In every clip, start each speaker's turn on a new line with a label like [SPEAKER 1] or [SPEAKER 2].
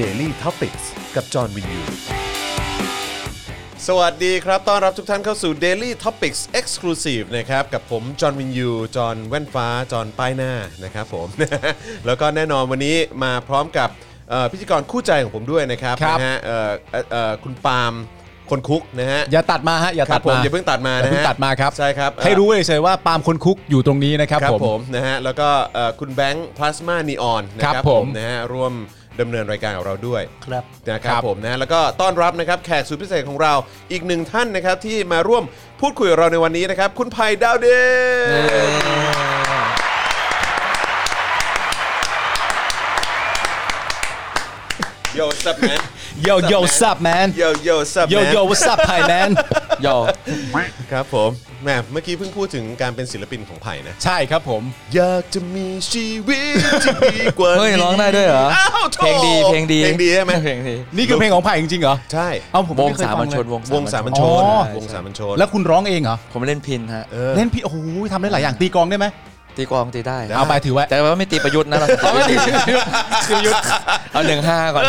[SPEAKER 1] Daily t o p i c กกับจอห์นวินยู
[SPEAKER 2] สวัสดีครับ ต้อนรับทุกท่านเข้าสู่ Daily Topics Exclusive นะครับ กับผม จอห์นวินยู จอห์นแว่นฟ้า จอห์นป้ายหน้า นะครับผม แล้วก็แน่นอนวันนี้มาพร้อมกับเอ่อพิธีกรคู่ใจของผมด้วยนะครับ
[SPEAKER 3] ครับ
[SPEAKER 2] นะฮะเอ่อเอ่อเอ่อคุณปาล์มคนคุกนะฮะ
[SPEAKER 3] อย่าตัดมาฮะอย่า
[SPEAKER 2] ครั
[SPEAKER 3] ตั
[SPEAKER 2] บผม
[SPEAKER 3] ดาม
[SPEAKER 2] อย่าเพิ่งตัดมานะฮะ
[SPEAKER 3] อย่าเพิ่งตัดมาครับ
[SPEAKER 2] ใช่ครับ
[SPEAKER 3] ให้รู้เลยเฉยๆว่าปาล์มคนคุกอยู่ตรงนี้นะครับ
[SPEAKER 2] ครับ
[SPEAKER 3] ผ
[SPEAKER 2] ผม มนะฮะแล้วก็เอ่อคุณแบงค์พลาสมานีออนนะค
[SPEAKER 3] ครั
[SPEAKER 2] รับบ
[SPEAKER 3] ผม
[SPEAKER 2] นะฮะร่วมดำเนินรายการกับเราด้วย
[SPEAKER 4] ครับ
[SPEAKER 2] นะค
[SPEAKER 3] ค
[SPEAKER 2] รั
[SPEAKER 3] รั
[SPEAKER 2] บบ ผมนะฮะแล้วก็ต้อนรับนะครับแขกสุดพิเศษของเราอีกหนึ่งท่านนะครับที่มาร่วมพูดคุยกับเราในวันนี้นะครับ คุณไผ่ดาวเดชโยซับแมน
[SPEAKER 3] โยโย่
[SPEAKER 2] What's
[SPEAKER 3] ซั
[SPEAKER 2] up,
[SPEAKER 3] บแมน
[SPEAKER 2] โยโย่ซับแมน
[SPEAKER 3] โยโย่ what's up ไผ่แมนโย
[SPEAKER 2] ครับผมแหมเมื่อกี้เพิ่งพูดถึงการเป็นศิลปินของไผ่นะ
[SPEAKER 3] ใช่ครับผม
[SPEAKER 2] อยากจะมีชีวิตที่ดีกว่านี้
[SPEAKER 4] เฮ้ยร้องได้ด้วยเหรอ
[SPEAKER 2] อ้าวโถ่
[SPEAKER 4] เพลงดีเพลง
[SPEAKER 2] เพลงดี
[SPEAKER 4] ดี
[SPEAKER 2] ใช่ไหม
[SPEAKER 4] เพลงดี
[SPEAKER 3] นี่คือเพลงของไผ่จริงๆเหรอ
[SPEAKER 2] ใช่
[SPEAKER 3] เอาผม
[SPEAKER 4] วง
[SPEAKER 3] ไเคย
[SPEAKER 4] สา
[SPEAKER 3] ฟั
[SPEAKER 4] มัญ
[SPEAKER 3] เลย
[SPEAKER 4] ชนวง
[SPEAKER 2] วงสามัญชน
[SPEAKER 3] อ๋อ
[SPEAKER 2] วงสามัญชน
[SPEAKER 3] แล้วคุณร้องเองเหรอ
[SPEAKER 4] ผมเล่นพินฮะ
[SPEAKER 3] เล่นพี่โอ้โหทำได้หลายอย่างตีกลองได้ไหม
[SPEAKER 4] ตีกลองตีได้
[SPEAKER 3] เอาไปถือไว้
[SPEAKER 4] แต่ว่าไม่ตีประยุทธ์นะเราไม่ตีประยุทธ์เอาหนึ่งห้าก่อน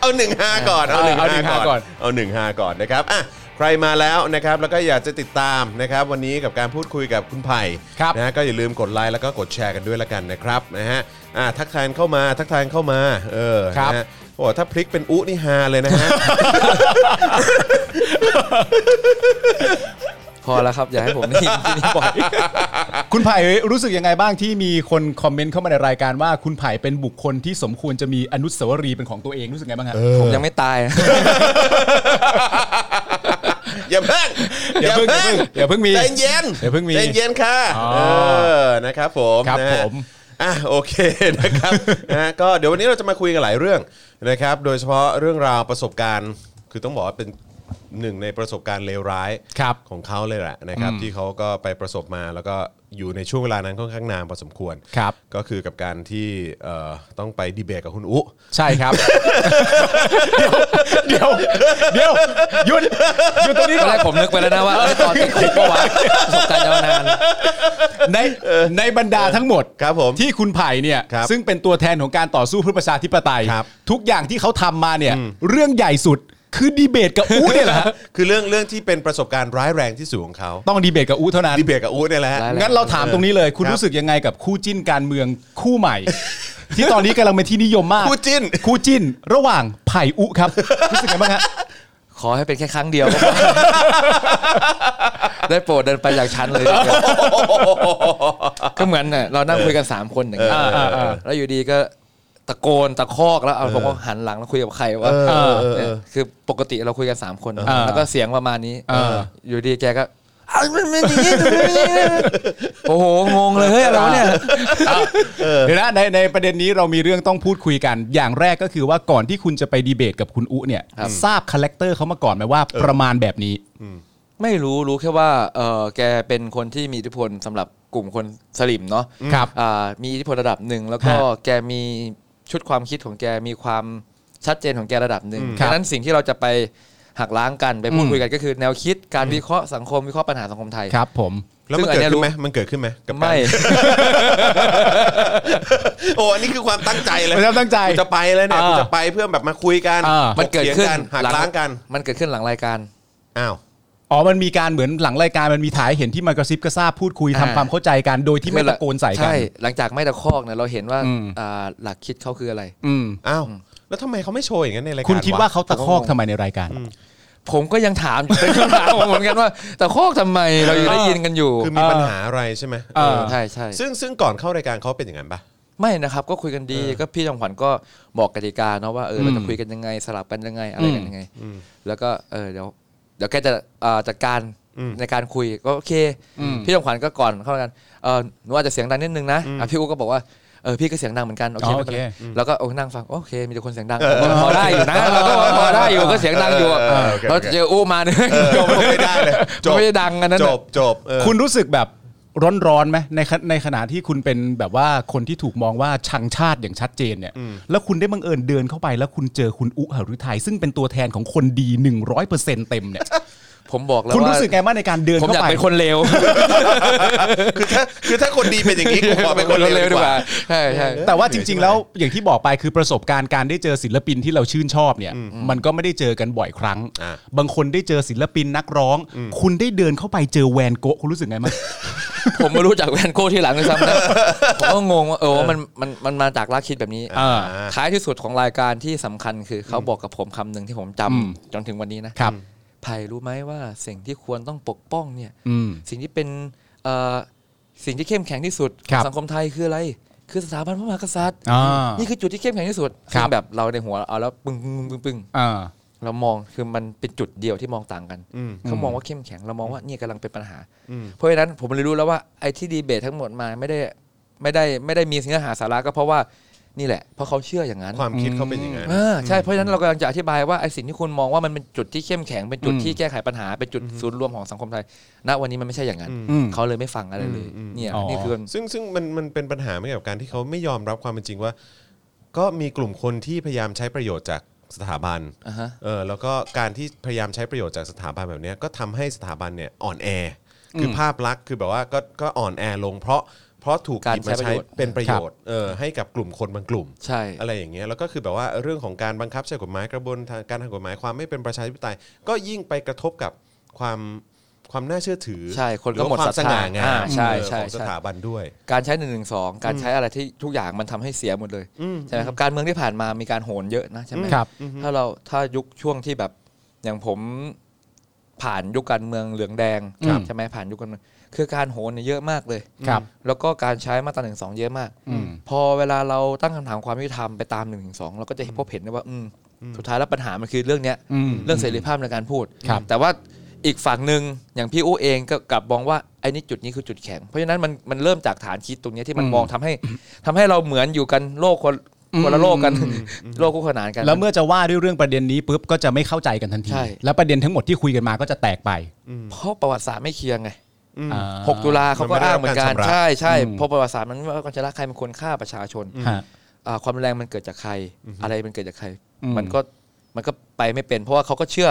[SPEAKER 2] เอาหนึ่งห้าก่อนเอาหนึ่งห้าก่อนเอาหนึ่งห้าก่อนนะครับอ่ะใครมาแล้วนะครับแล้วก็อยากจะติดตามนะครับวันนี้กับการพูดคุยกับคุณไผ่
[SPEAKER 3] ครับ
[SPEAKER 2] นะฮะก็อย่าลืมกดไลค์แล้วก็กดแชร์กันด้วยละกันนะครับนะฮะอ่ะทักทายเข้ามาทักทายเข้ามาเออ
[SPEAKER 3] ครับ
[SPEAKER 2] นะฮะโอ้ถ้าพลิกเป็นอุนี่ฮาเลยนะฮะ
[SPEAKER 4] พอแล้วครับ อย่าให้ผมนี่ที่นี่บ่อย
[SPEAKER 3] คุณไผ่รู้สึกยังไงบ้างที่มีคนคอมเมนต์เข้ามาในรายการว่าคุณไผ่เป็นบุคคลที่สมควรจะมีอนุสาวรีย์เป็นของตัวเองรู้สึกไงบ้างฮะ
[SPEAKER 4] ผมยังไม่ตาย
[SPEAKER 2] อย่าเพิ่ง
[SPEAKER 3] อย่าเพิ่งอย่าเพิ่ง
[SPEAKER 2] ใจเย็น
[SPEAKER 3] อย่าเพิ่งมี
[SPEAKER 2] ใจเย็นค่ะ
[SPEAKER 3] อ๋อ
[SPEAKER 2] เออนะครับผม
[SPEAKER 3] ครับ
[SPEAKER 2] นะฮะ
[SPEAKER 3] ผม
[SPEAKER 2] อ่ะโอเคนะครับ นะฮะก็เดี๋ยววันนี้เราจะมาคุยกันหลายเรื่องนะครับ โดยเฉพาะเรื่องราวประสบการณ์ คือต้องบอกว่าเป็นหนึ่งในประสบการณ์เลวร้าย
[SPEAKER 3] ครับ
[SPEAKER 2] ของเขาเลยแหละนะครับ ที่เขาก็ไปประสบมาแล้วก็อยู่ในช่วงเวลานั้นค่อนข้างนานพอสมควร
[SPEAKER 3] ครับ
[SPEAKER 2] ก็คือกับการที่เอ่อต้องไปดีเบตกับคุณอุ๊
[SPEAKER 3] ใช่ครับ เดี๋ยว เดี๋ยว เดี๋ยวหยุดหยุดตรงนี้
[SPEAKER 4] ตอน
[SPEAKER 3] ก่
[SPEAKER 4] แร
[SPEAKER 3] อน
[SPEAKER 4] กผมนึกไปแล้วนะว่าเอ้ยตอนติดคุกเมื่อวานประสบการณ์ยาวนาน
[SPEAKER 3] ในในบรรดาทั้งหมด
[SPEAKER 2] ครับผม
[SPEAKER 3] ที่คุณไผ่เนี่ย
[SPEAKER 2] ครับ
[SPEAKER 3] ซึ่งเป็นตัวแทนของการต่อสู้เพื่อประชาธิปไตย
[SPEAKER 2] ครับ
[SPEAKER 3] ทุกอย่างที่เขาทำมาเนี่ย เรื่องใหญ่สุดคือดีเบตกับอู้เนี่ยแหละ
[SPEAKER 2] คือเรื่องเรื่องที่เป็นประสบการณ์ร้ายแรงที่สุดของเขา
[SPEAKER 3] ต้องดีเบตกับอู้เท่านั้น
[SPEAKER 2] ดีเบตกับอุ๊เนี่ยแหละ
[SPEAKER 4] ร้ายแง
[SPEAKER 3] งั้นเราถามตรงนี้เลย คุณ
[SPEAKER 2] ครับ
[SPEAKER 3] รู้สึกยังไงกับคู่จิ้นการเมืองคู่ใหม่ ที่ตอนนี้กำลังเป็นที่นิยมมาก
[SPEAKER 2] คู่จิ้น
[SPEAKER 3] คู่จิ้น ระหว่างไผ่อุครับรู้สึกยังไงบ้างฮะ
[SPEAKER 4] ขอให้เป็นแค่ครั้งเดียว ก็พอได้โปรดเดินไปจากชั้นเลยดีกว่า ก็เหมือนน่ะเรานั่งคุยกันสามคนอย่างเงี้ย
[SPEAKER 3] เออเออเออ
[SPEAKER 4] แล้วอยู่ดีก็ตะโกนตะคอกแล้วเอาผมก็หันหลังแล้วคุยกับใครวะ
[SPEAKER 2] เออเออเออ
[SPEAKER 4] เนี่ยคือปกติเราคุยกันสามคน
[SPEAKER 3] เออ
[SPEAKER 4] แล้วก็เสียงประมาณนี้
[SPEAKER 3] เออ
[SPEAKER 4] อยู่ดีแกก็เอามันมันอย่างงี้มันอย่างงี้ โอ้โหงงเลยเฮ้ยอะไรวะเนี่ย
[SPEAKER 3] เดี๋ยวนะในในประเด็นนี้เรามีเรื่องต้องพูดคุยกัน อย่างแรกก็คือว่าก่อนที่คุณจะไปดีเบตกับคุณอุเนี่ย
[SPEAKER 4] ครับ
[SPEAKER 3] ทราบคาแรคเตอร์เขามาก่อนไหมว่าประมาณแบบนี้
[SPEAKER 4] ไม่รู้รู้แค่ว่าเออแกเป็นคนที่มีอิทธิพลสำหรับกลุ่มคนสลิมเนาะ
[SPEAKER 3] ครับ
[SPEAKER 4] อ่ามีอิทธิพลระดับหนึ่งแล้วก็
[SPEAKER 3] ฮะ
[SPEAKER 4] แกมีชุดความคิดของแกมีความชัดเจนของแกระดับหนึ่ง
[SPEAKER 3] ครับ
[SPEAKER 4] ดังนั้นสิ่งที่เราจะไปหักล้างกันไปพูด
[SPEAKER 3] อืม
[SPEAKER 4] คุยกันก็คือแนวคิดการวิเคราะห์สังคมวิเคราะห์ปัญหาสังคมไทย
[SPEAKER 3] ครับผม
[SPEAKER 2] แล้วมัน
[SPEAKER 4] ซึ่งอั
[SPEAKER 2] เกิ
[SPEAKER 4] น
[SPEAKER 2] ดขึ้นไห
[SPEAKER 4] เนี้ย
[SPEAKER 2] มมันเกิดขึ้นไหมกับการ
[SPEAKER 4] ไม่
[SPEAKER 2] โอ้อันนี้คือความตั้งใจเลย
[SPEAKER 3] ความตั้งใจ
[SPEAKER 2] กูจะไปเลยเนี่ย
[SPEAKER 3] อ่า
[SPEAKER 2] กูจะไปเพื่อแบบมาคุยกัน
[SPEAKER 3] อ่า
[SPEAKER 4] มันเกิดขึ้น
[SPEAKER 2] ถียงหักล้างกัน
[SPEAKER 4] มันเกิดขึ้นหลังรายการ
[SPEAKER 2] อ้าว
[SPEAKER 3] อ๋อมันมีการเหมือนหลังรายการมันมีถ่ายให้เห็นที่มากระซิบกระซาบพูดคุยทำ
[SPEAKER 4] อ่า
[SPEAKER 3] ความเข้าใจกันโดยที่ไม่ตะโกนใส่กัน
[SPEAKER 4] ช่หลังจากไม่ตะคอกเนี่ยเราเห็นว่า
[SPEAKER 3] อืม
[SPEAKER 4] อ่าหลักคิดเขาคืออะไร
[SPEAKER 3] อืม
[SPEAKER 2] อ้าวแล้วทำไมเขาไม่โชว์อย่างนั้นในรายการ
[SPEAKER 3] คุณคิดว่าเขาตะคอก
[SPEAKER 4] ผมก็งง
[SPEAKER 3] ทำไมในรายการ
[SPEAKER 4] ผมก็ยังถามอยู่ เป็นคำถามผมเหมือนกันว่าตะคอกทำไมเรายังได้ยินกันอยู่
[SPEAKER 2] คือมีปัญหาอะไรใช่ไหม
[SPEAKER 3] เออ
[SPEAKER 4] ใช่ใช่
[SPEAKER 2] ซึ่งซึ่งก่อนเข้ารายการเขาเป็นอย่างนั้นปะ
[SPEAKER 4] ไม่นะครับก็คุยกันดีก็พี่จองขวัญก็บอกกติกาเนาะว่าเออ
[SPEAKER 3] อืม
[SPEAKER 4] เราจะคุยกันยังไงสลับกันยังไงอะไรกันยังไง
[SPEAKER 2] อืม
[SPEAKER 4] แล้วก็เออเดี๋ยวเดี๋ยวแกจะเอ่อจัดการ
[SPEAKER 2] อืม
[SPEAKER 4] ในการคุยก็โอเค
[SPEAKER 3] อืม
[SPEAKER 4] พี่จองขวัญก็ก่อนเข้ากันเออหนูอาจจะเสียงดังนิดนึงนะอ่ะพี่อูก็บอกว่าเออพี่ก็เสียงดังเหมือนกันโอเค
[SPEAKER 3] อ๋อ
[SPEAKER 4] ไม่เป็นไร
[SPEAKER 3] โอเค
[SPEAKER 4] แล้วก็โอ้นั่งฟังโอเคมีแต่คนเสียงดังพอได้อยู่นะเราก็พอได้อยู่ก็เสียงดังอยู่
[SPEAKER 2] เออโอเค
[SPEAKER 4] เรา
[SPEAKER 2] โอเค
[SPEAKER 4] เจออูมาเนี่ย
[SPEAKER 2] เออไม่ได้เลยจบ
[SPEAKER 4] ไม่ได้ดังกันนั้น
[SPEAKER 2] จ
[SPEAKER 4] น่ะ
[SPEAKER 2] บจบเออ
[SPEAKER 3] คุณรู้สึกแบบร้อนๆไหมในขณะในขณะที่คุณเป็นแบบว่าคนที่ถูกมองว่าชังชาติอย่างชัดเจนเนี่ย แล้วคุณได้บังเอิญเดินเข้าไปแล้วคุณเจอคุณอุหฤทัยซึ่งเป็นตัวแทนของคนดี 100%เต็มเนี่ย
[SPEAKER 4] ผมบอกแล้ว
[SPEAKER 3] คุณ
[SPEAKER 4] ว่า
[SPEAKER 3] รู้สึกไงบ้างในการเดิน
[SPEAKER 4] ผม
[SPEAKER 3] เข้า
[SPEAKER 4] อยาก
[SPEAKER 3] ไป
[SPEAKER 4] เป็นคนเลว
[SPEAKER 2] คือถ้าคือถ้าคนดีเป็นอย่างนี้กูขอเป็นคนเลวดีกว่า
[SPEAKER 4] ใช่ใช่
[SPEAKER 3] แต่ว่าจริง ๆ แล้วอย่างที่บอกไปคือประสบการณ์การได้เจอศิลปินที่เราชื่นชอบเนี่ย มันก็ไม่ได้เจอกันบ่อยครั้ง
[SPEAKER 2] อ่า
[SPEAKER 3] บางคนได้เจอศิลปินนักร้อง คุณได้เดินเข้าไปเจอแวนโกะคุณรู้สึกไงมั้าง
[SPEAKER 4] ผมมารู้จักแวนโก้ที่หลังด้วย ซ้ำนะ ผมก็งงว่าเออว่ามันมันมันมาจากลักคิดแบบนี้
[SPEAKER 3] อ่า
[SPEAKER 4] ท้ายที่สุดของรายการที่สำคัญคือเขาบอกกับผมคำหนึ่งที่ผมจำ
[SPEAKER 3] อืม
[SPEAKER 4] จนถึงวันนี้นะครับ ไผ่รู้ไหมว่าสิ่งที่ควรต้องปกป้องเนี่ย
[SPEAKER 3] อืม
[SPEAKER 4] สิ่งที่เป็นเอ่อสิ่งที่เข้มแข็งที่สุด
[SPEAKER 3] ค
[SPEAKER 4] ข
[SPEAKER 3] รั
[SPEAKER 4] อง
[SPEAKER 3] บ
[SPEAKER 4] สังคมไทยคืออะไร คือสถาบันพระมหากษัตริย์
[SPEAKER 3] อ่านี่
[SPEAKER 4] นี่คือจุดที่เข้มแข็งที่สุด
[SPEAKER 3] ครับ
[SPEAKER 4] ซึ่งแบบเราในหัวเอาแล้วปึ้งปึ้งปึ้งปึ้ง
[SPEAKER 3] อ่า
[SPEAKER 4] เรามองคือมันเป็นจุดเดียวที่มองต่างกัน
[SPEAKER 2] อืม
[SPEAKER 4] เขามองว่าเข้มแข็งเรามองว่าเนี่ยกำลังเป็นปัญหา เพราะฉะนั้นผมเลยรู้แล้วว่าไอ้ที่ดีเบตทั้งหมดมาไม่ได้ไม่ได้ไม่ได้มีเนื้อหาสาระก็เพราะว่านี่แหละ เพราะเขาเชื่ออย่างนั้น
[SPEAKER 2] ความคิดเขาเป็นอย่างนั้น
[SPEAKER 4] อ่าใช่เพราะฉะนั้นเรากำลังจะอธิบายว่าไอ้สิ่งที่คุณมองว่ามันเป็นจุดที่เข้มแข็งเป็นจุด
[SPEAKER 3] อืม
[SPEAKER 4] ที่แก้ไขปัญหาเป็นจุดศูนย์รวมของสังคมไทยณวันนี้มันไม่ใช่อย่างนั้น
[SPEAKER 3] อืม
[SPEAKER 4] เขาเลยไม่ฟังอะไรเลย
[SPEAKER 2] อืม
[SPEAKER 4] เนี่ย
[SPEAKER 3] อ๋อ
[SPEAKER 4] นี่คือ
[SPEAKER 2] ซึ่งซึ่งมันมันเป็นปัญหาไหม่กับการที่เขาไม่ยอมรับความเป็นจริงว่า ก็มีกลุ่มคนที่พยายามใช้ประโยชน์จากสถาบัน
[SPEAKER 4] อ่าฮะ
[SPEAKER 2] เออแล้วก็การที่พยายามใช้ประโยชน์จากสถาบันแบบเนี้ยก็ทำให้สถาบันเนี่ยอ่อนแออคือภาพลักษณ์คือแบบว่าก็ก็อ่อนแอลง เพราะเพราะถูกหยิบมาใช้เป็นประโยชน์เออให้กับกลุ่มคนบางกลุ่ม
[SPEAKER 4] ใช่
[SPEAKER 2] อะไรอย่างเงี้ยแล้วก็คือแบบว่าเรื่องของการบังคับใช้กฎหมายกระบวนการทางกฎหมายความไม่เป็นประชาธิปไตย ก็ยิ่งไปกระทบกับความความน่าเชื่อถือ
[SPEAKER 4] ใช่คนก็หมด
[SPEAKER 2] รือว่าค
[SPEAKER 4] ศรั
[SPEAKER 2] วาม
[SPEAKER 4] ทธา
[SPEAKER 2] สง่างา
[SPEAKER 4] อ่ามใช่
[SPEAKER 2] เออ
[SPEAKER 4] ใช่
[SPEAKER 2] ของส
[SPEAKER 4] ใช่
[SPEAKER 2] ถาบันด้วย
[SPEAKER 4] การใช้หนึ่งหนึ่งสองการใช้อะไรที่ทุกอย่างมันทำให้เสียหมดเลยใช่ไหมครับการเมืองที่ผ่านมามีการโหนเยอะนะใช่ไหม
[SPEAKER 3] ครับ
[SPEAKER 4] ถ้าเราถ้ายุคช่วงที่แบบอย่างผมผ่านยุคการเมืองเหลืองแดง
[SPEAKER 3] ครับ
[SPEAKER 4] ใช่ไหมผ่านยุคการเมืองคือการโหนเนี่ยเยอะมากเลย
[SPEAKER 3] ครับ
[SPEAKER 4] แล้วก็การใช้มาตราหนึ่งสองเยอะมาก
[SPEAKER 3] อืม
[SPEAKER 4] พอเวลาเราตั้งคำถามความยุติธรรมไปตามหนึ่งสองเราก็จะพบเห็นได้ว่าอืมสุดท้ายแล้วปัญหามันคือเรื่องเนี้ย
[SPEAKER 3] อืม
[SPEAKER 4] เรื่องเสรีภาพในการพูด
[SPEAKER 3] ครับ
[SPEAKER 4] แต่ว่าอีกฝั่งหนึ่งอย่างพี่อู้เองก็กลับมองว่าไอ้นี่จุดนี้คือจุดแข็ง เพราะฉะนั้นมันมันเริ่มจากฐานคิดตรงเนี้ยที่มันมองทำให้ทำให้เราเหมือนอยู่กันโลกคนคนละโลกกันโลกคู่ขนานกัน
[SPEAKER 3] แล้วเมื่อจะว่าด้วยเรื่องประเด็นนี้ปุ๊บก็จะไม่เข้าใจกันทันที
[SPEAKER 4] ใช่
[SPEAKER 3] และประเด็นทั้งหมดที่คุยกันมาก็จะแตกไป
[SPEAKER 4] เพราะประวัติศาสตร์ไม่เคียงไง
[SPEAKER 3] อ่า
[SPEAKER 4] 6ตุลาเขาก็
[SPEAKER 2] มันไม่ได้
[SPEAKER 4] อ้างเหมือน
[SPEAKER 2] รั
[SPEAKER 4] กัน
[SPEAKER 2] บการชำระ
[SPEAKER 4] ใช่ใช่
[SPEAKER 3] อืม
[SPEAKER 4] เพราะประวัติศาสตร์มันว่าการชนะใครเป็นคนฆ่าประชาชน
[SPEAKER 3] ฮะ
[SPEAKER 4] อ่าความรุนแรงมันเกิดจากใคร อะไรมันเกิดจากใคร
[SPEAKER 3] อืม
[SPEAKER 4] มันก็มันก็ไปไม่เป็น เพราะว่าเขาก็เชื่อ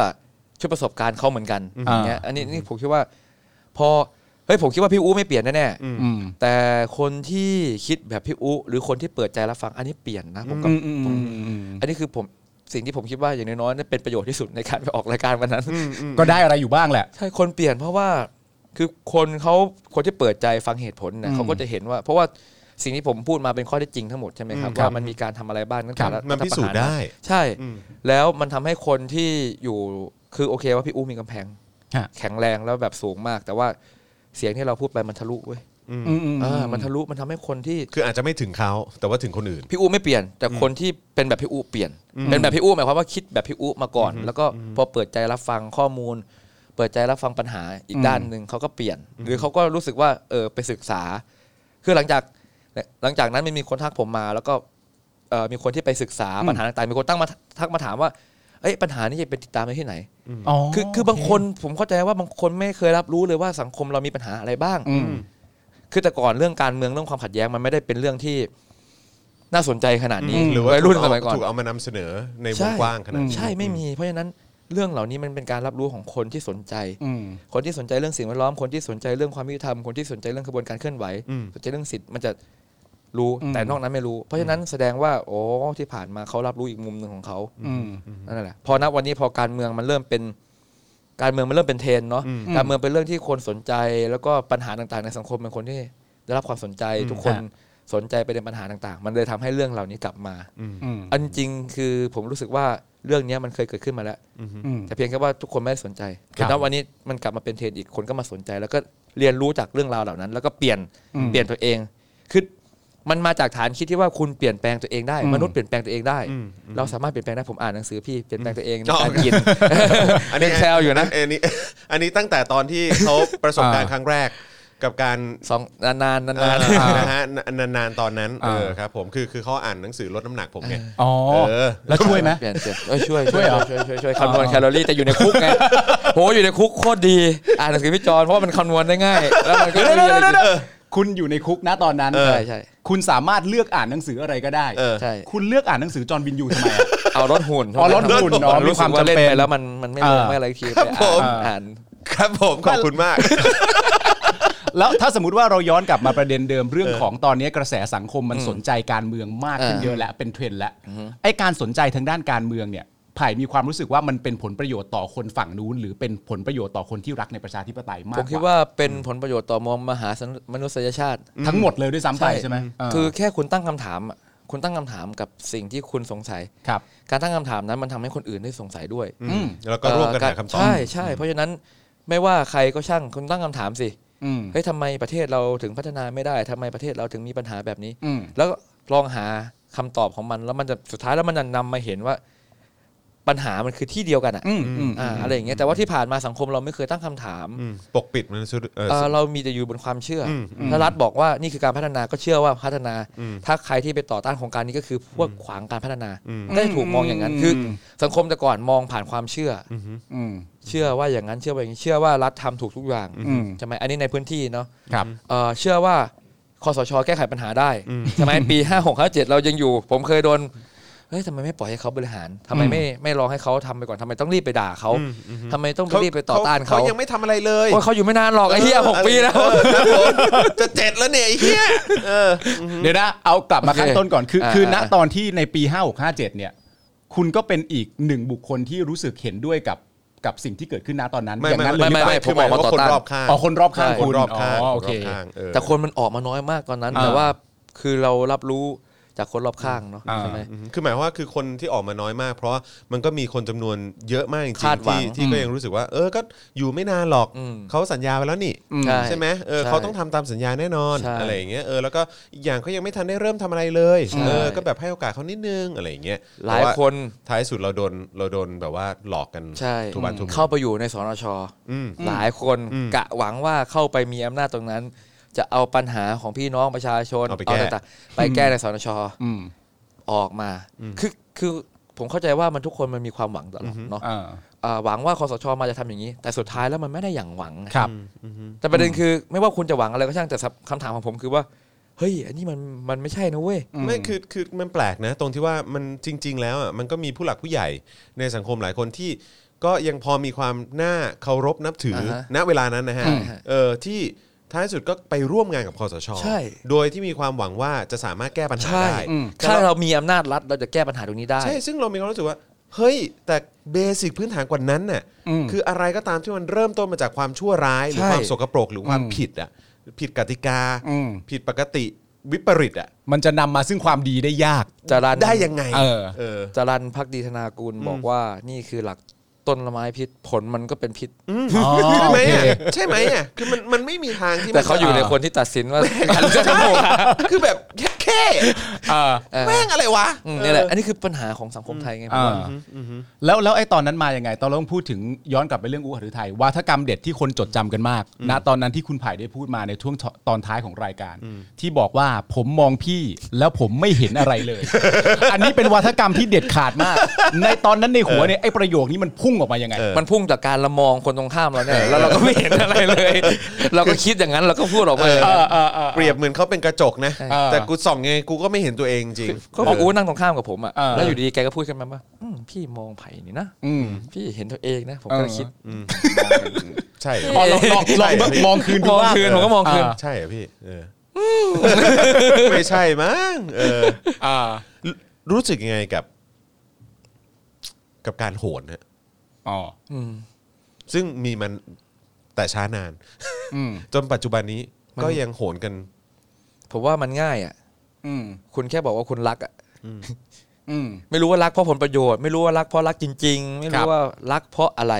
[SPEAKER 4] เชื่อประสบการณ์เขาเหมือนกัน
[SPEAKER 3] อืม
[SPEAKER 4] อย่างเงี้ยอันนี้นี่ผมคิดว่า พอเฮ้ยผมคิดว่าพี่อู้ไม่เปลี่ยนแน่ๆ
[SPEAKER 3] อืม
[SPEAKER 4] แต่คนที่คิดแบบพี่อุหรือคนที่เปิดใจรับฟังอันนี้เปลี่ยนนะผมกับ
[SPEAKER 3] อืมอืมอืมอืม
[SPEAKER 4] อันนี้คือผมสิ่งที่ผมคิดว่าอย่างน้อยๆนั่นเป็นประโยชน์ที่สุดในการไปออกรายการวันนั้น
[SPEAKER 3] ก็ได้อะไรอยู่บ้างแหละ
[SPEAKER 4] ใช่คนเปลี่ยนเพราะว่าคือคนเขาคนที่เปิดใจฟังเหตุผลเนย
[SPEAKER 3] อืม
[SPEAKER 4] เขาก็จะเห็นว่า เพราะว่าสิ่งที่ผมพูดมาเป็นข้อเท็จจริงทั้งหมดใช่ไหมครับ
[SPEAKER 3] อืมครับ
[SPEAKER 4] ว่ามันมีการทำอะไรบ้างตั้งแต่
[SPEAKER 3] ครับ
[SPEAKER 4] รัฐ
[SPEAKER 2] มันพิสูจน์ได้
[SPEAKER 4] ใช่ แล้วมันทำให้คนที่อยู่คือโอเคว่าพี่อุมีกำแพง
[SPEAKER 3] ฮะ
[SPEAKER 4] แข็งแรงแล้วแบบสูงมาก แต่ว่าเสียงที่เราพูดไปมันทะลุเว้ย
[SPEAKER 3] อืมอืม
[SPEAKER 4] เออมันทะลุมันทำให้คนที่
[SPEAKER 2] คืออาจจะไม่ถึงเขาแต่ว่าถึงคนอื่น
[SPEAKER 4] พี่อูไม่เปลี่ยน แต่คนที่เป็นแบบพี่อูเปลี่ยน เป็นแบบพี่อูหมายความว่าคิดแบบพี่อูมาก่อน แล้วก็พอเปิดใจรับฟังข้อมูล เปิดใจรับฟังปัญหาอีกด้านหนึ่งเขาก็เปลี่ยน หรือเขาก็รู้สึกว่าเออไปศึกษา คือหลังจากหลังจากนั้นมันมีคนทักผมมา แล้วก็เออมีคนที่ไปศึกษาปัญหาต่างๆมีคนตั้งมาทักมาถามว่าเอ้ยปัญหานี้จะไปติดตามได้ที่ไหน
[SPEAKER 3] อ๋อ
[SPEAKER 4] คือคือบางคนผมเข้าใจว่าบางคนไม่เคยรับรู้เลยว่าสังคมเรามีปัญหาอะไรบ้าง
[SPEAKER 3] อืม
[SPEAKER 4] คือแต่ก่อนเรื่องการเมืองเรื่องความขัดแย้งมันไม่ได้เป็นเรื่องที่น่าสนใจขนาดนี้
[SPEAKER 3] อืม
[SPEAKER 2] หรือว่า
[SPEAKER 4] วัยรุ่น
[SPEAKER 2] ถู
[SPEAKER 4] ส
[SPEAKER 2] เอา
[SPEAKER 4] มัยก่อน
[SPEAKER 2] ถูกเอามานำเสนอในว
[SPEAKER 4] ใช่
[SPEAKER 2] งกว้างขนาดนี้
[SPEAKER 4] ใช่ไม่มี เพราะฉะนั้นเรื่องเหล่านี้มันเป็นการรับรู้ของคนที่สนใจ
[SPEAKER 3] อืม
[SPEAKER 4] คนที่สนใจเรื่องสิ่งแวดล้อมคนที่สนใจเรื่องความยุติธรรมคนที่สนใจเรื่องกระบวนการเคลื่อนไหวสนใจเรื่องสิทธิ์มันจะรู้
[SPEAKER 3] อืม
[SPEAKER 4] แต่นอกนั้นไม่รู้ เพราะฉะนั้นแสดงว่าโอ้ที่ผ่านมาเขารับรู้อีกมุมหนึ่งของเขา
[SPEAKER 3] อืม
[SPEAKER 4] นั่นแหละพอณวันนี้พอการเมืองมันเริ่มเป็น การเมืองมันเริ่มเป็นเทรนด์เนาะการเมืองเป็นเรื่องที่คนสนใจ แล้วก็ปัญหาต่างๆ ในสังคมเป็นคนที่ได้รับความสนใจ ทุกคน
[SPEAKER 3] ฮะ
[SPEAKER 4] สนใจไปในปัญหาต่างๆ มันเลยทำให้เรื่องเหล่านี้กลับมา
[SPEAKER 3] อืม
[SPEAKER 4] อันจริงคือผมรู้สึกว่าเรื่องเนี้ยมันเคยเกิดขึ้นมาแล้ว
[SPEAKER 3] อืม
[SPEAKER 4] แต่เพียงแค่ว่าทุกคนไม่ได้สนใจ
[SPEAKER 3] ครับ
[SPEAKER 4] แต่ณวันนี้มันกลับมาเป็นเทรนด์อีกคนก็มาสนใจ แล้วก็เรียนรู้จากเรื่องราวเหล่านั้น แล้วก็เปลี่ยน
[SPEAKER 3] อืม
[SPEAKER 4] เปลี่ยนตัวเองคือมันมาจากฐานคิดที่ว่าคุณเปลี่ยนแปลงตัวเองได้
[SPEAKER 3] อืม
[SPEAKER 4] มนุษย์เปลี่ยนแปลงตัวเองได้ เราสามารถเปลี่ยนแปลงได้ผมอ่านหนังสือพี่เปลี่ยนแปลงตัวเองในการกิน
[SPEAKER 2] อันนี้
[SPEAKER 4] ยังแซวอยู่นะ
[SPEAKER 2] อันนี้ อันนี้ตั้งแต่ตอนที่เขาประสบการณ์ครั้งแรกกับการ
[SPEAKER 4] สองนานๆนาน
[SPEAKER 2] เออ
[SPEAKER 4] ๆ
[SPEAKER 2] นะฮะนานๆตอนนั้นเอ
[SPEAKER 3] อ่า
[SPEAKER 2] อครับผมคือคือเขาอ่านหนังสือลดน้ำหนักผมไง
[SPEAKER 3] อ๋อ
[SPEAKER 2] เออ
[SPEAKER 3] แล้วช่วยไหม
[SPEAKER 4] เปลี่ยนเปลี่ยนเอ้ยช่วย
[SPEAKER 3] ช่วยเหรอ
[SPEAKER 4] ช่วยช่วยช่วยคำนวณ
[SPEAKER 3] อ๋อ
[SPEAKER 4] แคลอรี่แต่อยู่ในคุกไงโหอยู่ในคุกโคตรดี อ่านหนังสือพี่จอนเพราะว่ามันคำนวณได้ง่าย แล้วมันก็ไม่มีอะไรดี
[SPEAKER 3] คุณอยู่ในคุกนะตอนนั้น
[SPEAKER 4] ใช่ใช่
[SPEAKER 3] คุณสามารถเลือกอ่านหนังสืออะไรก็ได้
[SPEAKER 2] เออ
[SPEAKER 4] ใช่
[SPEAKER 3] คุณเลือกอ่านหนังสือจอห์นวินยูทำไมอะ
[SPEAKER 4] เอารถหุ่น
[SPEAKER 3] อ๋อรถหุ่น
[SPEAKER 4] เา
[SPEAKER 3] เนาะมี
[SPEAKER 4] รู้
[SPEAKER 3] ค
[SPEAKER 4] สึ
[SPEAKER 3] วาม
[SPEAKER 4] กว่า
[SPEAKER 3] จำเป็น
[SPEAKER 4] เล่นไปแล้วมันมันไม่ลง
[SPEAKER 3] อ่า
[SPEAKER 4] ไม่อะไรที
[SPEAKER 2] ครับ
[SPEAKER 4] ไป
[SPEAKER 2] ผม
[SPEAKER 4] อ่านอ่าน
[SPEAKER 2] ครับผมขอบคุณมาก
[SPEAKER 3] แล้วถ้าสมมติว่าเราย้อนกลับมาประเด็นเดิมเรื่องของตอนนี้กระแสสังคมมันสนใจการเมืองมากขึ้น
[SPEAKER 4] เออ
[SPEAKER 3] เยอะแล้วเป็นเทรนด์แล้วไอ้การสนใจทางด้านการเมืองเนี่ยไผ่มีความรู้สึกว่ามันเป็นผลประโยชน์ต่อคนฝั่งนู้น หรือเป็นผลประโยชน์ต่อคนที่รักในประชาธิปไตยมา
[SPEAKER 4] ผ
[SPEAKER 3] ก
[SPEAKER 4] ม
[SPEAKER 3] ก
[SPEAKER 4] คิด
[SPEAKER 3] ว่า
[SPEAKER 4] ว่าเป็นผลประโยชน์ต่อมวลมหาสนุมนุษยชาติ
[SPEAKER 3] ทั้งหมดเลยด้วยซ้ำไปใช่ไหมเ
[SPEAKER 4] คือแค่คุณตั้งคำถามอะคุณตั้งคำถามกับสิ่งที่คุณสงสัย
[SPEAKER 3] ครับ
[SPEAKER 4] การตั้งคำถามนั้นมันทำให้คนอื่นได้สงสัยด้วย
[SPEAKER 3] อืม
[SPEAKER 2] แล้วก็ร่วมกันหาคำตอบ
[SPEAKER 4] ใช่ใช่เพราะฉะนั้นไม่ว่าใครก็ช่างคุณตั้งคำถามสิ
[SPEAKER 3] อืม
[SPEAKER 4] เฮ้ยทำไมประเทศเราถึงพัฒนาไม่ได้ทำไมประเทศเราถึงมีปัญหาแบบนี้
[SPEAKER 3] อืม
[SPEAKER 4] แล้วลองหาคำตอบของมันแล้วมันจะสุดท้ายแล้วมันจะนำมาเห็นว่าปัญหามันคือที่เดียวกันอะ
[SPEAKER 3] อืมอืม
[SPEAKER 4] อ่าอะไรอย่างเงี้ยแต่ว่าที่ผ่านมาสังคมเราไม่เคยตั้งคำถาม
[SPEAKER 2] อืมปกปิดมันสุดเออ
[SPEAKER 4] เอ่อ
[SPEAKER 2] สุด
[SPEAKER 4] เรามีแต่อยู่บนความเชื่ออ
[SPEAKER 2] ม
[SPEAKER 4] ถ้ารัฐบอกว่านี่คือการพัฒนาก็เชื่อว่าพัฒนา
[SPEAKER 2] อืม
[SPEAKER 4] ถ้าใครที่ไปต่อต้านโครงการนี้ก็คือพวกขวางการพัฒนา
[SPEAKER 2] อืม
[SPEAKER 4] ก็จะถูกมองอย่างนั้นคืออ
[SPEAKER 3] ม
[SPEAKER 4] สังคมแต่ก่อนมองผ่านความเชื่ออ
[SPEAKER 3] อืม
[SPEAKER 4] เชื่อว่าอย่างนั้นเชื่อว่าอย่างนี้เชื่อว่ารัฐทำถูกทุกอย่าง
[SPEAKER 3] อืม
[SPEAKER 4] ใช่ไหมอันนี้ในพื้นที่เนาะ
[SPEAKER 3] ครับ
[SPEAKER 4] เอ่อเชื่อว่าคอสช แก้ไขปัญหาได้ใช่ไหม ปีห้าหกห้าเจ็ดเรายังอยู่ ผมเคยโดนเฮ้ยทำไมไม่ปล่อยให้เขาบริหารทำไมไม่ไม่รอให้เขาทำไปก่อนทำไมต้องรีบไปด่าเขาทำไมต้องไปรีบไปต่อต้านเขา
[SPEAKER 2] เขายังไม่ทำอะไรเลย
[SPEAKER 4] โอ้ยเขาอยู่ไม่นานหรอกไอ้เหี้ยหกปีแล้ว
[SPEAKER 2] เออครับผมจะเจ็ดแล้วเนี่ยไอ้เหี้ยเออ
[SPEAKER 3] เดี๋ยวนะเอากลับมา
[SPEAKER 4] โอเค
[SPEAKER 3] ขั้นต้นก่อนคือ
[SPEAKER 4] อ่า
[SPEAKER 3] คือณ
[SPEAKER 4] อ่า
[SPEAKER 3] ตอนที่ในปี 5657 เนี่ย คุณก็เป็นอีกหนึ่งบุคคลที่รู้สึกเห็นด้วยกับกับสิ่งที่เกิดขึ้นณตอนนั้น
[SPEAKER 2] ไม่
[SPEAKER 3] อย่าง
[SPEAKER 2] ไม่
[SPEAKER 3] นั้นเล
[SPEAKER 2] ไม่
[SPEAKER 3] ย
[SPEAKER 2] ไม่
[SPEAKER 4] ไม่
[SPEAKER 2] ไม่
[SPEAKER 4] ผมออกมาต่อ
[SPEAKER 2] ค
[SPEAKER 4] ต้าน
[SPEAKER 2] นรอบข้าง
[SPEAKER 3] อ๋อคนรอบข้าง
[SPEAKER 4] ใช่
[SPEAKER 2] ค
[SPEAKER 3] คุ
[SPEAKER 2] น
[SPEAKER 3] ณ
[SPEAKER 2] รอบข้าง
[SPEAKER 3] อ๋อโอเค
[SPEAKER 2] นรบข้างเออ
[SPEAKER 4] แต่คนมันออกมาน้อยมากตอนนั้น
[SPEAKER 3] อ่า
[SPEAKER 4] แต่ว่าคือเรารับรู้จากคนรอบข้างเนาะ
[SPEAKER 3] อ่า
[SPEAKER 4] ใช่ไหม
[SPEAKER 2] อืมคือหมายว่าคือคนที่ออกมาน้อยมาก เพราะมันก็มีคนจำนวนเยอะมากจริง
[SPEAKER 4] คาด
[SPEAKER 2] ๆ
[SPEAKER 4] หวั
[SPEAKER 2] ที่
[SPEAKER 4] ง
[SPEAKER 2] ที่ก็ยังรู้สึกว่า เออก็อยู่ไม่นานหรอก
[SPEAKER 4] อืม
[SPEAKER 2] เขาสัญญาไปแล้วนี่
[SPEAKER 4] ใช่
[SPEAKER 2] ใช่ไหมเออ
[SPEAKER 4] ใช่
[SPEAKER 2] เขาต้องทำตามสัญญาแน่นอน
[SPEAKER 4] ใช่
[SPEAKER 2] อะไรอย่างเงี้ยเออแล้วก็อีกอย่างเขายังไม่ทันได้เริ่มทำอะไรเลย
[SPEAKER 4] ใช่
[SPEAKER 2] เออก็แบบให้โอกาสเขานิดนึงอะไรอย่างเงี้ย
[SPEAKER 4] หลาย
[SPEAKER 2] แต่ว่
[SPEAKER 4] คน
[SPEAKER 2] ท้ายสุดเราโดนเราโดนแบบว่าหลอกกัน
[SPEAKER 4] ใช่
[SPEAKER 2] ทุกวันทุก
[SPEAKER 4] เข้าไปอยู่ในสนช
[SPEAKER 2] อืม
[SPEAKER 4] หลายคน
[SPEAKER 2] อืม
[SPEAKER 4] กะหวังว่าเข้าไปมีอำนาจตรงนั้น จะเอาปัญหาของพี่น้องประชาชน
[SPEAKER 2] เอาไปแก้
[SPEAKER 4] ต่างๆไปแก้ในสนช
[SPEAKER 3] อืม
[SPEAKER 4] ออกมา คือคือผมเข้าใจว่ามันทุกคนมันมีความหวังตลอดเนาะ
[SPEAKER 3] อ่า
[SPEAKER 4] อ่าหวังว่าคอสชมาจะทำอย่างนี้ แต่สุดท้ายแล้วมันไม่ได้อย่างหวังไง
[SPEAKER 3] ครับ
[SPEAKER 4] แต่ประเด็นคือไม่ว่าคุณจะหวังอะไรก็ช่างแต่คำถามของผมคือว่าเฮ้ยอันนี้มันมันไม่ใช่นะเว้ย
[SPEAKER 2] ไม่คือคือมันแปลกนะ ตรงที่ว่ามันจริง ๆ แล้วอ่ะมันก็มีผู้หลักผู้ใหญ่ในสังคมหลายคนที่ก็ยังพอมีความน่าเคารพนับถือ
[SPEAKER 4] อฮะ
[SPEAKER 2] ณเวลานั้นนะฮะ
[SPEAKER 4] ใช่ฮะ
[SPEAKER 2] เออที่ท้ายสุดก็ไปร่วมงานกับคอสช
[SPEAKER 4] ใช่
[SPEAKER 2] โดยที่มีความหวังว่าจะสามารถแก้ปัญหา
[SPEAKER 4] ใช่
[SPEAKER 2] ได้
[SPEAKER 4] ถ้าเรามีอำนาจรัฐเราจะแก้ปัญหาตรงนี้ได้
[SPEAKER 2] ใช่ซึ่งเรามีความรู้สึกว่า เฮ้ย แต่เบสิกพื้นฐานกว่านั้นน่ะ
[SPEAKER 3] อืม
[SPEAKER 2] คืออะไรก็ตามที่มันเริ่มต้นมาจากความชั่วร้ายหรือ
[SPEAKER 4] ใช่
[SPEAKER 2] ความสกปรกหรือความผิดอ่ะผิดกติกา
[SPEAKER 3] อืม
[SPEAKER 2] ผิดปกติวิปริตอ่ะ
[SPEAKER 3] มันจะนำมาซึ่งความดีได้ยาก
[SPEAKER 4] จรัญ
[SPEAKER 2] ได้ยังไง
[SPEAKER 3] เออ
[SPEAKER 2] เออ
[SPEAKER 4] จรันพักดีธนากูลบอกว่านี่คือหลักต้นละไม้พิษผลมันก็เป็นพิษ
[SPEAKER 3] อ๋อ
[SPEAKER 2] ใช่
[SPEAKER 3] โอ
[SPEAKER 2] ไหม
[SPEAKER 3] เค
[SPEAKER 2] อ่ะใช่ไหมอ่ะคือมันมันไม่มีทางที่
[SPEAKER 4] แต่เขาอยู่
[SPEAKER 2] มัน
[SPEAKER 4] ใน
[SPEAKER 2] จะ
[SPEAKER 4] คนที่ตัดสินว่าการเลือก
[SPEAKER 2] ใช่คือแบบแค่แค่
[SPEAKER 3] อ่า
[SPEAKER 4] เออ
[SPEAKER 2] แม่งอะไรวะ
[SPEAKER 4] อืมนี่แหละ อันนี้คือปัญหาของสังคมไทยไงผมว่า
[SPEAKER 3] อ่าแล้วแล้วไอ้ตอนนั้นมาอย่างไง ตอนเราต้องพูดถึงย้อนกลับไปเรื่องอูหฤทัยวาทกรรมเด็ดที่คนจดจำกันมากณตอนนั้นที่คุณไผ่ได้พูดมาในช่วงตอนท้ายของรายการ ที่บอกว่าผมมองพี่แล้วผมไม่เห็นอะไรเลย อันนี้เป็นวาทกรรมที่เด็ดขาดมาก ในตอนนั้นในหัวเนี่ยไอ้ประโยคนี้มันพุ่งออกมายังไง
[SPEAKER 4] มันพุ่งจากการละมองคนตรงข้ามเราเนี่ยแล้วเราก็ไม่เห็นอะไรเลย เราก็คิดอย่างนั้นเราก็พูดออกมาอย่างนั้น
[SPEAKER 2] เปรียบเหมือนเขาเป็นกระจกนะ
[SPEAKER 3] เออ
[SPEAKER 2] แต่กูส่องไงกูก็ไม่เห็นตัวเองจริง
[SPEAKER 4] ก็บอกอู้นั่งตรงข้ามกับผมอ่ะ
[SPEAKER 3] เออ
[SPEAKER 4] แล้วอยู่ดีแกก็พูดขึ้นมาว่าอืมพี่มองไผ่นี่นะ
[SPEAKER 3] อืม
[SPEAKER 4] พี่เห็นตัวเองนะ ผมก็คิด
[SPEAKER 2] ใช่เหรอ
[SPEAKER 3] อ๋อลองลองลองมองคืนดู
[SPEAKER 4] มอง
[SPEAKER 3] ว่า
[SPEAKER 4] คืนผมก็มองคืน
[SPEAKER 2] ใช่เหรอพี่เอออ ไม่ใช่มั้งเออ
[SPEAKER 3] อ่า
[SPEAKER 2] รู้รู้สึกยังไงกับ กับการโหนฮะ
[SPEAKER 3] อ๋อ
[SPEAKER 2] ซึ่งมีมันแต่ช้านาน
[SPEAKER 3] อืม
[SPEAKER 2] จนปัจจุบันนี้ก็ยังโหนกัน
[SPEAKER 4] ผมว่ามันง่ายอ่ะ
[SPEAKER 3] อืม
[SPEAKER 4] คุณแค่บอกว่าคุณรักอ่ะ
[SPEAKER 3] อืม
[SPEAKER 4] ไม่รู้ว่ารักเพราะผลประโยชน์ ไม่รู้ว่ารักเพราะรักจริง ๆ ไม่รู้ว่ารักเพราะอะไร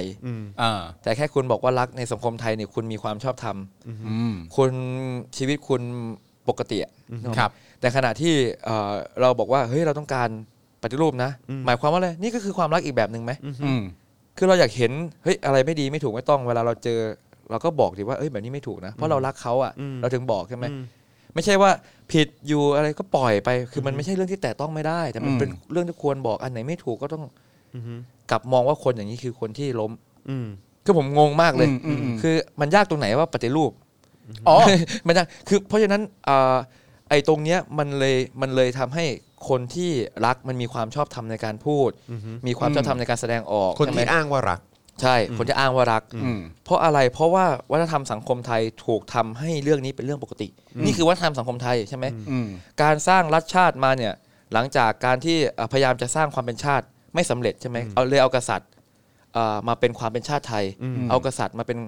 [SPEAKER 3] อ่า
[SPEAKER 4] แต่แค่คุณบอกว่ารักในสังคมไทยเนี่ยคุณมีความชอบธรรม
[SPEAKER 3] อืม
[SPEAKER 4] คุณชีวิตคุณปกติอะ
[SPEAKER 3] ครับ
[SPEAKER 4] แต่ขณะที่เอ่อเราบอกว่าเฮ้ยเราต้องการปฏิรูปนะ หมายความว่าอะไรนี่ก็คือความรักอีกแบบหนึ่งไหม
[SPEAKER 3] อืม
[SPEAKER 4] คือเราอยากเห็นเฮ้ยอะไรไม่ดีไม่ถูกไม่ต้องเวลาเราเจอ เราก็บอกดีว่าเอ้ยแบบนี้ไม่ถูกนะ เพราะเรารักเขาอ่ะเราถึงบอกใช่ไหมไม่ใช่ว่าผิดอยู่อะไรก็ปล่อยไป คือมันไม่ใช่เรื่องที่แต่ต้องไม่ได้ แต่มันเป็นเรื่องที่ควรบอกอันไหนไม่ถูกก็ต้องกลับมองว่าคนอย่างนี้คือคนที่ล้มคือผมงงมากเลย
[SPEAKER 3] อืมอืม
[SPEAKER 4] คือมันยากตรงไหนว่าปฏิรูป
[SPEAKER 3] อ๋อ
[SPEAKER 4] มันจะคือเพราะฉะนั้นอ่าไอ้ตรงเนี้ยมันเลยมันเลยทำให้คนที่รักมันมีความชอบธรรมในการพูด มีความชอบธรรมในการแสดงออก
[SPEAKER 2] คน
[SPEAKER 4] ใช่ไหม
[SPEAKER 2] ที่อ้างว่ารัก
[SPEAKER 4] ใช่ คนจะอ้างว่ารัก
[SPEAKER 3] อืม
[SPEAKER 4] เพราะอะไร เพราะว่าวัฒนธรรมสังคมไทยถูกทำให้เรื่องนี้เป็นเรื่องปกติ นี่คือวัฒนธรรมสังคมไทยใช่ไหม
[SPEAKER 3] อืม
[SPEAKER 4] การสร้างรัฐชาติมาเนี่ยหลังจากการที่เอ่อพยายามจะสร้างความเป็นชาติไม่สำเร็จใช่ไหมเอาเลยเอากษัตริย์เอ่อมาเป็นความเป็นชาติไทย เอากษัตริย์มาเป็น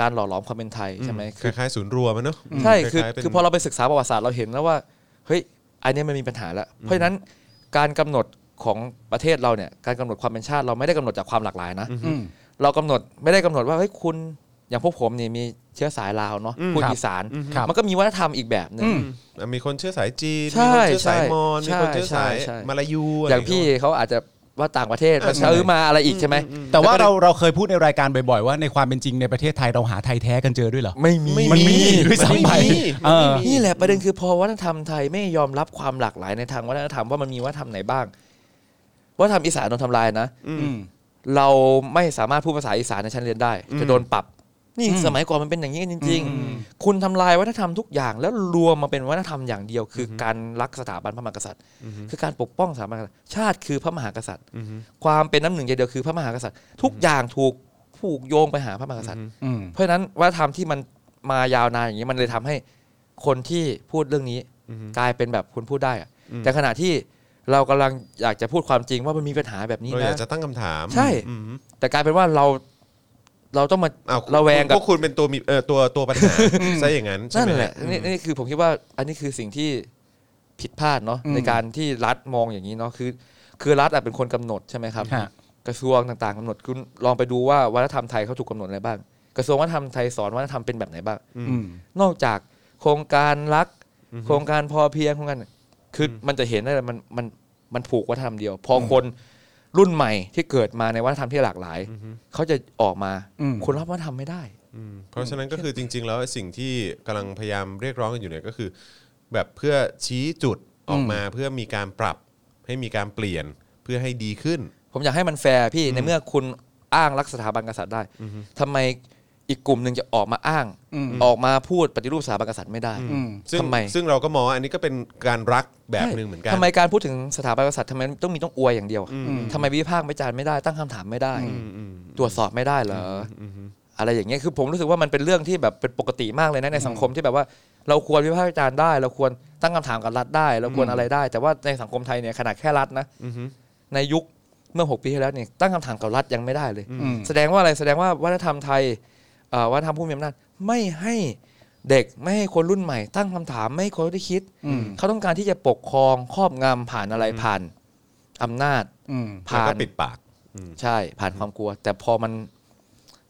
[SPEAKER 4] การหล่อหลอมความเป็นไทยใช่ไหม
[SPEAKER 2] ค
[SPEAKER 4] คือ
[SPEAKER 2] ล้ายๆศูนย์รวมอะเนอะ
[SPEAKER 4] ใช่
[SPEAKER 2] ล้ายๆ
[SPEAKER 4] คือ
[SPEAKER 2] เป็น
[SPEAKER 4] คือพอเราไปศึกษาประวัติศาสตร์เราเห็นแล้วว่าเฮ้ยอันเนี้ยมันมีปัญหาแล้ว เพราะฉะนั้นการกำหนดของประเทศเราเนี่ยการกำหนดความเป็นชาติเราไม่ได้กำหนดจากความหลากหลายนะ
[SPEAKER 3] อืม
[SPEAKER 4] เรากำหนดไม่ได้กำหนดว่าเฮ้ยคุณอย่างพวกผมนี่มีเชื้อสายลาวเนาะพูด
[SPEAKER 3] ครับ
[SPEAKER 4] อีสาน
[SPEAKER 3] ครับ
[SPEAKER 4] มันก็มีวัฒนธรรมอีกแบบหนึ่ง
[SPEAKER 3] อืม
[SPEAKER 2] อ่ะมีคนเชื้อสายจีน
[SPEAKER 4] ใช่
[SPEAKER 2] มีคนเชื้อสายมอญ
[SPEAKER 4] ใช่
[SPEAKER 2] มีคนเชื้อสาย
[SPEAKER 4] ใช่ใช่
[SPEAKER 2] มาลายูะ
[SPEAKER 4] อ
[SPEAKER 2] ไร
[SPEAKER 4] ย่างพี่เขาอาจจะว่าต่างประเทศมาซื้อมาอะไรอีกใช่ไหม
[SPEAKER 3] แต่ว่าเราเราเคยพูดในรายการบ่อยๆว่าในความเป็นจริงในประเทศไทยเราหาไทยแท้กันเจอด้วยเหรอ
[SPEAKER 4] ไม่มี
[SPEAKER 3] มันมีด้วยซ้ำไปเออ
[SPEAKER 4] นี่แหละประเด็นคือพอวัฒนธรรมไทยไม่ยอมรับความหลากหลายในทางวัฒนธรรมว่ามันมีวัฒนธรรมไหนบ้างวัฒนธรรมอีสานโดนทำลายนะ
[SPEAKER 3] อืม
[SPEAKER 4] เราไม่สามารถพูดภาษาอีสานในชั้นเรียนได้ จะโดนปรับ นี่
[SPEAKER 3] อืม
[SPEAKER 4] สมัยก่อนมันเป็นอย่างนี้กันจริง
[SPEAKER 3] อืม
[SPEAKER 4] ๆ คุณทำลายวัฒนธรรมทุกอย่างแล้วรวมมาเป็นวัฒนธรรมอย่างเดียว คืออการรักสถาบันพระมหากษัตริย์ คือการปกป้องสถาบันพระมหากษัตริย์ชาติคือพระมหากษัตริย์ ความเป็นน้ำหนึ่งใจเดียวคือพระมหากษัตริย์ ทุกอย่างถูกผูกโยงไปหาพระมหากษัตริย์
[SPEAKER 3] อืม
[SPEAKER 4] เพราะฉะนั้นวัฒนธรรมที่มันมายาวนานอย่างนี้มันเลยทำให้คนที่พูดเรื่องนี้กลายเป็นแบบคุณพูดได้อะแต่ขณะที่เรากำลังอยากจะพูดความจริงว่ามันมีปัญหาแบบนี้
[SPEAKER 2] เราอ
[SPEAKER 4] นะ
[SPEAKER 2] ยากจะตั้งคำถาม
[SPEAKER 4] ใช่
[SPEAKER 2] อืม
[SPEAKER 4] แต่กลายเป็นว่าเราเราต้องมา
[SPEAKER 2] อ้าว
[SPEAKER 4] ระแวงกับ
[SPEAKER 2] พวกคุณเป็นตัวมีเออตัวตัวปัญหาซะอย่างนั้นใช่
[SPEAKER 4] นั่น
[SPEAKER 2] ไม
[SPEAKER 4] แหละนี่นี่คือผมคิดว่าอันนี้คือสิ่งที่ผิดพลาดเนาะ
[SPEAKER 3] อืม
[SPEAKER 4] ในการที่รัฐมองอย่างนี้เนาะคือ คือรัฐอะเป็นคนกำหนดใช่ไหมครับ
[SPEAKER 3] ฮะ
[SPEAKER 4] กระทรวงต่างๆกำหนดคุณลองไปดูว่าวัฒนธรรมไทยเขาถูกกำหนดอะไรบ้าง กระทรวงวัฒนธรรมไทยสอนวัฒนธรรมเป็นแบบไหนบ้าง
[SPEAKER 3] อืม
[SPEAKER 4] นอกจากโครงการรัก โครงการพอเพียงโครงการคืออมันจะเห็นได้เลยมันมันมันผูกวัฒนธรรมเดียว พอคนรุ่นใหม่ที่เกิดมาในวัฒนธรรมที่หลากหลาย เขาจะออกมา
[SPEAKER 3] อืม
[SPEAKER 4] คนรับวัฒนธรรมไม่ได้
[SPEAKER 2] อืมเพราะฉะนั้นก็คือจริง ๆ แล้วสิ่งที่กำลังพยายามเรียกร้องกันอยู่เนี่ยก็คือ แบบเพื่อชี้จุดออกมาเพื่อมีการปรับให้มีการเปลี่ยนเพื่อให้ดีขึ้น
[SPEAKER 4] ผมอยากให้มันแฟร์พี่ในเมื่อคุณอ้างรักสถาบันกษัตริย์ได้ทำไมอีกกลุ่มหนึ่งจะออกมาอ้าง
[SPEAKER 3] อืม
[SPEAKER 4] ออกมาพูดปฏิรูปสถาบันกษัตริย์ไม่ได้
[SPEAKER 3] อืม
[SPEAKER 2] ซึ่ง
[SPEAKER 4] ทำไม
[SPEAKER 2] ซึ่งเราก็มองว่าอันนี้ก็เป็นการรักแบบหนึ่งเหมือนกัน
[SPEAKER 4] ทำไมการพูดถึงสถาบันกษัตริย์ทำไมต้องมีต้องอวยอย่างเดียวอะ
[SPEAKER 2] อืม
[SPEAKER 4] ทำไมวิพากษ์วิจารณ์ไม่ได้ตั้งคำถามไม่ได้
[SPEAKER 2] อืมอืม
[SPEAKER 4] ตรวจสอบไม่ได้เหรอออะไรอย่างเงี้ยคือผมรู้สึกว่ามันเป็นเรื่องที่แบบเป็นปกติมากเลยนะในสังคมที่แบบว่า เราควรวิพากษ์วิจารณ์ได้ เราควรตั้งคำถามกับรัฐได้ เราควรอะไรได้ แต่ว่าในสังคมไทยเนี่ยขนาดแค่รัฐนะในยุคเมื่อ 6 ปีที่แล้วเนี่ยตั้งคำถามกับรัฐยังไม่ได้เลย
[SPEAKER 3] อืม
[SPEAKER 4] แสดงว่าอะไรแสดงว่าวัฒนธรรมไทยเอ่อวัฒนธรรมผู้มีอำนาจไม่ให้เด็กไม่ให้คนรุ่นใหม่ ตั้งคำถามไม่ให้คนได้คิด
[SPEAKER 3] อืม
[SPEAKER 4] เขาต้องการที่จะปกครองครอบงำผ่านอะไรผ่านอำนาจ
[SPEAKER 3] อืม
[SPEAKER 2] แล้ว
[SPEAKER 4] ผ่า
[SPEAKER 2] ก็
[SPEAKER 4] น
[SPEAKER 2] ปิดปาก
[SPEAKER 4] ใช่ผ่านความกลัว แต่พอมัน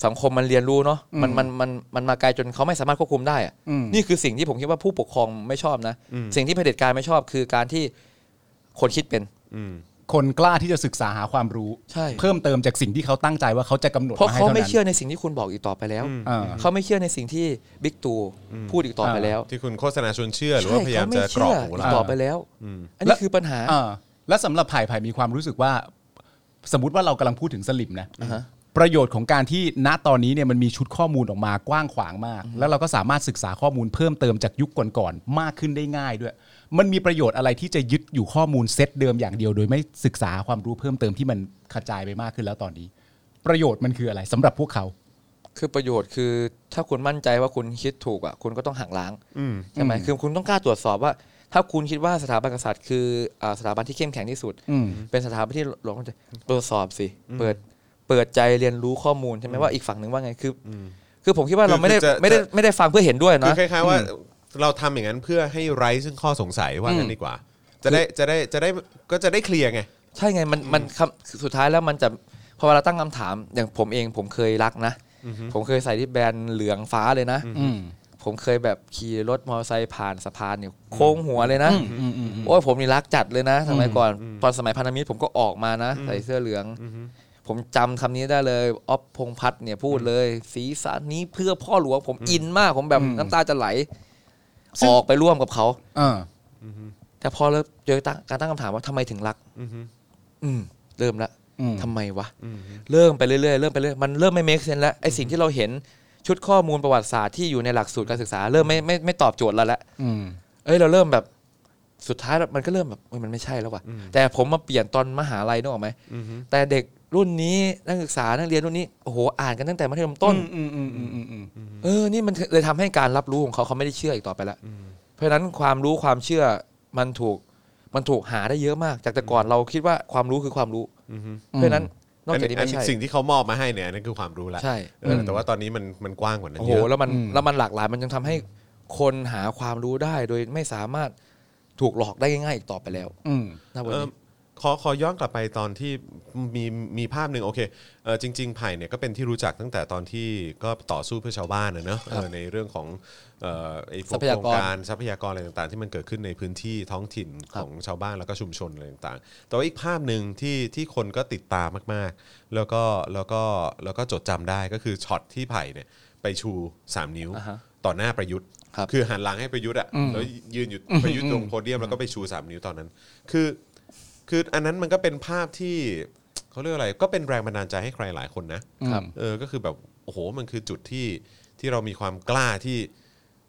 [SPEAKER 4] สังคมมันเรียนรู้เนาะมัน
[SPEAKER 3] อืม
[SPEAKER 4] มันมันมันมาไกลจนเขาไม่สามารถควบคุมได้อะ
[SPEAKER 3] อืม
[SPEAKER 4] นี่คือสิ่งที่ผมคิดว่าผู้ปกครองไม่ชอบนะ สิ่งที่เผด็จการไม่ชอบคือการที่คนคิดเป็น
[SPEAKER 2] อืม
[SPEAKER 3] คนกล้าที่จะศึกษาหาความรู้
[SPEAKER 4] ใช่
[SPEAKER 3] เพิ่มเติมจากสิ่งที่เขาตั้งใจว่าเขาจะกำหนด
[SPEAKER 4] เพราะ
[SPEAKER 3] มาให้
[SPEAKER 4] เขา
[SPEAKER 3] เท่า
[SPEAKER 4] ไม่
[SPEAKER 3] นั้น
[SPEAKER 4] เชื่อในสิ่งที่คุณบอกอีกต่อไปแล้ว
[SPEAKER 3] อ่า
[SPEAKER 4] เขาไม่เชื่อในสิ่งที่บิ๊กตู่พูดอีกต่อไปแล้ว
[SPEAKER 2] ที่คุณโฆษณาชวนเชื่อหรือ
[SPEAKER 4] ใช่
[SPEAKER 2] ว่าพยายาม
[SPEAKER 4] เขไม่
[SPEAKER 2] จะกร
[SPEAKER 4] เชื่
[SPEAKER 2] อ
[SPEAKER 4] อบ
[SPEAKER 2] หู
[SPEAKER 4] อี
[SPEAKER 2] เรา
[SPEAKER 4] กต่อไปแล้ว
[SPEAKER 2] อืม
[SPEAKER 4] อัน
[SPEAKER 3] แล้
[SPEAKER 4] นี้
[SPEAKER 3] ว
[SPEAKER 4] คือปัญหา
[SPEAKER 3] อ่าและสำหรับไผ่ไผ่มีความรู้สึกว่า สมมติว่าเรากำลังพูดถึงสลิมนะ
[SPEAKER 4] อ่าฮะ
[SPEAKER 3] ประโยชน์ของการที่ณตอนนี้เนี่ยมันมีชุดข้อมูลออกมากว้างขวางมาก แล้วเราก็สามารถศึกษาข้อมูลเพิ่มเติมจากยุคก่อนๆมากขึ้นได้ง่ายด้วย มันมีประโยชน์อะไรที่จะยึดอยู่ข้อมูลเซตเดิมอย่างเดียว โดยไม่ศึกษาความรู้เพิ่มเติมที่มันกระจายไปมากขึ้นแล้วตอนนี้ ประโยชน์มันคืออะไรสำหรับพวกเขา
[SPEAKER 4] คือประโยชน์คือถ้าคุณมั่นใจว่าคุณคิดถูกอ่ะคุณก็ต้องหักล้าง
[SPEAKER 2] อืม
[SPEAKER 4] ใช่ไหม
[SPEAKER 3] อืม
[SPEAKER 4] คือคุณต้องกล้าตรวจสอบว่า ถ้าคุณคิดว่าสถาบันกษัตริย์คืออ่าสถาบันที่เข้มแข็งที่สุด
[SPEAKER 3] อืม
[SPEAKER 4] เป็นสถาบันที่หลวงใจตรวจสอบสิ เปิด เปิดใจเรียนรู้ข้อมูลใช่ไหมว่าอีกฝั่งหนึ่งว่าไง คืออคือผมคิดว่าเราไม่ได้
[SPEAKER 2] คือจะ
[SPEAKER 4] ไม่ได้
[SPEAKER 2] จะ
[SPEAKER 4] ไม่ได้ฟังเพื่อเห็นด้วย
[SPEAKER 2] คือ
[SPEAKER 4] นะ
[SPEAKER 2] คล้ายๆว่าเราทำอย่างนั้นเพื่อให้ไร้ซึ่งข้อสงสัยว่างั้นดีกว่า จะได้จะได้จะได้ก็จะได้เคลียร์ไง
[SPEAKER 4] ใช่ไง มันมันคำสุดท้ายแล้วมันจะพอเราตั้งคำถาม อย่างผมเองผมเคยรักนะ ผมเคยใส่ที่แบรนด์เหลืองฟ้าเลยนะ
[SPEAKER 3] อืม
[SPEAKER 4] ผมเคยแบบขี่รถมอเตอร์ไซค์ผ่านสะพานเนี่ยโค้งหัวเลยนะ
[SPEAKER 3] อืมอืมอืม
[SPEAKER 4] โอ้ยผมนี่รักจัดเลยนะสมัยก่อน ตอนสมัยพันธมิตรผมก็ออกมานะ ใส่เสื้อเหลือง ผมจำคำนี้ได้เลยออฟพงษ์พัฒน์เนี่ยพูดเลย สีสันนี้เพื่อพ่อหลวงผมอินมาก ผมแบบ
[SPEAKER 3] อืม
[SPEAKER 4] น้ำตาจะไหล
[SPEAKER 3] ซึ่ง
[SPEAKER 4] ออกไปร่วมกับเขา
[SPEAKER 3] อ่า
[SPEAKER 4] แต่พอเราเจอตั้งการตั้งคำถามว่าทำไมถึงรัก อืมเริ่มละ
[SPEAKER 3] อืม
[SPEAKER 4] ทำไมวะ เริ่มไปเรื่อยๆเริ่มไปเรื่อยมันเริ่มไม่เมคเซนแล้วไอสิ่งที่เราเห็นชุดข้อมูลประวัติศาสตร์ที่อยู่ในหลักสูตรการศึกษา เริ่มไม่ไม่ไม่ตอบโจทย์เราละ
[SPEAKER 3] อืม
[SPEAKER 4] เอ้ยเราเริ่มแบบสุดท้ายแล้วมันก็เริ่มแบบเอ้ยมันไม่ใช่แล้วว่ะแต่ผมมาเปลี่ยนตอนมหาลัยนึกออกไหมแต่เด็ก รุ่นนี้นักศึกษานักเรียนรุ่นนี้โอ้โหอ่านกันตั้งแต่มัธยมต้น
[SPEAKER 3] อืมอืมอืมอืมอืมอืม
[SPEAKER 4] เออ นี่มันเลยทำให้การรับรู้ของเขาเขาไม่ได้เชื่ออีกต่อไปละเพราะฉะนั้นความรู้ความเชื่อมันถูกมันถูกหาได้เยอะมาก จากแต่ก่อนเราคิดว่าความรู้คือความรู้ เพราะฉะนั้นนอกจากนี้
[SPEAKER 2] อั
[SPEAKER 4] ไม่ใช่
[SPEAKER 2] สิ่งที่เขามอบมาให้เนี่ยนั่นคือความรู้ละ
[SPEAKER 4] ใช่
[SPEAKER 2] เออแต่ว่าตอนนี้มันมันกว้างกว่านั้น
[SPEAKER 4] โอ้
[SPEAKER 2] เย
[SPEAKER 4] โห
[SPEAKER 2] อะ
[SPEAKER 4] แล้วมันแล้วมันหลากหลายมันยังทำให้คนหาความรู้ได้โดยไม่สามารถถูกหลอกได้ง่ายๆอีกต่อไปแล้ว
[SPEAKER 3] อืม
[SPEAKER 4] นะวัน
[SPEAKER 2] เอิ่
[SPEAKER 4] นี้
[SPEAKER 2] มขอขอย้อนกลับไปตอนที่มีมีภาพหนึ่งโอเคเออจริง ๆไผ่เนี่ยก็เป็นที่รู้จักตั้งแต่ตอนที่ก็ต่อสู้เพื่อชาวบ้านนะเนอะเออในเรื่องของเอ่อไอ้พวก
[SPEAKER 4] ท
[SPEAKER 2] โค
[SPEAKER 4] รัพยาร กรง
[SPEAKER 2] การทรัพยากรอะไรต่างๆ ที่มันเกิดขึ้นในพื้นที่ท้องถิ่น
[SPEAKER 4] ครั
[SPEAKER 2] ข
[SPEAKER 4] บ
[SPEAKER 2] องชาวบ้านแล้วก็ชุมชนอะไรต่างๆ แต่ว่าอีกภาพหนึ่งที่ที่คนก็ติดตามมากๆ แล้วก็แล้วก็แล้วก็จดจำได้ก็คือช็อตที่ไผ่เนี่ยไปชู 3 นิ้ว
[SPEAKER 4] อ่าฮะ
[SPEAKER 2] ต่อหน้าประยุทธ์
[SPEAKER 4] ครับ
[SPEAKER 2] คือหันหลังให้ประยุทธ์อ่ะแล้วยืนอยู่ประยุทธ์ตรงโพเดียมแล้วก็ไปชู 3 นิ้วตอนนั้น คือ คืออันนั้นมันก็เป็นภาพที่ เขาเรียกอะไรก็เป็นแรงบันดาลใจให้ใครหลายคนนะครับ เออก็คือแบบโอ้โหมันคือจุดที่ที่เรามีความกล้าที่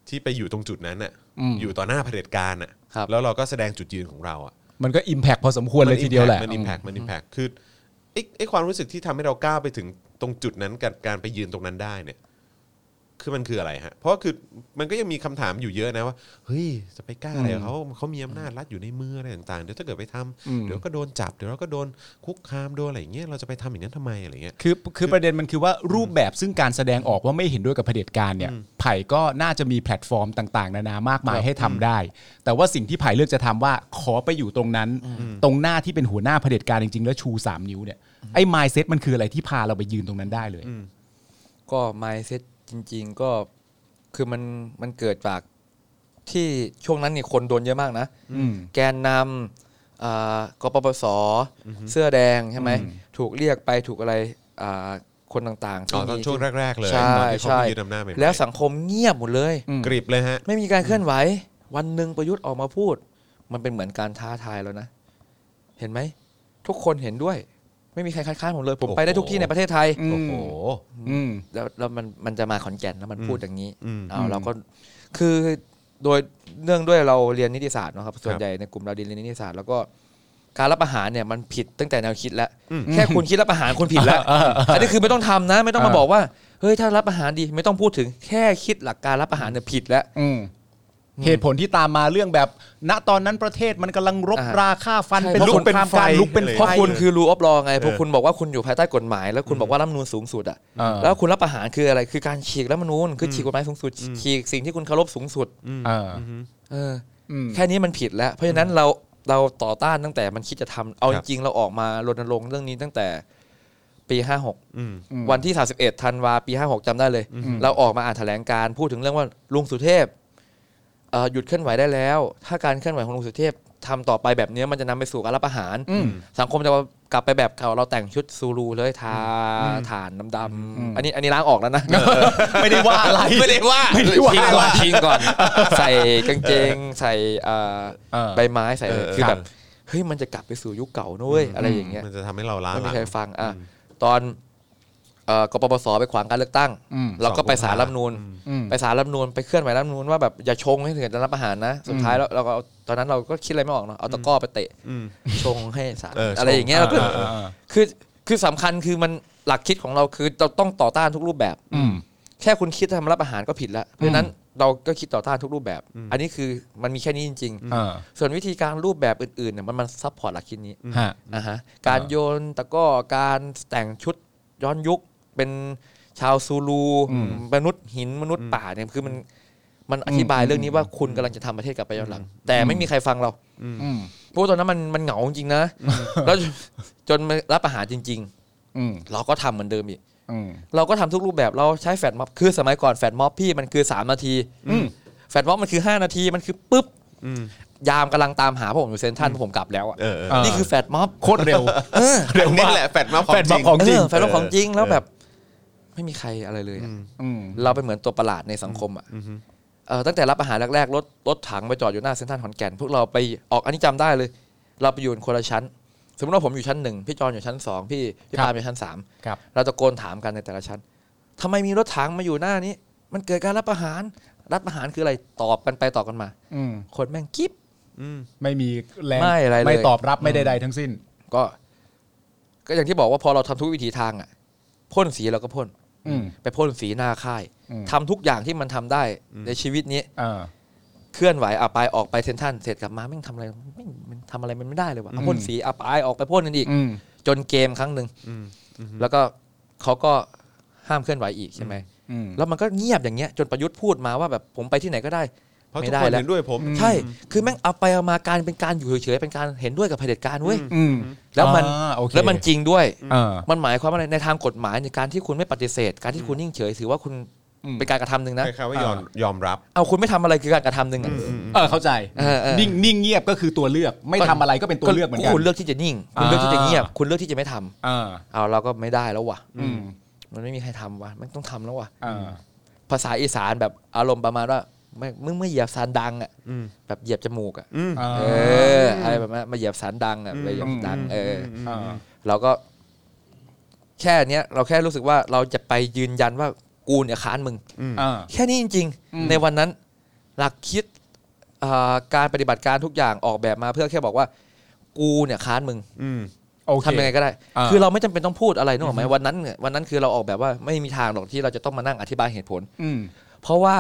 [SPEAKER 2] ที่ไปอยู่ตรงจุดนั้นอ่ะอยู่ต่อหน้าเผด็จการอ่ะ
[SPEAKER 4] ครับ
[SPEAKER 2] แล้วเราก็แสดงจุดยืนของเราอ่ะ
[SPEAKER 3] มันก็อิมแพกพอสมควรเลยทีเดียวแหละ
[SPEAKER 2] มันอิมแพกมันอิมแพกคือไอ้ไอ้ความรู้สึกที่ทำให้เราก้าวไปถึงตรงจุดนั้นกับการไปยืนตรงนั้นได้เนี่ย คือมันคืออะไรฮะ เพราะว่าคือมันก็ยังมีคำถามอยู่เยอะนะว่า เฮ้ย จะไปกล้าอะไรกับเขาเขามีอำนาจรัดอยู่ในมืออะไรต่างๆ เดี๋ยวถ้าเกิดไปทำ
[SPEAKER 3] อืม
[SPEAKER 2] เดี๋ยวก็โดนจับ เดี๋ยวเราก็โดนคุกคามโดนอะไรอย่างเงี้ย เราจะไปทำอย่างนั้นทำไมอะไรอย่างเงี้ย
[SPEAKER 3] คือคือประเด็นมันคือว่ารูปแบบซึ่งการแสดงออกว่าไม่เห็นด้วยกับเผด็จการเนี่ยไผ่ก็น่าจะมีแพลตฟอร์มต่าง ๆ นานามากมา
[SPEAKER 2] ค
[SPEAKER 3] ย
[SPEAKER 2] รับ
[SPEAKER 3] ให้ทำได้ แต่ว่าสิ่งที่ไผ่เลือกจะทำว่าขอไปอยู่ตรงนั้น ตรงหน้าที่เป็นหัวหน้าเผด็จการจริง ๆ แล้วชู 3 นิ้วเนี่ยไอ้ไมซ์เซ็ตมันคืออะไรที่พาเราไปยืนตรงนั้นได้เลย
[SPEAKER 2] อืม
[SPEAKER 4] ก็ mindset จริง ๆ ก็คือมันมันเกิดจากที่ช่วงนั้นนี่คนโดนเยอะมากนะ
[SPEAKER 3] อืม
[SPEAKER 4] แกนนำอ่ากปปส เสื้อแดงใช่ไหมถูกเรียกไปถูกอะไรอ่าคนต่างๆ
[SPEAKER 2] อ๋อต
[SPEAKER 4] ที่
[SPEAKER 2] อน
[SPEAKER 4] มี
[SPEAKER 2] ช่วงแรก ๆ เลย
[SPEAKER 4] ใช่
[SPEAKER 2] ตอนที่เขา
[SPEAKER 4] ใช่
[SPEAKER 2] ไปยืนอำนาจใหม่ๆ
[SPEAKER 4] แล้วสังคมเงียบหมดเลย
[SPEAKER 2] กริบเลยฮะ
[SPEAKER 4] ไม่มีการเคลื่อนไหว วันหนึ่งประยุทธ์ออกมาพูด มันเป็นเหมือนการท้าทายแล้วนะ เห็นไหม ทุกคนเห็นด้วย ไม่มีใครคัดค้านผมเลย ผม
[SPEAKER 2] โอ้โห
[SPEAKER 4] ไปได้ทุกที่ในประเทศไทย
[SPEAKER 3] อืม
[SPEAKER 2] โอ้โห
[SPEAKER 3] อืม
[SPEAKER 4] แล้วแล้วมันมันจะมาขอนแก่นแล้วมันพูดอย่างนี้
[SPEAKER 2] อืม
[SPEAKER 4] เอา
[SPEAKER 3] อืม
[SPEAKER 4] เราก็คือโดยเนื่องด้วยเราเรียนนิติศาสตร์เนอะครับส่วนใหญ่ในกลุ่มเราเรียนนิติศาสตร์แล้วก็การรับประหารเนี่ยมันผิดตั้งแต่แนวคิดแล้ว
[SPEAKER 2] อืม
[SPEAKER 4] แค่คุณคิดรับประหารคุณผิดแล้วอันนี้คือไม่ต้องทำนะ ไม่ต้องมาบอกว่าเฮ้ยถ้ารับประหารดีไม่ต้องพูดถึงแค่คิดหลักการรับประหารเนี่ยผิดแล้ว
[SPEAKER 3] อืมเหตุผลที่ตามมาเรื่องแบบ ณตอนนั้นประเทศมันกำลังรบ
[SPEAKER 4] อ่า
[SPEAKER 3] ราฆ่าฟัน
[SPEAKER 2] ใช่
[SPEAKER 3] เป็น
[SPEAKER 2] เพราะ
[SPEAKER 3] สงคราม
[SPEAKER 2] เป็นไฟ
[SPEAKER 3] การลุกเป็น
[SPEAKER 4] เพ
[SPEAKER 3] ไฟ
[SPEAKER 4] ราะคุณคือรูออฟลอไงเพราะ
[SPEAKER 2] เออ
[SPEAKER 4] คุณบอกว่าคุณอยู่ภายใต้กฎหมาย แล้วคุณบอกว่ารัฐธรรมนูญสูงสุดอ่ะ
[SPEAKER 3] เออ
[SPEAKER 4] แล้วคุณรับประหารคืออะไรคือการฉีกรัฐธรรมนูญคือฉีกกฎหมายสูงสุดฉีกสิ่งที่คุณเคารพสูงสุด
[SPEAKER 3] เออ
[SPEAKER 4] เออ
[SPEAKER 3] อืม
[SPEAKER 4] แค่นี้มันผิดแล้ว เพราะฉะนั้นเราเราต่อต้านตั้งแต่มันคิดจะทำเอา
[SPEAKER 2] ค
[SPEAKER 4] จ
[SPEAKER 2] รับ
[SPEAKER 4] ริงๆเราออกมารณรงค์เรื่องนี้ตั้งแต่ปี
[SPEAKER 2] อืม
[SPEAKER 3] อืม
[SPEAKER 4] 56วันที่ 31ธันวาปี56จำได้เลย เราออกมาอ่านแถลงการณ์พูดถึงเรื่องว่าลุงสุเทพเอ่อหยุดเคลื่อนไหวได้แล้ว ถ้าการเคลื่อนไหวของลุงสุเทพทำต่อไปแบบนี้มันจะนำไปสู่การรับประหาร
[SPEAKER 3] อืม
[SPEAKER 4] สังคมจะกลับไปแบบเก่าเราแต่งชุดซูรูเลยทาฐานดำ
[SPEAKER 3] อืม
[SPEAKER 4] ๆอันนี้อันนี้ล้างออกแล้วนะ
[SPEAKER 3] ไม่ได้ว่าอะไร
[SPEAKER 4] ไม่ได้ว่า
[SPEAKER 3] ไม่ได้ว่า
[SPEAKER 4] ทิ้งก่อนทิ้งก่อน ใส่กางเกงใส่เอ่อ
[SPEAKER 3] เออ
[SPEAKER 4] ใบไม้ใส่อะไร
[SPEAKER 2] เออ
[SPEAKER 4] คือ
[SPEAKER 3] ครั
[SPEAKER 4] แบบ บเฮ้ยมันจะกลับไปสู่ยุคเก่านะเว้ยอะไรอย่างเงี้ย
[SPEAKER 2] มันจะทำให้เราล้า
[SPEAKER 4] ไม่
[SPEAKER 2] ห
[SPEAKER 4] มี
[SPEAKER 2] ลัง
[SPEAKER 4] ใครฟังอ่ะตอนเอ่อกปปสไปขวางการเลือกตั้ง
[SPEAKER 3] อืม
[SPEAKER 4] เราก็ไป
[SPEAKER 2] สองกุมภา
[SPEAKER 4] สารรัฐธรรมนูน
[SPEAKER 3] อืม
[SPEAKER 4] ไปสารรัฐธรรมนูนไปเคลื่อนไหวรัฐธรรมนูนว่าแบบอย่าชงให้ถึงกับรับประหารนะ สุดท้ายแล้วเราก็เอาตอนนั้นเราก็คิดอะไรไม่ออกเนาะเอาตะกร้อไปเตะ
[SPEAKER 2] อืม
[SPEAKER 4] ชงให้สาร
[SPEAKER 2] เออชง
[SPEAKER 4] อะไรอย่างเงี้ยเราก็
[SPEAKER 3] อ่าอ่า
[SPEAKER 4] คือคือสำคัญคือมันหลักคิดของเราคือเราต้องต่อต้านทุกรูปแบบ
[SPEAKER 3] อืม
[SPEAKER 4] แค่คุณคิดทำรับอาหารก็ผิดแล้ว เพราะฉะนั้นเราก็คิดต่อต้านทุกรูปแบบ อันนี้คือมันมีแค่นี้จริง
[SPEAKER 3] อ่า
[SPEAKER 4] ๆ ส่วนวิธีการรูปแบบอื่นๆเนี่ยมันมันซัพพอร์ตหลักคิดนี้
[SPEAKER 3] ฮะ
[SPEAKER 4] อ่าฮะการโยนตะกร้อการแต่งชุดย้อนยุคเป็นชาวซูลูมนุษย์หินมนุษย์ป่าเนี่ยคือมันมันอธิบายเรื่องนี้ว่าคุณกำลังจะทำประเทศกลับไปย้อนหลัง แต่ไม่มีใครฟังเรา
[SPEAKER 3] อืม
[SPEAKER 4] เพราะว่าตอนนั้นมันมันเหงาจริงๆนะแล้วจนมารับอาหารจริง
[SPEAKER 3] อืม
[SPEAKER 4] ๆ เราก็ทำเหมือนเดิมอีก
[SPEAKER 3] อืม
[SPEAKER 4] เราก็ทำทุกรูปแบบเราใช้แฟลชม็อบคือสมัยก่อนแฟลชม็อบพี่มันคือ 3 นาที
[SPEAKER 3] อืม
[SPEAKER 4] แฟลชม็อบมันคือ 5 นาทีมันคือปุ๊บ
[SPEAKER 2] อืม
[SPEAKER 4] ยามกำลังตามหาพวกผมอยู่เซนทรันพวกผมกลับแล้วอะ
[SPEAKER 2] เออเออ
[SPEAKER 4] นี่คือแฟลชม็อบ
[SPEAKER 3] โคตรเร็ว
[SPEAKER 4] เออ
[SPEAKER 3] เร็ว
[SPEAKER 2] อัน
[SPEAKER 3] มาก
[SPEAKER 2] นี่แหละแฟดมาของ
[SPEAKER 3] แฟด
[SPEAKER 2] จ
[SPEAKER 3] มา
[SPEAKER 2] ริง
[SPEAKER 3] ของจริง
[SPEAKER 4] เออแฟลชม็อบของจริงแล้ว
[SPEAKER 2] เออ
[SPEAKER 4] แบบ ไม่มีใครอะไรเลยอะ
[SPEAKER 3] อืม
[SPEAKER 4] เราเป็นเหมือนตัวประหลาดในสังคมอ่ะเออตั้งแต่รับอาหารแรกๆรถรถถังไปจอดอยู่หน้าเซนทรันขอนแก่นพวกเราไปออกอันนี้จำได้เลย เราไปอยู่คนละชั้น สมมติว่าผมอยู่ชั้นหนึ่งพี่จอนอยู่ชั้นสองพี่พี่
[SPEAKER 3] ครับ
[SPEAKER 4] ปาล์มอยู่ชั้นสาม
[SPEAKER 3] ครับ
[SPEAKER 4] เราตะโกนถามกันในแต่ละชั้น ทำไมมีรถถังมาอยู่หน้านี้ มันเกิดการรับประหาร รับประหารคืออะไร ตอบกันไปตอบกันมา
[SPEAKER 3] อืม
[SPEAKER 4] คนแม่งกิ๊บ
[SPEAKER 2] อืม
[SPEAKER 3] ไม่มีแรง
[SPEAKER 4] ไม่อะไรเลย
[SPEAKER 3] ตอบรับไม่ใดๆทั้งสิ้น
[SPEAKER 4] ก็ ก็อย่างที่บอกว่าพอเราทำทุกวิถีทางอ่ะพ่นสีเราก็พ่น
[SPEAKER 3] อืม
[SPEAKER 4] ไปพ่นสีหน้าค่าย
[SPEAKER 3] อืม
[SPEAKER 4] ทำทุกอย่างที่มันทำได้ในชีวิตนี้
[SPEAKER 3] เออ
[SPEAKER 4] เคลื่อนไหวอ่ะไปออกไปเซนทรันเสร็จกลับมาแม่งทำอะไรแม่งมันทำอะไรมันไม่ได้เลยว่ะอ่ะ
[SPEAKER 3] อืม
[SPEAKER 4] พ่นสีอ่ะไปออกไปพ่นกันอีก
[SPEAKER 3] อืม
[SPEAKER 4] จนเกมครั้งหนึ่งแล้วก็เขาก็ห้ามเคลื่อนไหวอีกใช่ไหม
[SPEAKER 3] อืม
[SPEAKER 4] แล้วมันก็เงียบอย่างเงี้ยจนประยุทธ์พูดมาว่าแบบผมไปที่ไหนก็ได้
[SPEAKER 2] เพราะ
[SPEAKER 4] ไม่
[SPEAKER 2] ทุก
[SPEAKER 4] ได้
[SPEAKER 2] คน
[SPEAKER 4] แล้ว
[SPEAKER 2] เห็นด้วยผม
[SPEAKER 4] ใช่ คือแม่งเอาไปเอามาการเป็นการอยู่เฉยๆเป็นการเห็นด้วยกับเผด็จการเว้ย
[SPEAKER 3] อืม
[SPEAKER 4] แล้วมัน
[SPEAKER 3] อ่าโอเค
[SPEAKER 4] แล้วมันจริงด้วย
[SPEAKER 3] เออ
[SPEAKER 4] มันหมายความว่าอะไรในทางกฎหมายในยการที่คุณไม่ปฏิเสธ การที่คุณนิ่งเฉยถือว่าคุณ
[SPEAKER 3] อืม
[SPEAKER 4] เป็นการกระทำหนึ่งนะ
[SPEAKER 2] ใช่ครับว่ายอมยอมรับ
[SPEAKER 4] เอาคุณไม่ทำอะไรคือการกระทำหนึ่งอะ
[SPEAKER 3] เออเข้าใจ
[SPEAKER 4] เออเออ
[SPEAKER 3] นิ่งนิ่งเงียบก็คือตัวเลือก ไม่ทำอะไรก็เป็นตัวเลือกเหมือนกัน
[SPEAKER 4] คุณเลือกที่จะนิ่ง คุณเลือกที่จะเงียบ
[SPEAKER 3] อ่า
[SPEAKER 4] คุณเลือกที่จะไม่ทำ
[SPEAKER 3] เออ
[SPEAKER 4] เอาเราก็ไม่ได้แล้วว่ะ
[SPEAKER 3] อืม
[SPEAKER 4] มันไม่มีใครทำว่ะมันต้องทำแล้วว่ะ
[SPEAKER 3] เออ
[SPEAKER 4] ภาษาอีสานแบบอารมณ์ประมาณว่าไม่มึงไม่เหยียบสารดังอ่ะ
[SPEAKER 2] อืม
[SPEAKER 4] แบบเหยียบจมูกอ่ะ
[SPEAKER 2] อืม
[SPEAKER 4] เอออะไรแบบนั้นมาเหยียบสารดังอ่ะไปเหยียบดัง
[SPEAKER 3] อืม
[SPEAKER 4] เอออ
[SPEAKER 3] เออ
[SPEAKER 4] เราก็ แค่เนี้ย เราแค่รู้สึกว่าเราจะไปยืนยันว่ากูเนี่ยค้านมึง
[SPEAKER 3] เออ
[SPEAKER 4] แค่นี้จริง
[SPEAKER 3] อืม
[SPEAKER 4] ๆ ในวันนั้น หลักคิดอ่าการปฏิบัติการทุกอย่างออกแบบมาเพื่อแค่บอกว่า กูเนี่ยค้านมึง
[SPEAKER 2] อืม
[SPEAKER 3] โอเค
[SPEAKER 4] ทำยังไงก็ได้
[SPEAKER 3] อ่า
[SPEAKER 4] คือเราไม่จำเป็นต้องพูดอะไรนึกออกไหมวันนั้นเนี่ยวันนั้นคือเราออกแบบว่าไม่มีทางหรอกที่เราจะต้องมานั่งอธิบายเหตุผล
[SPEAKER 3] อืม
[SPEAKER 4] เพราะว่า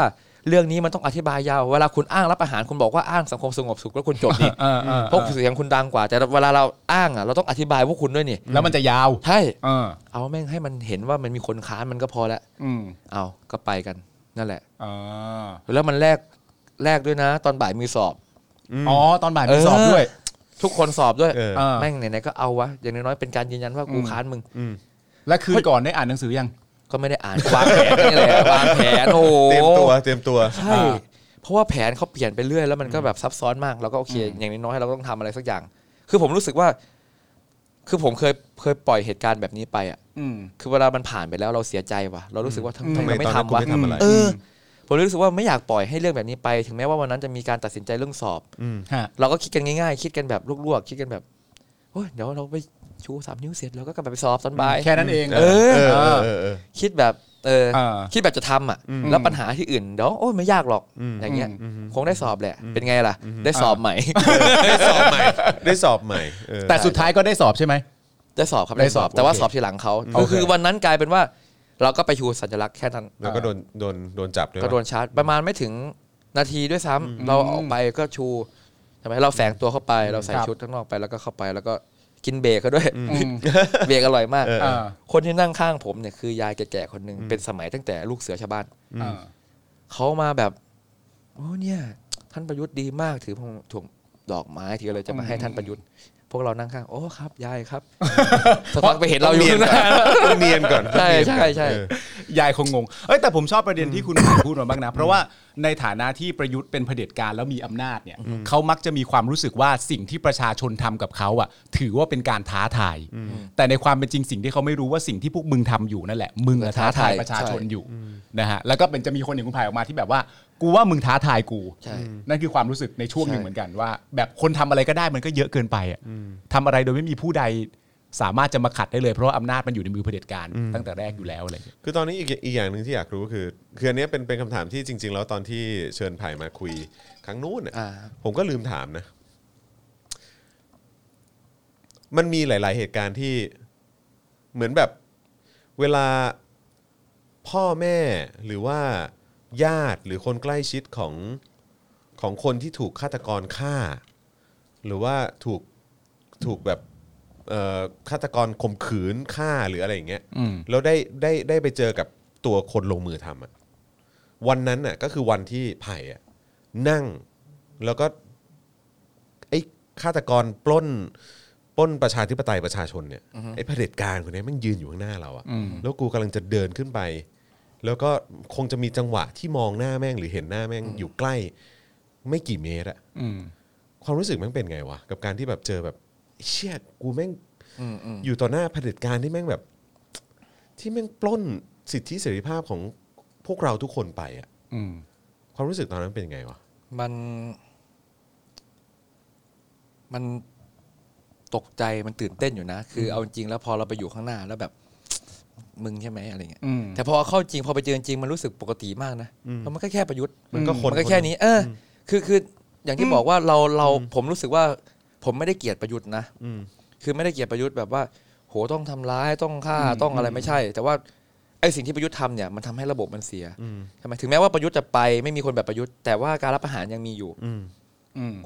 [SPEAKER 4] เรื่องนี้มันต้องอธิบายยาว เวลาคุณอ้างรับอาหารคุณบอกว่าอ้างสังคมสงบสุขแล้วคุณจบนี่
[SPEAKER 3] เออเออ
[SPEAKER 4] เพราะเสียงคุณดังกว่า แต่เวลาเราอ้างอ่ะเราต้องอธิบายพวกคุณด้วยนี่
[SPEAKER 3] แล้วมันจะยาว
[SPEAKER 4] ใช่
[SPEAKER 3] เออ
[SPEAKER 4] เอาแม่งให้มันเห็นว่ามันมีคนค้านมันก็พอละ
[SPEAKER 3] อืม
[SPEAKER 4] เอาก็ไปกันนั่นแหละ
[SPEAKER 3] เออ
[SPEAKER 4] แล้วมันแลกแลกด้วยนะ ตอนบ่ายมีสอบ
[SPEAKER 3] อ๋อ ตอนบ่ายมีสอบด้วย
[SPEAKER 4] ทุกคนสอบด้วย
[SPEAKER 2] เออ
[SPEAKER 3] เออ
[SPEAKER 4] แม่งไหนๆก็เอาวะอย่างน้อยๆเป็นการยืนยันว่ากูค้านมึง
[SPEAKER 2] อืม
[SPEAKER 3] และคืนก่อนได้อ่านหนังสือยัง
[SPEAKER 4] ก็ไม่ได้อ่าน วางแผนนี่แหละวางแผนโอ้โห
[SPEAKER 2] เตรียมตัวเตรียมตัว
[SPEAKER 4] ใช่
[SPEAKER 3] อ่า
[SPEAKER 4] เพราะว่าแผนเขาเปลี่ยนไปเรื่อยแล้วมันก็แบบซับซ้อนมากเราก็โอเค อย่างน้อยๆเราก็ต้องทำอะไรสักอย่าง คือผมรู้สึกว่า คือผมเคยเคยปล่อยเหตุการณ์แบบนี้ไปอ่ะ
[SPEAKER 3] อืม
[SPEAKER 4] คือเวลามันผ่านไปแล้วเราเสียใจว่ะเรารู้สึกว่าทำไม
[SPEAKER 2] ทำไม
[SPEAKER 4] เราไม่
[SPEAKER 2] ตอนนั้น
[SPEAKER 4] ทำวะ
[SPEAKER 2] กูไม่ทำอะไร
[SPEAKER 4] เออผมเลยรู้สึกว่าไม่อยากปล่อยให้เรื่องแบบนี้ไป ถึงแม้ว่าวันนั้นจะมีการตัดสินใจเรื่องสอบ
[SPEAKER 2] อืม
[SPEAKER 3] ฮะ
[SPEAKER 4] เราก็คิดกันง่ายๆ คิดกันแบบลวกๆคิดกันแบบโอ้ยเดี๋ยวเราไปชูสามนิ้วเสร็จแล้วก็กลับไปสอบตอนบ่าย
[SPEAKER 3] แค่นั้นเอง
[SPEAKER 4] เออ
[SPEAKER 2] เออเออเออเออ
[SPEAKER 4] คิดแบบเออ
[SPEAKER 3] อ่า
[SPEAKER 4] คิดแบบจะทำอ่ะ แล้วปัญหาที่อื่นเดี๋ยวโอ้ยไม่ยากหรอกอย่างเงี้ยคงได้สอบแหละ เป็นไงล่ะ ได้สอบ
[SPEAKER 3] อ่า
[SPEAKER 4] ใหม่
[SPEAKER 2] ได้สอบใหม่ ได้สอบใหม่เออ
[SPEAKER 3] แต่สุดท้ายก็ได้สอบใช่ไหม
[SPEAKER 4] ได้สอบครับ
[SPEAKER 3] ได้ส
[SPEAKER 4] ได้ส
[SPEAKER 3] อ
[SPEAKER 4] อ
[SPEAKER 3] บบ
[SPEAKER 4] แต่ว่า
[SPEAKER 3] โอเค
[SPEAKER 4] สอบทีหลังเขา
[SPEAKER 3] โอเค
[SPEAKER 4] คือวันนั้นกลายเป็นว่า เราก็ไปชูสัญลักษณ์แค่นั้น
[SPEAKER 2] แล้วก็โดนโดนโดนจับด้วย
[SPEAKER 4] ก็โดนชาร์จประมาณไม่ถึงนาทีด้วยซ้ำเราออกไปก็ชูใช่ไหมเราแฝงตัวเข้าไปเราใส่
[SPEAKER 3] ครับ
[SPEAKER 4] ชุดข้างนอกไปแล้วก็เข้าไป แล้วก็กินเบรกเขาด้วย
[SPEAKER 3] อืม
[SPEAKER 4] เบรกอร่อยมาก
[SPEAKER 2] เออเอ
[SPEAKER 3] เอ
[SPEAKER 2] อ
[SPEAKER 3] อ
[SPEAKER 4] คนที่นั่งข้างผมเนี่ยคือยายแก่ๆคนหนึ่งเป็นสมัยตั้งแต่ลูกเสือชาวบ้าน
[SPEAKER 3] เออ
[SPEAKER 4] เขามาแบบโอ้เนี่ย ท่านประยุทธ์ดีมากถือพวงถ่วงดอกไม้ถืออะไรจะมาให้ท่านประยุทธ์ พวกเรานั่งข้าง โอ้ครับยาย ครับสะท้อนไปเห็นเราอยู่ข้างหน้า
[SPEAKER 2] ต้องเนียนก่อน
[SPEAKER 4] ใช่ใช่ใช่
[SPEAKER 2] เออ
[SPEAKER 3] ยายคงงง เอ้ยแต่ผมชอบประเด็นที่คุณ หมายพูดมาบ้างนะ เพราะว่าในฐานะที่ประยุทธ์เป็นเผด็จการแล้วมีอำนาจเนี่ยเขามักจะมีความรู้สึกว่าสิ่งที่ประชาชนทำกับเขาอ่ะ ถือว่าเป็นการท้าทาย แต่ในความเป็นจริงสิ่งที่เขาไม่รู้ว่าสิ่งที่พวกมึงทำอยู่นั่นแหละ มึงอะท้าทายประชาชนอยู่นะฮะแล้วก็เป็นจะมีคนอย่างคุณภายออกมาที่แบบว่า กูว่ามึงท้าทายกู
[SPEAKER 4] ใช่
[SPEAKER 3] นั่นคือความรู้สึกในช่วงหนึ่งเหมือนกันว่า แบบคนทำอะไรก็ได้มันก็เยอะเกินไปอ่ะทำอะไรโดยไม่มีผู้ใดสามารถจะมาขัดได้เลยเพราะว่าอำนาจมันอยู่ในมือเผด็จการตั้งแต่แรกอยู่แล้วอะไรอย่างเงี้ย
[SPEAKER 2] คือตอนนี้อีกอีกอย่างหนึ่งที่อยากรู้คือคืออันเนี้ยเป็นเป็นคำถามที่จริง ๆ แล้วตอนที่เชิญไผ่มาคุยครั้งนู้นน่ะ
[SPEAKER 4] อ่า
[SPEAKER 2] ผมก็ลืมถามนะ มันมีหลาย ๆ เหตุการณ์ที่เหมือนแบบเวลาพ่อแม่หรือว่าญาติหรือคนใกล้ชิดของของคนที่ถูกฆาตกรฆ่า หรือว่าถูกถูกแบบเอ่อฆาตกรข่มขืนฆ่าหรืออะไรอย่างเงี้ย
[SPEAKER 3] อืม
[SPEAKER 2] แล้วได้ได้ได้ไปเจอกับตัวคนลงมือทำอะวันนั้นน่ะก็คือวันที่ไผ่อะนั่งแล้วก็ไอ้ฆาตกรปล้นปล้นประชาธิปไตยประชาชนเนี่ยไอ้เผด็จการคนเนี้ยมันยืนอยู่ข้างหน้าเราอะแล้วกูกำลังจะเดินขึ้นไป แล้วก็คงจะมีจังหวะที่มองหน้าแม่งหรือเห็นหน้าแม่งอยู่ใกล้ ไม่กี่เมตรอะ
[SPEAKER 3] อืม
[SPEAKER 2] ความรู้สึกแม่งเป็นไงวะกับการที่แบบเจอแบบเชี่ยกูแม่ง
[SPEAKER 4] อืมอืม
[SPEAKER 2] อยู่ต่อหน้าเผด็จการที่แม่งแบบ ที่แม่งปล้นสิทธิเสรีภาพของพวกเราทุกคนไปอะ
[SPEAKER 3] อืม
[SPEAKER 2] ความรู้สึกตอนนั้นเป็นยังไงวะ
[SPEAKER 4] มัน มันตกใจมันตื่นเต้นอยู่นะ คือเอาจริงๆแล้วพอเราไปอยู่ข้างหน้าแล้วแบบ มึงใช่ไหมอะไรเงี้ย
[SPEAKER 3] อืม
[SPEAKER 4] แต่พอเข้าจริงพอไปเจอจริงมันรู้สึกปกติมากนะแล้วมันก็แค่ประยุทธ์
[SPEAKER 2] มันก็คน
[SPEAKER 4] มันก็แค่นี้ เอออคือคืออย่างที่บอกว่าเราเราผมรู้สึกว่า ผมไม่ได้เกลียดประยุทธ์นะ
[SPEAKER 2] อืม
[SPEAKER 4] คือไม่ได้เกลียดประยุทธ์แบบว่า โห โหต้องทำร้ายต้องฆ่าต้องอะไรไม่ใช่ แต่ว่าไอ้สิ่งที่ประยุทธ์ทำเนี่ยมันทำให้ระบบมันเสียใช่ไหมถึงแม้ว่าประยุทธ์จะไปไม่มีคนแบบประยุทธ์แต่ว่าการรับประหารยังมีอยู่
[SPEAKER 3] อืม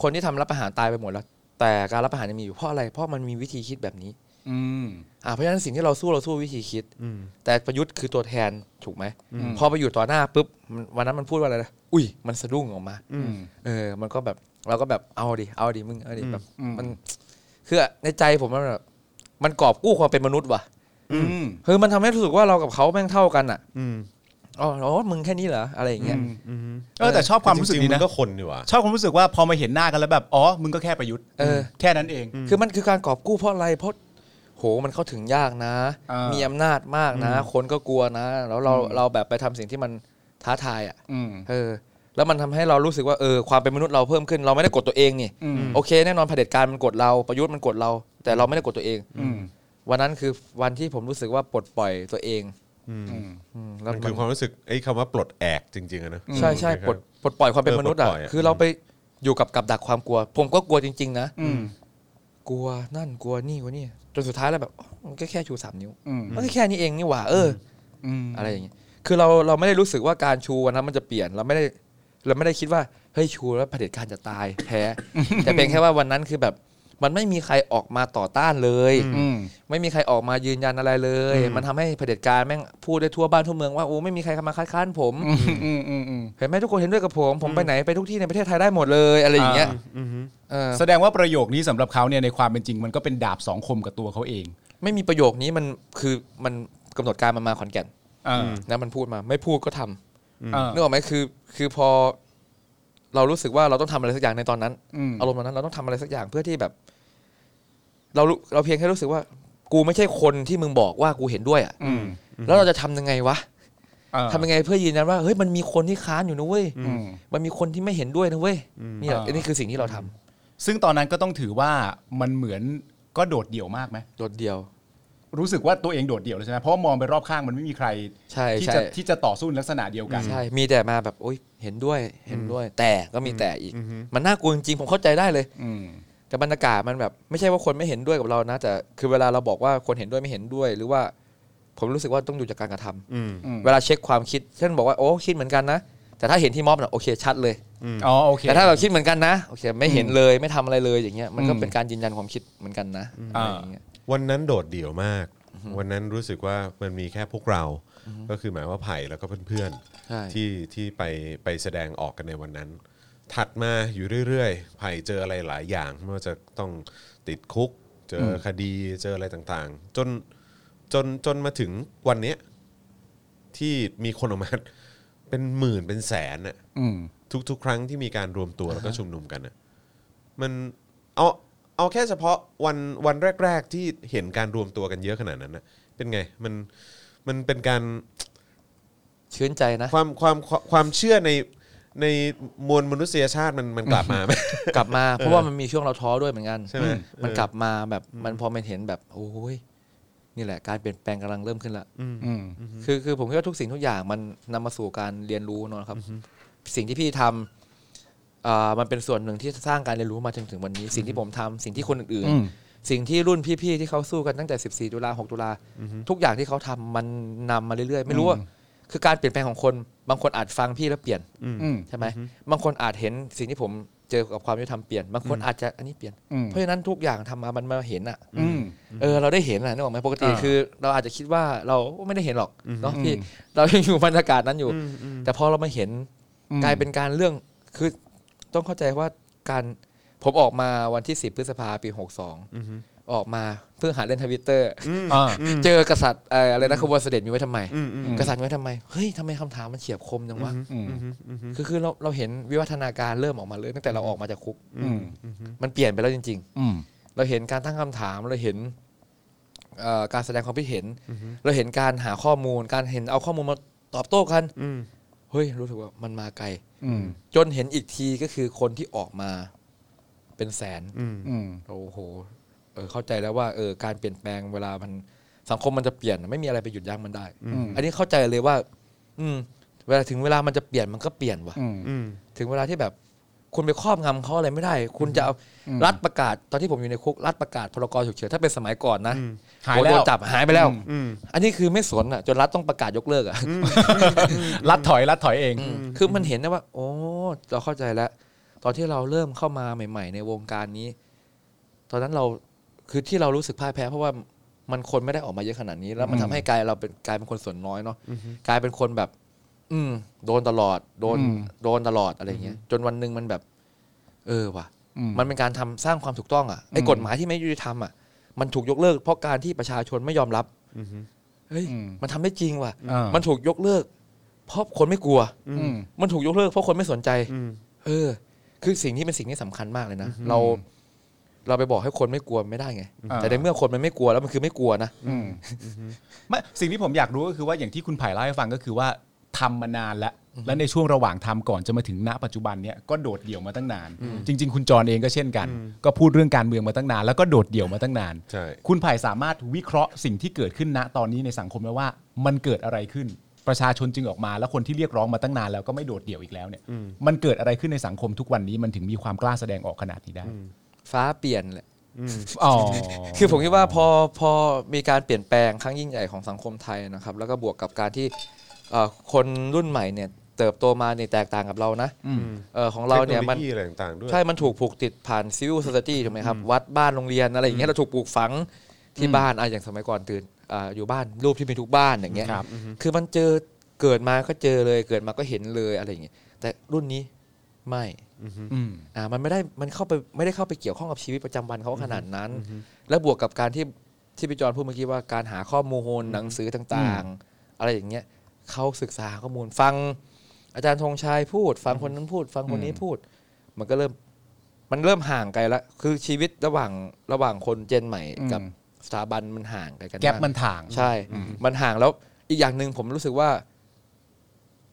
[SPEAKER 4] คนที่ทำรับประหารตายไปหมดแล้ว แต่การรับประหารยังมีอยู่เพราะอะไรเพราะมันมีวิธีคิดแบบนี้
[SPEAKER 3] อืม
[SPEAKER 4] อ่าเพราะฉะนั้นสิ่งที่เราสู้เราสู้วิธีคิด
[SPEAKER 2] อืม
[SPEAKER 4] แต่ประยุทธ์คือตัวแทนถูกไหม
[SPEAKER 3] อืม
[SPEAKER 4] พอไปอยู่ต่อหน้าปุ๊บมันวันนั้นมันพูดว่าอะไรนะอุ้ยมันสะดุ้งออกมา
[SPEAKER 3] อืม
[SPEAKER 4] เออ มันก็แบบเราก็แบบเอาดิ เอาดิมึง เอาดิแบบ
[SPEAKER 3] อืม
[SPEAKER 4] มัน คือในใจผมมันแบบมันกอบกู้ความเป็นมนุษย์ว่ะ
[SPEAKER 3] อืม
[SPEAKER 4] คือมันทำให้รู้สึกว่าเรากับเขาแม่งเท่ากันอ่ะ
[SPEAKER 2] อืม
[SPEAKER 4] อ๋ออ๋อมึงแค่นี้เหรออะไรอย่างเงี้ย
[SPEAKER 3] อืม
[SPEAKER 2] อืม
[SPEAKER 3] เออแต่ชอบความรู้สึก
[SPEAKER 2] จ
[SPEAKER 3] นี้
[SPEAKER 2] งๆ
[SPEAKER 3] นะ
[SPEAKER 2] นก็คนดีว่ะ
[SPEAKER 3] ชอบความรู้สึกว่าพอมาเห็นหน้ากันแล้วแบบอ๋อมึงก็แค่ประยุทธ์
[SPEAKER 4] เออ
[SPEAKER 3] แค่นั้นเอง
[SPEAKER 4] คือมันคือการกอบกู้เพราะอะไร เพราะโหมันเข้าถึงยากนะ
[SPEAKER 3] อ่ามี
[SPEAKER 4] มีอำนาจมากนะ คนก็กลัวนะ แล้วเราเราแบบไปทำสิ่งที่มันท้าทายอ่ะ
[SPEAKER 3] อืม
[SPEAKER 4] เออ แล้วมันทำให้เรารู้สึกว่าเออความเป็นมนุษย์เราเพิ่มขึ้นเราไม่ได้กดตัวเองนี่
[SPEAKER 3] อืม
[SPEAKER 4] โอเค แน่นอนเผด็จการมันกดเราประยุทธ์มันกดเรา แต่เราไม่ได้กดตัวเอง
[SPEAKER 3] อืม
[SPEAKER 4] วันนั้นคือวันที่ผมรู้สึกว่าปลดปล่อยตัวเอง
[SPEAKER 3] อืม
[SPEAKER 4] อืมแล้ว
[SPEAKER 2] มันคือความรู้สึกไอ้คำว่าปลดแอกจริงๆอะนะ
[SPEAKER 4] ใช่ใช่
[SPEAKER 2] อืม
[SPEAKER 4] ปลดปลดปล่อยความเป็น
[SPEAKER 2] เออ
[SPEAKER 4] มนุษย์อ่ะ
[SPEAKER 2] ปลดปล่อยอะ
[SPEAKER 4] คือเราไปอยู่กับกับดักความกลัว ผมก็กลัวจริง ๆ นะ
[SPEAKER 3] อืม
[SPEAKER 4] กลัวนั่นกลัวนี่กลัวนี่จนสุดท้ายแล้วแบบอ๋อมันก็แค่ชูสามนิ้ว
[SPEAKER 3] อืม
[SPEAKER 4] มันก็แค่นี้เองนี่หว่าเออ
[SPEAKER 3] อืม
[SPEAKER 4] ออะไรอย่างเงี้ยคือเราเราไม่ได้รู้สึกว่าการชูวันนั้นมันจะเปลี่ยนเราไม่ได้เราไม่ได้คิดว่าเฮ้ยชูแล้วเผด็จการจะตายแพ้ แต่เป็นแค่ว่าวันนั้นคือแบบ มันไม่มีใครออกมาต่อต้านเลย
[SPEAKER 3] อืม
[SPEAKER 4] ไม่มีใครออกมายืนยันอะไรเลย มันทำให้เผด็จการแม่งพูดได้ทั่วบ้านทั่วเมืองว่าโอ้ไม่มีใครมาคัดค้านผม
[SPEAKER 3] อืมอืมอืม
[SPEAKER 4] เห็นไหมทุกคนเห็นด้วยกับผม ผมไปไหนไปทุกที่ในประเทศไทยได้หมดเลยอะไรอย่างเงี้ย
[SPEAKER 2] อืม
[SPEAKER 4] เออ
[SPEAKER 3] แสดงว่าประโยคนี้สำหรับเขาเนี่ยในความเป็นจริงมันก็เป็นดาบสองคมกับตัวเขาเอง
[SPEAKER 4] ไม่มีประโยคนี้มันคือมันกำหนดการมันมาขอนแก่น
[SPEAKER 3] อ่า
[SPEAKER 4] นะมันพูดมา ไม่พูดก็ทำ
[SPEAKER 3] อ่า
[SPEAKER 4] นึกออกไหมคือ คือพอ เรารู้สึกว่าเราต้องทำอะไรสักอย่างในตอนนั้น
[SPEAKER 3] อืม
[SPEAKER 4] อารมณ์ตอนนั้นเราต้องทำอะไรสักอย่างเพื่อที่แบบ เรารู้เราเพียงแค่รู้สึกว่า กูไม่ใช่คนที่มึงบอกว่ากูเห็นด้วยอ่ะ
[SPEAKER 3] อืม
[SPEAKER 4] แล้วเราจะทำยังไงวะ
[SPEAKER 3] อ่า
[SPEAKER 4] ทำยังไงเพื่อยืนยันว่าเฮ้ยมันมีคนที่ค้านอยู่นะเว้ย
[SPEAKER 3] อืม
[SPEAKER 4] มันมีคนที่ไม่เห็นด้วยนะเว้ยนี่แหละ
[SPEAKER 3] อ่า
[SPEAKER 4] อันนี้คือสิ่งที่เราทำ
[SPEAKER 3] ซึ่งตอนนั้นก็ต้องถือว่ามันเหมือนก็โดดเดี่ยวมากไหม
[SPEAKER 4] โดดเดียว
[SPEAKER 3] รู้สึกว่าตัวเองโดดเดี่ยวเลยใช่ไหมเพราะว่ามองไปรอบข้างมันไม่มีใคร
[SPEAKER 4] ใช่
[SPEAKER 3] ที่
[SPEAKER 4] ใช่
[SPEAKER 3] จะที่จะต่อสู้ในลักษณะเดียวกัน
[SPEAKER 4] ใช่ มีแต่มาแบบโอ๊ยเห็นด้วยเห็นด้วย แต่ก็มีแต่อีก มันน่ากลัวจริงๆผมเข้าใจได้เลย
[SPEAKER 3] อืม
[SPEAKER 4] แต่บรรยากาศมันแบบ ไม่ใช่ว่าคนไม่เห็นด้วยกับเรานะแต่คือเวลาเราบอกว่าคนเห็นด้วยไม่เห็นด้วย หรือว่าผมรู้สึกว่าต้องอยู่จากการกระทำ
[SPEAKER 2] อืม
[SPEAKER 3] อืม
[SPEAKER 4] เวลาเช็คความคิดเช่นบอกว่าโอ้คิดเหมือนกันนะ แต่ถ้าเห็นที่ม็อบนะโอเคชัดเลย
[SPEAKER 3] อ๋อโอเค
[SPEAKER 4] แต่ถ้าเราคิดเหมือนกันนะโอเคไม่เห็นเลยไม่ทำอะไรเลยอย่างเงี้ยมันก็
[SPEAKER 3] อืม
[SPEAKER 4] เป็นการยืนยันความคิดเหมือนกันนะอะไร
[SPEAKER 3] อ่า
[SPEAKER 4] อย่างเงี้ย
[SPEAKER 2] วันนั้นโดดเดี่ยวมาก วันนั้นรู้สึกว่ามันมีแค่พวกเรา ก็คือหมายว่าไผ่แล้วก็เพื่อน
[SPEAKER 4] ใช่
[SPEAKER 2] ๆ ที่ที่ไปไปแสดงออกกันในวันนั้น ถัดมาอยู่เรื่อยๆ ไผ่เจออะไรหลายอย่างไม่ว่าจะต้องติดคุก เจออคดีเจออะไรต่างๆ จนจนจนมาถึงวันเนี้ยที่มีคนออกมา เป็นหมื่นเป็นแสนอะ
[SPEAKER 3] อืม
[SPEAKER 2] ทุกๆ ครั้งที่มีการรวมตัวแล้วก็ชุมนุมกันน่ะมันเอาเอาแค่เฉพาะวันวันแรก ๆ ที่เห็นการรวมตัวกันเยอะขนาดนั้นนะเป็นไงมันมันเป็นการ
[SPEAKER 4] ชื่นใจนะ
[SPEAKER 2] ความความความความเชื่อในในมวลมนุษยชาติมันมันกลับ มาไหม
[SPEAKER 4] กลับมาเพราะว่ามันมีช่วงเราท้อด้วยเหมือนกัน
[SPEAKER 2] ใช่ไหม
[SPEAKER 4] อืมัน
[SPEAKER 2] เออ
[SPEAKER 4] กลับมาแบบมันพอมันเห็นแบบโอ้ยนี่แหละการเปลี่ยนแปลงกำลังเริ่มขึ้นละ
[SPEAKER 3] อืม
[SPEAKER 4] คือคือผมคิดว่าทุกสิ่งทุกอย่างมันนำมาสู่การเรียนรู้เนอะครับ สิ่งที่พี่ทำอ่ามันเป็นส่วนหนึ่งที่สร้างการเรียนรู้มาจนถึงวันนี้ สิ่งที่ผมทำสิ่งที่คนอื่น
[SPEAKER 3] อืม
[SPEAKER 4] ๆสิ่งที่รุ่นพี่ๆที่เขาสู้กันตั้งแต่ 14 ตุลา6ตุลาทุกอย่างที่เขาทำมันนำมาเรื่อยๆ ไม่รู้ว่าคือการเปลี่ยนแปลงของคนบางคนอาจฟังพี่แล้วเปลี่ยน
[SPEAKER 3] อืม
[SPEAKER 4] ใช่ไหมบางคนอาจเห็นสิ่งที่ผมเจอกับความยุติธรรมเปลี่ยน บางคนอาจจะอันนี้เปลี่ยน
[SPEAKER 3] อืม
[SPEAKER 4] เพราะฉะนั้นทุกอย่างทำมามันมาเห็นอ่ะ
[SPEAKER 3] อืม
[SPEAKER 4] เออ เราได้เห็นอ่ะนึกออกไหมปกติ
[SPEAKER 3] อ่า
[SPEAKER 4] คือ เราอาจจะคิดว่าเราไม่ได้เห็นหรอกเนาะ
[SPEAKER 3] อืม
[SPEAKER 4] พี่เรายังอยู่บรรยากาศนั้นอยู่ แต่พอเรามาเห็น
[SPEAKER 3] อืม
[SPEAKER 4] กลายเป็นการเรื่องคือต้องเข้าใจว่าการผมออกมาวันที่ 10 พฤษภาปี 62 ออกมาเพื่อหาเล่นทวิตเตอร์
[SPEAKER 3] อ่า
[SPEAKER 4] เจอกษัตริย์เอ่ออะไรนะขบวนเสด็จมีไว้ทำไม
[SPEAKER 2] อืมอืม
[SPEAKER 4] กษัตริย์มีไว้ทำไมเฮ้ยทำไมคำถามมันเฉียบคมจังวะ
[SPEAKER 3] อืม
[SPEAKER 4] คือคือเราเราเห็นวิวัฒนาการเริ่มออกมาเลยตั้งแต่เราออกมาจากคุก
[SPEAKER 3] อืม
[SPEAKER 4] มันเปลี่ยนไปแล้วจริง
[SPEAKER 3] อืม
[SPEAKER 4] ๆ เราเห็นการตั้งคำถามเราเห็นเอ่อการแสดงความคิดเห็น เราเห็นการหาข้อมูล การเห็นเอาข้อมูลมาตอบโต้กัน
[SPEAKER 2] อืม
[SPEAKER 4] เฮ้ยรู้สึกว่ามันมาไกล
[SPEAKER 3] อืม
[SPEAKER 4] จนเห็นอีกทีก็คือคนที่ออกมาเป็นแสน
[SPEAKER 2] อืม
[SPEAKER 3] อืม
[SPEAKER 4] โอ้โหเออเข้าใจแล้วว่าเออการเปลี่ยนแปลงเวลามันสังคมมันจะเปลี่ยน ไม่มีอะไรไปหยุดยั้งมันได้
[SPEAKER 3] อืม
[SPEAKER 4] อันนี้เข้าใจเลยว่า อืม เวลาถึงเวลามันจะเปลี่ยนมันก็เปลี่ยนว่ะ
[SPEAKER 3] อืม
[SPEAKER 2] อืม
[SPEAKER 4] ถึงเวลาที่แบบ คุณไปครอบงำเขาอะไรไม่ได้ คุณจะเอารัฐประกาศตอนที่ผมอยู่ในคุกรัฐประกาศพรกฉุกเฉินถ้าเป็นสมัยก่อนนะ
[SPEAKER 3] หายแล้ว
[SPEAKER 4] โดนจับหายไปแล้ว
[SPEAKER 2] อืม
[SPEAKER 4] อันนี้คือไม่สนอ่ะจนรัฐต้องประกาศยกเลิกอ่ะ
[SPEAKER 3] รัดถอยรัดถอยเอง
[SPEAKER 4] อืมคือมันเห็นนะว่า โอ้เราเข้าใจแล้ว ตอนที่เราเริ่มเข้ามาใหม่ ๆ ในวงการนี้ ตอนนั้นเราคือที่เรารู้สึกพ่ายแพ้ เพราะว่ามันคนไม่ได้ออกมาเยอะขนาดนี้ แล้วมัน
[SPEAKER 3] อืม
[SPEAKER 4] ทำให้กลายเราเป็นกลายเป็นคนส่วนน้อยเนาะกลายเป็นคนแบบ อืม โดนตลอด โดน
[SPEAKER 3] อืม
[SPEAKER 4] โดนตลอดอะไรเงี้ย จนวันหนึ่งมันแบบ เออว่ะ
[SPEAKER 3] อื
[SPEAKER 4] มันเป็นการทำสร้างความถูกต้องอ่ะไอ้
[SPEAKER 3] อืม
[SPEAKER 4] กฎหมายที่ไม่ยุติธรรมอ่ะมันถูกยกเลิกเพราะการที่ประชาชนไม่ยอมรับเฮ้ย
[SPEAKER 3] อืม
[SPEAKER 4] มันทำได้จริงว่ะ
[SPEAKER 3] อ่า
[SPEAKER 4] มันถูกยกเลิก เพราะคนไม่กลัว
[SPEAKER 3] อืม
[SPEAKER 4] มันถูกยกเลิกเพราะคนไม่สนใจ
[SPEAKER 2] อืม
[SPEAKER 4] เออ คือสิ่งที่เป็นสิ่งที่สำคัญมากเลยนะ เรา เราไปบอกให้คนไม่กลัวไม่ได้ไง
[SPEAKER 3] อ่า
[SPEAKER 4] แต่ในเมื่อคนมันไม่กลัวแล้วมันคือไม่กลัวนะ
[SPEAKER 3] อืมไม่สิ่งที่ผมอยากรู้ก็คือว่าอย่างที่คุณไผ่เล่าให้ฟังก็คือว่าทำมานานแล้ว และในช่วงระหว่างทำก่อนจะมาถึงณปัจจุบันเนี่ยก็โดดเดี่ยวมาตั้งนาน จริง ๆ คุณจรเองก็เช่นกัน ก็พูดเรื่องการเมืองมาตั้งนาน แล้วก็โดดเดี่ยวมาตั้งนาน
[SPEAKER 2] ใช่
[SPEAKER 3] คุณไผ่สามารถวิเคราะห์สิ่งที่เกิดขึ้นณตอนนี้ในสังคมแล้วว่า มันเกิดอะไรขึ้น ประชาชนจึงออกมา แล้วคนที่เรียกร้องมาตั้งนานแล้วก็ไม่โดดเดี่ยวอีกแล้วเนี่ย มันเกิดอะไรขึ้นในสังคมทุกวันนี้มันถึงมีความกล้าแสดงออกขนาดนี้ได้
[SPEAKER 4] ฟ้าเปลี่ยนแหละ
[SPEAKER 3] อ๋อ
[SPEAKER 4] คือผมคิดว่าพอพอมีการเปลี่ยนแปลงครั้งยิ่งใหญ่ของสังคมไทยนะครับ แล้วก็บวกกับการที่เอ่อคนรุ่นใหม่เนี่ย เติบโตมาในยแตกต่างกับเรานะเอ่อของเราเนี่ยมัน
[SPEAKER 2] ทคโโลยีอะไรต่างๆด้วย
[SPEAKER 4] ใช่ มันถูกผูกติดผ่านซิวิลสต i ตี้ถูกไหมครับ วัดบ้านโรงเรียนอะไรอย่างเงี้ยเราถูกปลูกฝังที่บ้านอะอย่างสมัยก่อนตื่นอาอยู่บ้านรูปที่มีทุกบ้านอย่างเงี้ย
[SPEAKER 3] ครับ
[SPEAKER 4] คือมันเจอเกิดมาก็เจอเลยเกิดมาก็เห็นเลยอะไรอย่างเงี้ยแต่รุ่นนี้ไม่
[SPEAKER 3] อืม
[SPEAKER 4] อ่ามันไม่ได้มันเข้าไปไม่ได้เข้าไปเกี่ยวข้องกับชีวิตประจำวันเขาขนาดนั้น แล้วบวกกับการที่ที่พี่จอนพูดเมื่อกี้ว่าการหาข้อมูลหนังสือต่างๆ อะไรอย่างเงี้ยเขาศึกษาข้อมูลฟัง อาจารย์ธงชัยพูด ฟังคนนั้นพูด ฟังคนนี้พูด มันก็เริ่ม มันเริ่มห่างไกลละคือชีวิตระหว่างระหว่างคนเจนใหม่
[SPEAKER 3] อืม
[SPEAKER 4] กับสถาบันมันห่างไกลกั
[SPEAKER 3] แกลบ
[SPEAKER 4] นาก
[SPEAKER 3] มันถ่าง
[SPEAKER 4] ใช่ มันห่างแล้วอีกอย่างหนึ่งผมรู้สึกว่า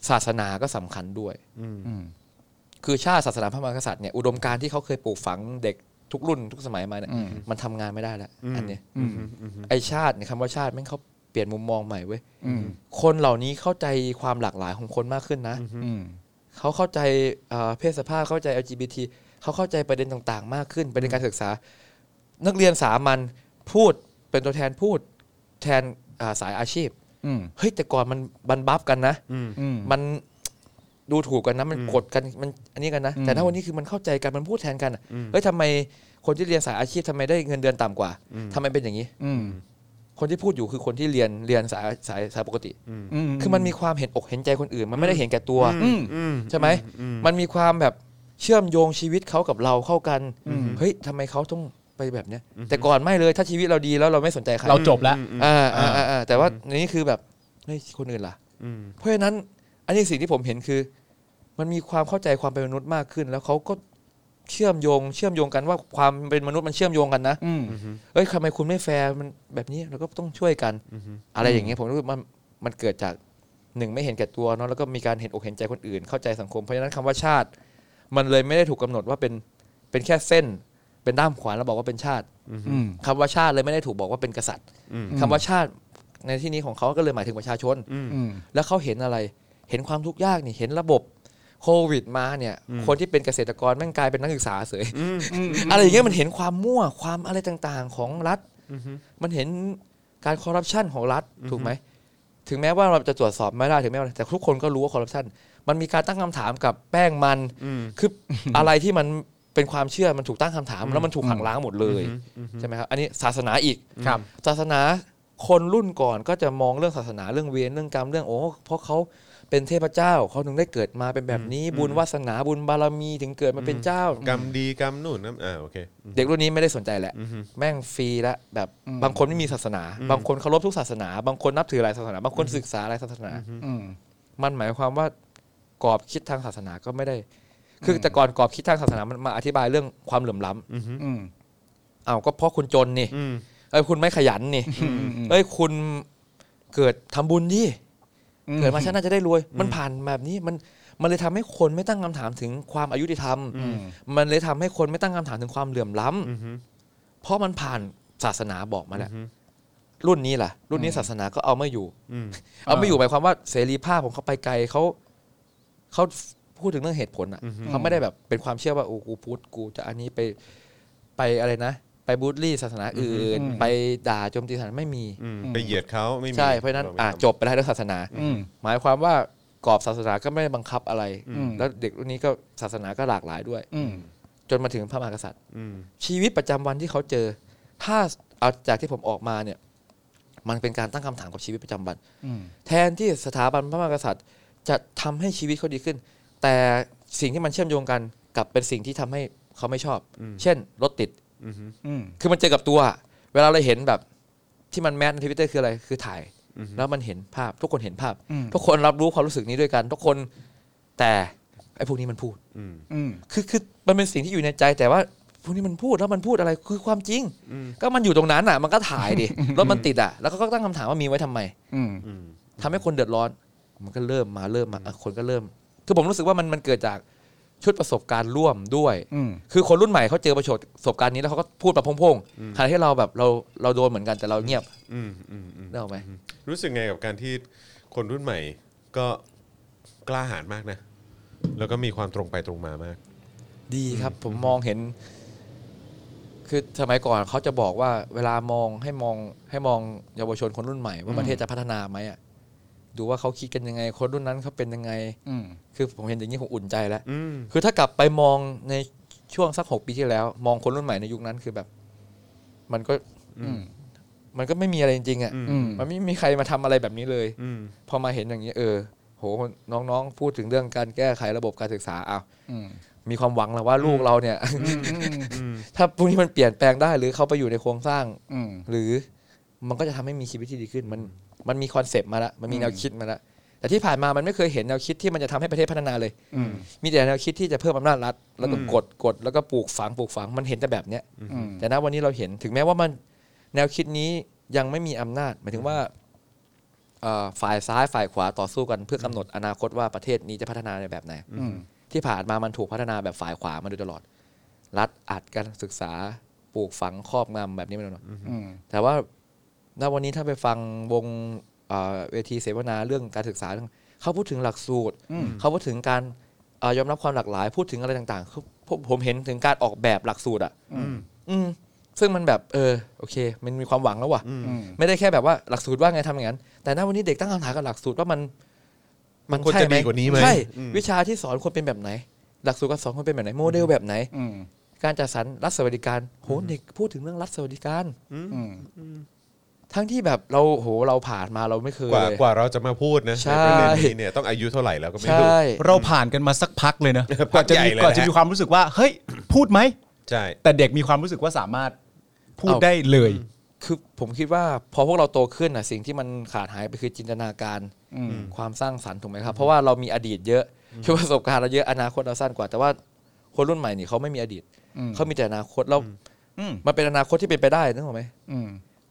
[SPEAKER 4] ศาสนาก็สำคัญด้วย
[SPEAKER 2] อืม
[SPEAKER 3] อืม
[SPEAKER 4] คือชาติศาสนาพระมหากษัตริย์เนี่ยอุดมการณ์ที่เขาเคยปลูกฝังเด็กทุกรุ่นทุกสมัยมาเนี่ย
[SPEAKER 3] อืม
[SPEAKER 4] มันทำงานไม่ได้แล้วอันเนี้ย
[SPEAKER 3] อืม
[SPEAKER 4] ไอชาติเนี่ยคำว่าชาติแม่งเขาเปลี่ยนมุมมองใหม่เว้ย
[SPEAKER 3] อืม
[SPEAKER 4] คนเหล่านี้เข้าใจความหลากหลายของคนมากขึ้นนะ
[SPEAKER 3] อืม
[SPEAKER 4] เขาเข้าใจเอ่อเพศสภาพเข้าใจ LGBT เขาเข้าใจประเด็นต่างๆ มากขึ้นประเด็นการศึกษา นักเรียนสามัญพูดเป็นตัวแทนพูดแทนอ่าสายอาชีพ
[SPEAKER 3] อืม
[SPEAKER 4] เฮ้ยแต่ก่อนมันบันบัฟกันนะ
[SPEAKER 3] อืม
[SPEAKER 4] มันดูถูกกันนะมันกดกันมันอันนี้กันนะ
[SPEAKER 3] อืม
[SPEAKER 4] แต่ถ้าวันนี้คือมันเข้าใจกันมันพูดแทนกันอะเฮ้ยทำไมคนที่เรียนสายอาชีพทำไมได้เงินเดือนต่ำกว่าทำไมเป็นอย่างนี้
[SPEAKER 3] อืม
[SPEAKER 4] คนที่พูดอยู่คือคนที่เรียนเรียนสายสายสายปกติ
[SPEAKER 3] อืม
[SPEAKER 4] คือมันมีความเห็นอกเห็นใจคนอื่น มันไม่ได้เห็นแก่ตัว
[SPEAKER 3] อืม
[SPEAKER 2] อืม
[SPEAKER 4] ใช่ไหม มันมีความแบบเชื่อมโยงชีวิตเขากับเราเข้ากัน เฮ้ยทำไมเขาต้องไปแบบเนี้ย แต่ก่อนไม่เลยถ้าชีวิตเราดีแล้วเราไม่สนใจใคร
[SPEAKER 3] เราจบแล้ว
[SPEAKER 4] อ่าอ่าอ่าอ่าแต่ว่าในนี้คือแบบเฮ้ยคนอื่นล่ะ เพราะฉะนั้นอันนี้สิ่งที่ผมเห็นคือ มันมีความเข้าใจความเป็นมนุษย์มากขึ้น แล้วเขาก็เชื่อมโยง เชื่อมโยงกันว่าความเป็นมนุษย์มันเชื่อมโยงกันนะ
[SPEAKER 3] อืม
[SPEAKER 4] เอ้ยทำไมคุณไม่แฟร์มันแบบนี้เราก็ต้องช่วยกัน อะไรอย่างเงี้ยผมรู้สึกว่ามันเกิดจากหนึ่งไม่เห็นแก่ตัวเนาะแล้วก็มีการเห็นอกเห็นใจคนอื่น เข้าใจสังคมเพราะฉะนั้นคำว่าชาติ มันเลยไม่ได้ถูกกำหนดว่าเป็นเป็นแค่เส้น เป็นด้ามขวานแล้วบอกว่าเป็นชาติ
[SPEAKER 3] อืม
[SPEAKER 4] คำว่าชาติเลยไม่ได้ถูกบอกว่าเป็นกษัตริย์
[SPEAKER 2] อืม
[SPEAKER 4] คำว่าชาติในที่นี้ของเขาก็เลยหมายถึงประชาชน
[SPEAKER 3] อืม
[SPEAKER 4] แล้วเขาเห็นอะไร เห็นความทุกข์ยากนี่เห็นระบบโควิดมาเนี่ย คนที่เป็นเกษตรกรแม่งกลายเป็นนักศึกษาเสย อะไรอย่างเงี้ยมันเห็นความมั่วความอะไรต่างๆของรัฐ มันเห็นการคอร์รัปชันของรัฐถูกไหม ถึงแม้ว่าเราจะตรวจสอบไม่ได้ถึงแม้ว่าแต่ทุกคนก็รู้ว่าคอร์รัปชันมันมีการตั้งคำถามกับแป้งมัน คืออะไรที่มันเป็นความเชื่อมันถูกตั้งคำถาม แล้วมันถูกหักล้างหมดเลยใช่ไหมครับอันนี้ศาสนาอีก
[SPEAKER 3] ครับ
[SPEAKER 4] ศาสนาคนรุ่นก่อนก็จะมองเรื่องศาสนาเรื่องเวรเรื่องกรรมเรื่องโอ้เพราะเขาเป็นเทพเจ้าเขาถึงได้เกิดมาเป็นแบบนี้ บุญวาสนาบุญบารมีถึงเกิดมาเป็นเจ้า
[SPEAKER 2] กรรมดีกรรมนู่นนั่นอ่าโอเค
[SPEAKER 4] เด็กรุ่นนี้ไม่ได้สนใจแหละ แม่งฟรีละแบบบางคนไม่มีศาสนา บางคนเคารพทุกศาสนา บางคนนับถือหลายศาสนา บางคนศึกษาหลายศาสนา
[SPEAKER 3] อืม
[SPEAKER 4] มันหมายความว่ากรอบคิดทางศาสนาก็ไม่ได้ คือแต่ก่อนกรอบคิดทางศาสนามันมาอธิบายเรื่องความเหลื่อมล้ำ
[SPEAKER 3] อืม
[SPEAKER 4] อ้าวก็เพราะคุณจนนี่
[SPEAKER 2] อืม
[SPEAKER 4] เอ้ยคุณไม่ขยันนี่เอ้ยคุณเกิดทำบุญดิเกิดมาฉันน่าจะได้รวย มันผ่านแบบนี้มันมันเลยทำให้คนไม่ตั้งคำถามถึงความอายุติธรรม
[SPEAKER 3] อืม
[SPEAKER 4] มันเลยทำให้คนไม่ตั้งคำถามถึงความเหลื่อมล้ำ เพราะมันผ่านศาสนาบอกมาแล้ว รุ่นนี้ล่ะ รุ่นนี้ศาสนาก็เอาไม่อยู่
[SPEAKER 2] อืม
[SPEAKER 4] เอาไม่อยู่หมายความว่าเสรีภาพของเขาไปไกลเขาเขา พูดถึงเรื่องเหตุผลอ่ะเขาไม่ได้แบบเป็นความเชื่อว่าโอ้กูพูดกูจะอันนี้ไปไปอะไรนะ ไปบูลลี่ศาสนาอื่น
[SPEAKER 3] อืม
[SPEAKER 4] ไปด่าโจมตีศาสนาไม่มี
[SPEAKER 2] อืมไปเหยียดเขาไม่มี
[SPEAKER 4] ใช่เพราะฉะนั้นอ่ะจบไปได้เรื่องศาสนา
[SPEAKER 3] อืม
[SPEAKER 4] หมายความว่ากรอบศาสนาก็ไม่ได้บังคับอะไร
[SPEAKER 3] อืม
[SPEAKER 4] แล้วเด็กรุ่นนี้ก็ศาสนาก็หลากหลายด้วย
[SPEAKER 3] อืม
[SPEAKER 4] จนมาถึงพระมหากษัตริย์
[SPEAKER 2] อืม
[SPEAKER 4] ชีวิตประจำวันที่เขาเจอ ถ้าเอาจากที่ผมออกมาเนี่ย มันเป็นการตั้งคำถามกับชีวิตประจำวัน
[SPEAKER 3] อืม
[SPEAKER 4] แทนที่สถาบันพระมหากษัตริย์ จะทำให้ชีวิตเขาดีขึ้น แต่สิ่งที่มันเชื่อมโยงกันกลับเป็นสิ่งที่ทำให้เขาไม่ชอบ เช่นรถติด
[SPEAKER 2] อืม
[SPEAKER 3] อืม
[SPEAKER 4] คือมันเจอกับตัว เวลาเราเห็นแบบที่มันแมสในทวิตเตอร์คืออะไร คือถ่าย แล้วมันเห็นภาพ ทุกคนเห็นภาพ
[SPEAKER 3] อืม
[SPEAKER 4] ทุกคนรับรู้ความรู้สึกนี้ด้วยกัน ทุกคนแต่ไอ้พวกนี้มันพูด
[SPEAKER 2] อืม
[SPEAKER 3] อืม
[SPEAKER 4] คือคือมันเป็นสิ่งที่อยู่ในใจแต่ว่าพวกนี้มันพูดแล้วมันพูดอะไรคือความจริง
[SPEAKER 2] อืม
[SPEAKER 4] ก็มันอยู่ตรงนั้นอ่ะ มันก็ถ่ายดิ รถมันติดอ่ะ แล้วก็ตั้งคำถามว่ามีไว้ทำไม
[SPEAKER 3] อืม
[SPEAKER 2] อืม
[SPEAKER 4] ทำให้คนเดือดร้อน มันก็เริ่มมาเริ่มมาอ่ะคนก็เริ่ม คือผมรู้สึกว่ามันมันเกิดจากชุดประสบการณ์ร่วมด้วย
[SPEAKER 3] อืม
[SPEAKER 4] คือคนรุ่นใหม่เขาเจอประสบประสบการณ์นี้แล้วเขาก็พูดแบบโพ่งๆขณะที่เราแบบเราเราโดนเหมือนกันแต่เราเงียบ
[SPEAKER 2] อืมอืมอืม
[SPEAKER 4] ได้ไหม
[SPEAKER 2] รู้สึกไงกับการที่คนรุ่นใหม่ก็กล้าหาญมากนะ แล้วก็มีความตรงไปตรงมามาก
[SPEAKER 4] ดีครับ ผมมองเห็น คือสมัยก่อนเขาจะบอกว่าเวลามองให้มองให้มองเยาวชนคนรุ่นใหม่ ว่าประเทศจะพัฒนาไหมอ่ะดูว่าเขาคิดกันยังไง คนรุ่นนั้นเขาเป็นยังไง
[SPEAKER 3] อืม
[SPEAKER 4] คือผมเห็นอย่างนี้ผมอุ่นใจแล้ว
[SPEAKER 2] อืม
[SPEAKER 4] คือถ้ากลับไปมองในช่วงสักหกปีที่แล้ว มองคนรุ่นใหม่ในยุคนั้นคือแบบ มันก็
[SPEAKER 3] อืม
[SPEAKER 4] มันก็ไม่มีอะไรจริงๆอ่ะ
[SPEAKER 3] อืม
[SPEAKER 4] มันไม่มีใครมาทำอะไรแบบนี้เลย
[SPEAKER 2] อืม
[SPEAKER 4] พอมาเห็นอย่างนี้เออโหน้องๆ พูดถึงเรื่องการแก้ไขระบบการศึกษาอ้าว
[SPEAKER 3] อืม
[SPEAKER 4] มีความหวังแล้วว่าลูกเราเนี่ย ถ้าพวกนี้มันเปลี่ยนแปลงได้หรือเขาไปอยู่ในโครงสร้าง
[SPEAKER 3] อืม
[SPEAKER 4] หรือมันก็จะทำให้มีชีวิตที่ดีขึ้น มันมันมีคอนเซปต์มาละมันมี
[SPEAKER 3] อืม
[SPEAKER 4] แนวคิดมาละแต่ที่ผ่านมามันไม่เคยเห็นแนวคิดที่มันจะทำให้ประเทศพัฒนาเลย
[SPEAKER 3] อืม
[SPEAKER 4] มีแต่แนวคิดที่จะเพิ่มอำนาจรัฐแล้วก็กดกดแล้วก็ปลูกฝังปลูกฝังมันเห็นแต่แบบเนี้ย
[SPEAKER 3] อืม
[SPEAKER 4] แต่ณวันนี้เราเห็นถึงแม้ว่ามันแนวคิดนี้ยังไม่มีอำนาจ หมายถึงว่าเอ่อฝ่ายซ้ายฝ่ายขวาต่อสู้กันเพื่อกำหนดอนาคตว่าประเทศนี้จะพัฒนาในแบบไหน
[SPEAKER 3] อืม
[SPEAKER 4] ที่ผ่านมามันถูกพัฒนาแบบฝ่ายขวามาโดยตลอด รัฐอัดการศึกษาปลูกฝังครอบงำแบบนี้มาโดยตลอด
[SPEAKER 3] อืม
[SPEAKER 4] แต่ว่าณวันนี้ถ้าไปฟังวงเอ่อเวทีเสวนาเรื่องการศึกษาเรื่องเขาพูดถึงหลักสูตร
[SPEAKER 3] อืม
[SPEAKER 4] เขาพูดถึงการเอ่อยอมรับความหลากหลาย พูดถึงอะไรต่างๆคือผมผมเห็นถึงการออกแบบหลักสูตรอ่ะ
[SPEAKER 2] อืม
[SPEAKER 4] อืมซึ่งมันแบบเออโอเค มันมีความหวังแล้วว่ะ
[SPEAKER 3] อืม
[SPEAKER 4] ไม่ได้แค่แบบว่าหลักสูตรว่าไงทำอย่างนั้นแต่ณวันนี้เด็กตั้งคำถามกับหลักสูตรว่ามัน
[SPEAKER 2] มันควรจะ
[SPEAKER 4] ใช่ไห
[SPEAKER 2] ดีกว่านี้ไหม
[SPEAKER 4] ใช่
[SPEAKER 2] อืม
[SPEAKER 4] วิชาที่สอนควรเป็นแบบไหน หลักสูตรการสอนควรเป็นแบบไหนโมเดลแบบไหน
[SPEAKER 3] อืม
[SPEAKER 4] การจัดสรรรัฐสวัสดิการโหเด็กพูดถึงเรื่องรัฐสวัสดิการ
[SPEAKER 3] อืม
[SPEAKER 4] ทั้งที่แบบเราโหเราผ่านมาเราไม่เคย
[SPEAKER 2] กว่า
[SPEAKER 4] เลย
[SPEAKER 2] กว่าเราจะมาพูดนะ
[SPEAKER 4] ใช่
[SPEAKER 2] ในประเด็นนี้เนี่ยต้องอายุเท่าไหร่แล้วก็ไม่รู้
[SPEAKER 4] ใช่
[SPEAKER 3] เราผ่านกันมาสักพักเลยนะ
[SPEAKER 2] พั
[SPEAKER 3] กว่ากจะ
[SPEAKER 2] ใหญ่
[SPEAKER 3] มี
[SPEAKER 2] เลยนะ
[SPEAKER 3] กว่าจะมีความรู้สึกว่า เฮ้ย พูดไหม
[SPEAKER 2] ใช่
[SPEAKER 3] แต่เด็กมีความรู้สึกว่าสามารถพูด
[SPEAKER 4] เอ้า
[SPEAKER 3] ได้เลย
[SPEAKER 4] คือผมคิดว่าพอพวกเราโตขึ้นอ่ะสิ่งที่มันขาดหายไปคือจินตนาการ
[SPEAKER 3] อืม
[SPEAKER 4] ความสร้างสรรค์ถูกไหมครับ เพราะว่าเรามีอดีตเยอะคือประสบการณ์เราเยอะอนาคตเราสั้นกว่า แต่ว่าคนรุ่นใหม่นี่เขาไม่มีอดีต
[SPEAKER 3] อืม
[SPEAKER 4] เขามีแต่อนาคตแล้ว
[SPEAKER 3] อืม
[SPEAKER 4] มันเป็นอนาคตที่เป็นไปได้นึกออกไหม
[SPEAKER 3] อืม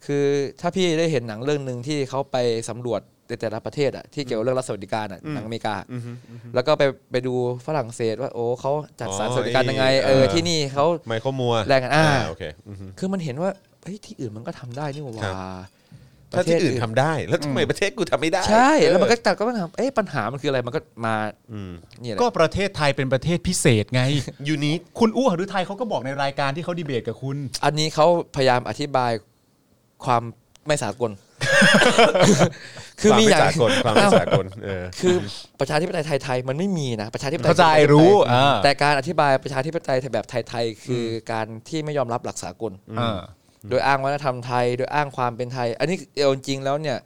[SPEAKER 4] คือถ้าพี่ได้เห็นหนังเรื่องหนึ่งที่เขาไปสำรวจในแต่ละประเทศอะที่เกี่ยวกับเรื่องรัฐสวัสดิการอะหนังอเมริกา
[SPEAKER 2] อือฮึอือฮึ
[SPEAKER 4] แล้วก็ไปไปดูฝรั่งเศสว่าโอ้เขาจัดสรร
[SPEAKER 2] อ๋อ
[SPEAKER 4] สวัสดิการยังไง
[SPEAKER 2] ไอ้
[SPEAKER 4] เออ
[SPEAKER 2] เออ
[SPEAKER 4] ที่นี่เขา
[SPEAKER 2] ไมเคิลมัว
[SPEAKER 4] แรงกันอ่า
[SPEAKER 2] โอเคอือฮึ
[SPEAKER 4] คือมันเห็นว่าเฮ้ยที่อื่นมันก็ทำได้นี่
[SPEAKER 2] ค
[SPEAKER 4] ห
[SPEAKER 2] รั
[SPEAKER 4] ว่า
[SPEAKER 2] บ
[SPEAKER 4] ป
[SPEAKER 2] ถ้า
[SPEAKER 4] ระเท
[SPEAKER 2] ที่
[SPEAKER 4] ศ
[SPEAKER 2] อื่นทำได้แล้วทำไมประเทศกูทำไม่ได้
[SPEAKER 4] ใช่แล้วมันก็
[SPEAKER 2] เออ
[SPEAKER 4] แต่ก็มันถามเอ๊ะปัญหามันคืออะไรมันก็มา
[SPEAKER 2] อืม
[SPEAKER 4] เนี่ยแหละ
[SPEAKER 3] ก็ประเทศไทยเป็นประเทศพิเศษ ไง
[SPEAKER 2] ยูนิค
[SPEAKER 3] คุณอู้หฤทัยเขาก็บอกในรายการที่เขาดีเบตกับคุณ
[SPEAKER 4] อันนี้เขาพยายามอธิบายความไม่สากล คือมีอย่าง
[SPEAKER 2] ความ ไม่สากลความไม่สากลเออ
[SPEAKER 4] คือประชาธิปไตยไทยๆมันไม่มีนะประชาธิปไตย
[SPEAKER 3] เข้าใจรู้อ่า
[SPEAKER 4] แต่การอธิบายประชาธิปไตยแบบไทยๆคือการที่ไม่ยอมรับหลักสากล
[SPEAKER 3] อ่า
[SPEAKER 4] โดยอ้างวัฒนธรรมไทย โดยอ้างความเป็นไทย อันนี้เอาจริงๆแล้วเนี่ย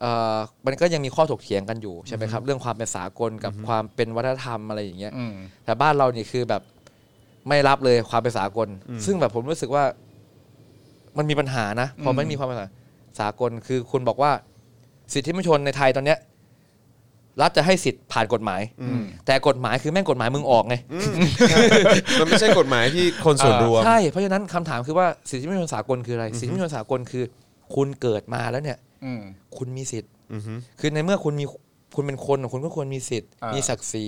[SPEAKER 4] เอ่อมันก็ยังมีข้อถกเถียงกันอยู่ใช่ไหมครับ เรื่องความเป็นสากลกับความเป็นวัฒนธรรมอะไรอย่างเงี้ย
[SPEAKER 3] อืม
[SPEAKER 4] แต่บ้านเรานี่คือแบบไม่รับเลยความเป็นสากล ซึ่งแบบผมรู้สึกว่ามันมีปัญหานะพอไม่มีความเป็นสากลคือคุณบอกว่า สิทธิมนุษยชนในไทยตอนเนี้ยรัฐจะให้สิทธิ์ผ่านกฎหมาย
[SPEAKER 3] อืม
[SPEAKER 4] แต่กฎหมายคือแม่งกฎหมายมึงออกไง
[SPEAKER 2] มันไม่ใช่กฎหมายที่คนส่วนรวม
[SPEAKER 4] ใช่เพราะฉะนั้นคำถามคือว่าสิทธิมนุษยชนสากลคืออะไร สิทธิมนุษยชนสากลคือ คุณเกิดมาแล้วเนี่ย
[SPEAKER 3] อืม
[SPEAKER 4] คุณมีสิทธิ์
[SPEAKER 2] อือฮึ
[SPEAKER 4] คือในเมื่อคุณมีคุณเป็นคนคุณก็ควรมีสิทธิ์
[SPEAKER 3] อ่ามี
[SPEAKER 4] มีศักดิ์ศรี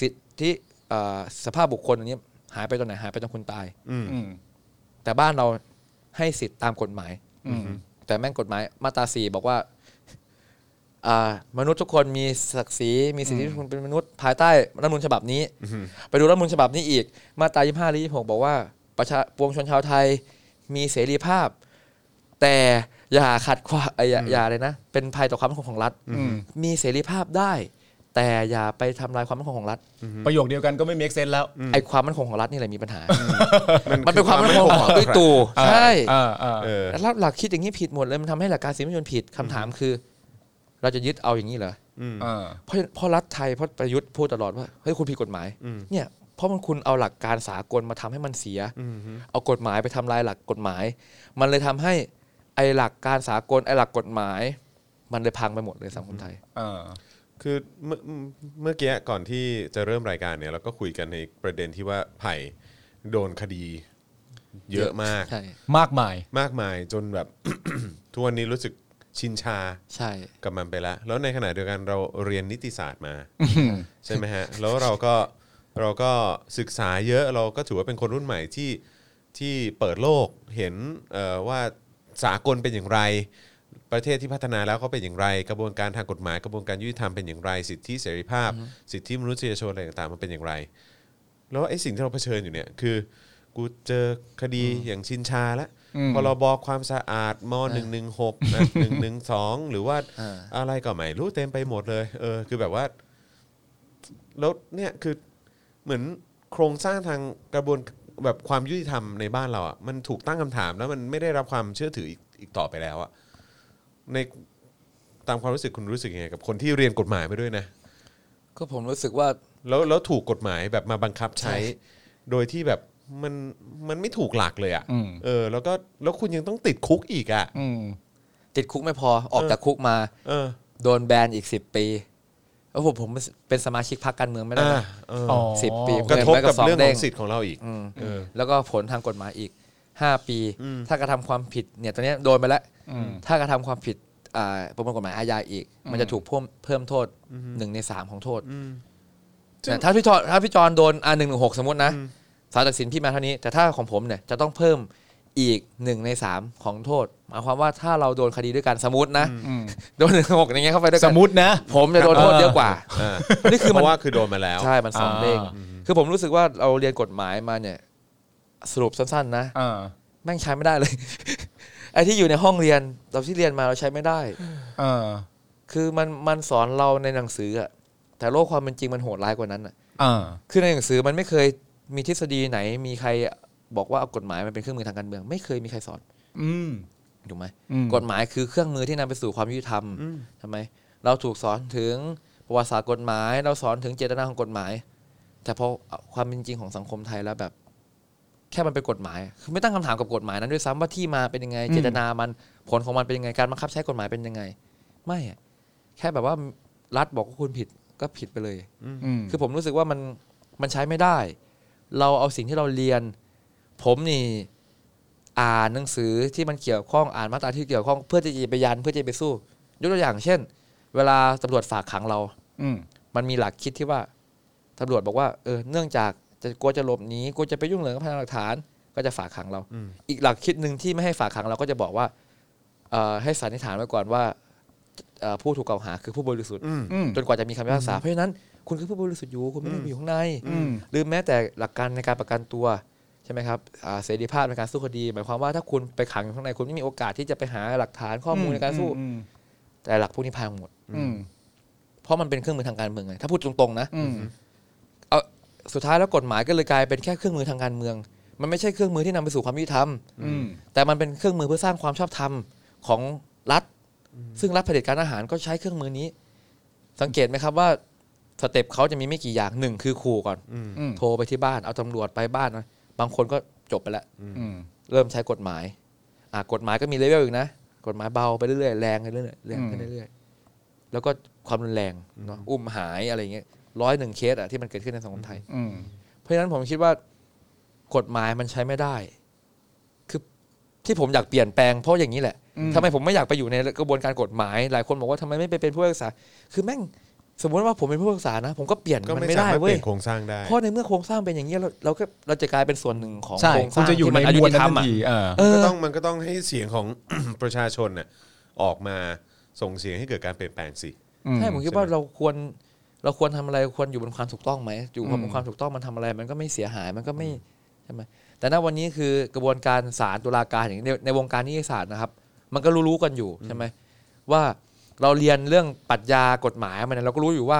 [SPEAKER 4] สิทธิเอ่อสภาพบุคคลอันนี้หายไปตอนไหนหายไปตอนคุณตาย
[SPEAKER 3] อืม
[SPEAKER 4] แต่บ้านเราให้สิทธิ์ตามกฎหมาย
[SPEAKER 3] อืม
[SPEAKER 4] แต่แม่งกฎหมายมาตราสี่บอกว่า อ่ามนุษย์ทุกคนมีศักดิ์ศรีมีสิทธิที่คุณเป็นมนุษย์ภายใต้รัฐธรรมนูญฉบับนี้ ไปดูรัฐธรรมนูญฉบับนี้อีก มาตรา25หรือ26บอกว่าประชาปวงชนชาวไทยมีเสรีภาพ แต่อย่าขัดขวางเอ่ออย่าอย่าเลยนะ เป็นภัยต่อความมั่นคงของรัฐ มีเสรีภาพได้ แต่อย่าไปทำลายความมั่นคงของรัฐ
[SPEAKER 3] ประโยคเดียวกันก็ไม่เมคเซนแล้ว
[SPEAKER 4] ไอ้ความมั่นคงของรัฐนี่แหละมีปัญหา
[SPEAKER 2] มั
[SPEAKER 4] มัน น
[SPEAKER 2] เป็
[SPEAKER 4] เป็น นค
[SPEAKER 2] คาว
[SPEAKER 4] วาม ม
[SPEAKER 2] มั่
[SPEAKER 4] มั่
[SPEAKER 2] นค
[SPEAKER 4] นค
[SPEAKER 2] งข
[SPEAKER 4] งข
[SPEAKER 2] อรั
[SPEAKER 4] อง ง
[SPEAKER 2] ฐ
[SPEAKER 4] ด้วยตู่ใช่
[SPEAKER 3] เออเออ
[SPEAKER 2] เออ
[SPEAKER 4] แล้วหลักคิดอย่างนี้ผิดหมดเลยมันทำให้หลักการสิทธิมนุษยชนผิดคำถามคือ เราจะยึดเอาอย่างนี้เหรอ
[SPEAKER 3] เออ
[SPEAKER 4] เพราะเพราะรัฐไทยเพราะประยุทธ์พูดตลอดว่าเฮ้ยคุณผิดกฎหมายเนี่ยเพราะมันคุณเอาหลักการสากลมาทำให้มันเสีย เอากฎหมายไปทำลายหลักกฎหมาย มันเลยทำให้ไอ้หลักการสากลไอ้หลักกฎหมาย มันเลยพังไปหมดเลยสังคมไทย
[SPEAKER 3] เออ
[SPEAKER 2] คือเมื่อเมื่อกี้ก่อนที่จะเริ่มรายการเนี่ยเราก็คุยกันในประเด็นที่ว่าไผ่โดนคดี เยอะมาก
[SPEAKER 4] ใช่
[SPEAKER 3] มากมาย
[SPEAKER 2] มากมายจนแบบ ทุกวันนี้รู้สึกชินชา
[SPEAKER 4] ใช่
[SPEAKER 2] กับมันไปแล้ว แล้วในขณะเดียวกันเราเรียนนิติศาสตร์มา ใช่ไหมฮะ แล้วเราก็เราก็ศึกษาเยอะเราก็ถือว่าเป็นคนรุ่นใหม่ที่ที่เปิดโลกเห็นเอ่อว่าสากลเป็นอย่างไร ประเทศที่พัฒนาแล้วก็เป็นอย่างไร กระบวนการทางกฎหมาย กระบวนการยุติธรรมเป็นอย่างไร สิทธิเสรีภาพ สิทธิมนุษยชนอะไรต่างๆมันเป็นอย่างไร แล้วไอ้สิ่งที่เราเผชิญอยู่เนี่ยคือ กูเจอคดีอย่างชินชาแล้ว
[SPEAKER 3] อืม
[SPEAKER 2] พรบความสะอาดม .116 นะ112 หรือว่าอะไรก็ไม่รู้เต็มไปหมดเลยเออคือแบบว่า แล้วเนี่ยคือเหมือนโครงสร้างทางกระบวนแบบความยุติธรรมในบ้านเราอะ่ะมันถูกตั้งคำถามแล้วมันไม่ได้รับความเชื่อถืออีกอีกต่อไปแล้วอะ่ะในตามความรู้สึกคุณรู้สึกยังไงกับคนที่เรียนกฎหมายไปด้วยนะ
[SPEAKER 4] ก็ผมรู้สึกว่า
[SPEAKER 2] แล้วแล้วถูกกฎหมายแบบมาบังคับใช้
[SPEAKER 4] ใช่
[SPEAKER 2] โดยที่แบบมันมันไม่ถูกหลักเลยอะ่ะ
[SPEAKER 3] อืม
[SPEAKER 2] เออ แล้วก็แล้วคุณยังต้องติดคุกอีกอะ่ะ
[SPEAKER 3] อืม
[SPEAKER 4] ติดคุกไม่พอออกจากคุกมา
[SPEAKER 2] เออ
[SPEAKER 4] โดนแบนอีกสิบปีแล้วผมผมเป็นสมาชิกพรรคการเมืองไม่ได้
[SPEAKER 2] อ่า
[SPEAKER 4] นะ
[SPEAKER 2] เออ
[SPEAKER 3] อ๋อ
[SPEAKER 4] สิบปี
[SPEAKER 2] กระทบกับ
[SPEAKER 4] งินไว้ส
[SPEAKER 2] เรื่อง
[SPEAKER 4] ด้
[SPEAKER 2] ของสิทธิ์ของเราอีก
[SPEAKER 4] อืม
[SPEAKER 2] เออ
[SPEAKER 4] แล้วก็ผลทางกฎหมายอีก 5 ปี ถ้ากระทำความผิดเนี่ยตอนเนี้ยโดนไปแล้ว ถ้ากระทำความผิดอ่าประมวลกฎหมายอาญาอีก มันจะถูกเพิ่มเพิ่มโทษหนึ่งในสามของโทษแต่ถ้าพี่จอนถ้าพี่จอนโดนอ่าหนึ่งหนึ่งหกสมมตินะศาลตัดสินพี่มาเท่านี้ แต่ถ้าของผมเนี่ยจะต้องเพิ่มอีกหนึ่งในสามของโทษหมายความว่าถ้าเราโดนคดีด้วยกันสมมตินะ
[SPEAKER 3] อืม
[SPEAKER 4] โดนหนึ่งหกอย่างเงี้ยเข้าไปด้วย
[SPEAKER 3] ส
[SPEAKER 4] กั
[SPEAKER 3] ม
[SPEAKER 4] น
[SPEAKER 3] มตินะ
[SPEAKER 4] ผมจะโดนโทษเยอะกว่า
[SPEAKER 2] อ่า
[SPEAKER 4] นี่คือ
[SPEAKER 2] เพ
[SPEAKER 4] มัน
[SPEAKER 2] ราะว่าคือโดนมาแล้ว
[SPEAKER 4] ใช่ มันสอง
[SPEAKER 3] อ่า
[SPEAKER 4] เด้งคือผมรู้สึกว่าเราเรียนกฎหมายมาเนี่ย สรุปสั้นๆ นะ
[SPEAKER 3] เออ
[SPEAKER 4] แม่งใช้ไม่ได้เลย ไอ้ที่อยู่ในห้องเรียนเราที่เรียนมาเราใช้ไม่ได้
[SPEAKER 3] เออ
[SPEAKER 4] คือมันมันสอนเราในหนังสืออะแต่โลกความเป็นจริงมันโหดร้ายกว่านั้นอะ
[SPEAKER 3] เออ
[SPEAKER 4] คือในหนังสือมันไม่เคยมีทฤษฎีไหน มีใครบอกว่าเอากฎหมายมันเป็นเครื่องมือทางการเมือง ไม่เคยมีใครสอน
[SPEAKER 3] อืม
[SPEAKER 4] ถูกไหม
[SPEAKER 3] อืม
[SPEAKER 4] กฎหมายคือเครื่องมือที่นำไปสู่ความยุติธรรมทำไม เราถูกสอนถึงประวัติศาสตร์กฎหมาย เราสอนถึงเจตนาของกฎหมาย แต่พอความเป็นจริงของสังคมไทยแล้วแบบ แค่มันเป็นกฎหมาย คือไม่ตั้งคำถามกับกฎหมายนั้นด้วยซ้ำว่าที่มาเป็นยังไง เจตนามันผลของมันเป็นยังไงการบังคับใช้กฎหมายเป็นยังไง ไม่อะแค่แบบว่ารัฐบอกว่าคุณผิดก็ผิดไปเลย
[SPEAKER 3] อืม
[SPEAKER 4] คือผมรู้สึกว่ามันมันใช้ไม่ได้ เราเอาสิ่งที่เราเรียน ผมนี่อ่านหนังสือที่มันเกี่ยวข้องอ่านมาตราที่เกี่ยวข้องเพื่อจะไปยันเพื่อจะไปสู้ ยกตัวอย่างเช่น เวลาตำรวจฝากขังเรา
[SPEAKER 3] อืม
[SPEAKER 4] มันมีหลักคิดที่ว่าตำรวจบอกว่าเออเนื่องจากจะกลัวจะหลบหนีกลัวจะไปยุ่งเหยิงกับพยานหลักฐาน ก็จะฝากขังเรา
[SPEAKER 2] อืม
[SPEAKER 4] อีกหลักคิดหนึ่งที่ไม่ให้ฝากขังเราก็จะบอกว่าเอ่อให้สันนิษฐานไว้ก่อนว่าเอ่อผู้ถูกกล่าวหาคือผู้บริสุทธิ์
[SPEAKER 2] อืม
[SPEAKER 3] อืม
[SPEAKER 4] จนกว่าจะมีคำพิพากษา เพราะฉะนั้นคุณคือผู้บริสุทธิ์อยู่คุณไม่ได้อยู่ข้างใน
[SPEAKER 3] อืม
[SPEAKER 4] หรือแม้แต่หลักการในการประกันตัวใช่ไหมครับอ่าเสรีภาพในการสู้คดี หมายความว่าถ้าคุณไปขังอยู่ข้างในคุณไม่มีโอกาสที่จะไปหาหลักฐานข้อมูลในการสู้
[SPEAKER 3] อืม
[SPEAKER 4] แต่หลักพวกนี้พังหมด
[SPEAKER 3] อืม
[SPEAKER 4] เพราะมันเป็นเครื่องมือทางการเมืองไงถ้าพูดตรงๆนะ
[SPEAKER 3] อืม
[SPEAKER 4] สุดท้ายแล้วกฎหมายก็เลยกลายเป็นแค่เครื่องมือทางการเมือง มันไม่ใช่เครื่องมือที่นำไปสู่ความยุติธรรม
[SPEAKER 3] อืม
[SPEAKER 4] แต่มันเป็นเครื่องมือเพื่อสร้างความชอบธรรมของรัฐ ซึ่งรัฐเผด็จการอาหารก็ใช้เครื่องมือนี้ สังเกตไหมครับว่าสเต็ปเขาจะมีไม่กี่อย่างหนึ่งคือขู่ก่อน
[SPEAKER 3] อืม
[SPEAKER 4] โทรไปที่บ้านเอาตำรวจไปบ้านนะบางคนก็จบไปแล้ว
[SPEAKER 3] อืม
[SPEAKER 4] เริ่มใช้กฎหมาย อ่ะกฎหมายก็มีเลเวลอีกนะ กฎหมายเบาไปเรื่อยๆ แรงไปเรื่อยๆแรงไปเรื่อยๆ แล้วก็ความรุนแรงเนาะ อุ้มหายอะไรอย่างเงี้ยร้อยหนึ่งเคสอะที่มันเกิดขึ้นในสังคมไทย
[SPEAKER 3] อืม
[SPEAKER 4] เพราะฉะนั้นผมคิดว่ากฎหมายมันใช้ไม่ได้ คือที่ผมอยากเปลี่ยนแปลงเพราะอย่างนี้แหละ
[SPEAKER 3] อืม
[SPEAKER 4] ทำไมผมไม่อยากไปอยู่ในกระบวนการกฎหมาย หลายคนบอกว่าทำไมไม่ไปเป็นผู้พิพากษา คือแม่งสมมติว่าผมเป็นผู้พิพากษานะ ผมก็เปลี่ยน
[SPEAKER 2] ก็
[SPEAKER 4] มัน
[SPEAKER 2] ไม่
[SPEAKER 4] ไม่
[SPEAKER 2] สามา
[SPEAKER 4] ได้
[SPEAKER 2] รถเป
[SPEAKER 4] เว้ย
[SPEAKER 2] ลี่ยนโครงสร้างได้
[SPEAKER 4] เพราะในเมื่อโครงสร้างเป็นอย่างนี้ยเราเราก็เราจะกลายเป็นส่วนหนึ่งของ
[SPEAKER 3] ใช่
[SPEAKER 4] โครงส
[SPEAKER 3] คุณ
[SPEAKER 4] ร้าง
[SPEAKER 3] จะอยู่ใน
[SPEAKER 4] ที่
[SPEAKER 3] มวล
[SPEAKER 4] ยุติ
[SPEAKER 3] นั้น
[SPEAKER 4] ธรร
[SPEAKER 3] ทัน
[SPEAKER 4] มอะ
[SPEAKER 3] ทีเออ
[SPEAKER 4] เอ
[SPEAKER 2] ก็
[SPEAKER 4] อ
[SPEAKER 2] ต้องมันก็ต้องให้เสียงของ ประชาชนน่ะออกมา ส่งเสียงให้เกิดการเปลี่ยนแปลงสิ
[SPEAKER 4] ใช่ผมคิด
[SPEAKER 2] ใช่ไหม
[SPEAKER 4] ว่าเราควรเราควรทำอะไรควรอยู่บนความถูกต้องไหมอยู่บ
[SPEAKER 3] อื
[SPEAKER 4] น
[SPEAKER 3] ม
[SPEAKER 4] ความถูกต้องมันทำอะไร มันก็ไม่เสียหายมันก็ไม่ใช่ไหมแต่ณวันนี้คือกระบวนการศาลตุลาการอย่างในในวงการนิติศาสตร์นะครับ มันก็รู้ๆกันอยู่ใช่ไหมว่าเราเรียนเรื่องปรัชญากฎหมายมันยเราก็รู้อยู่ว่า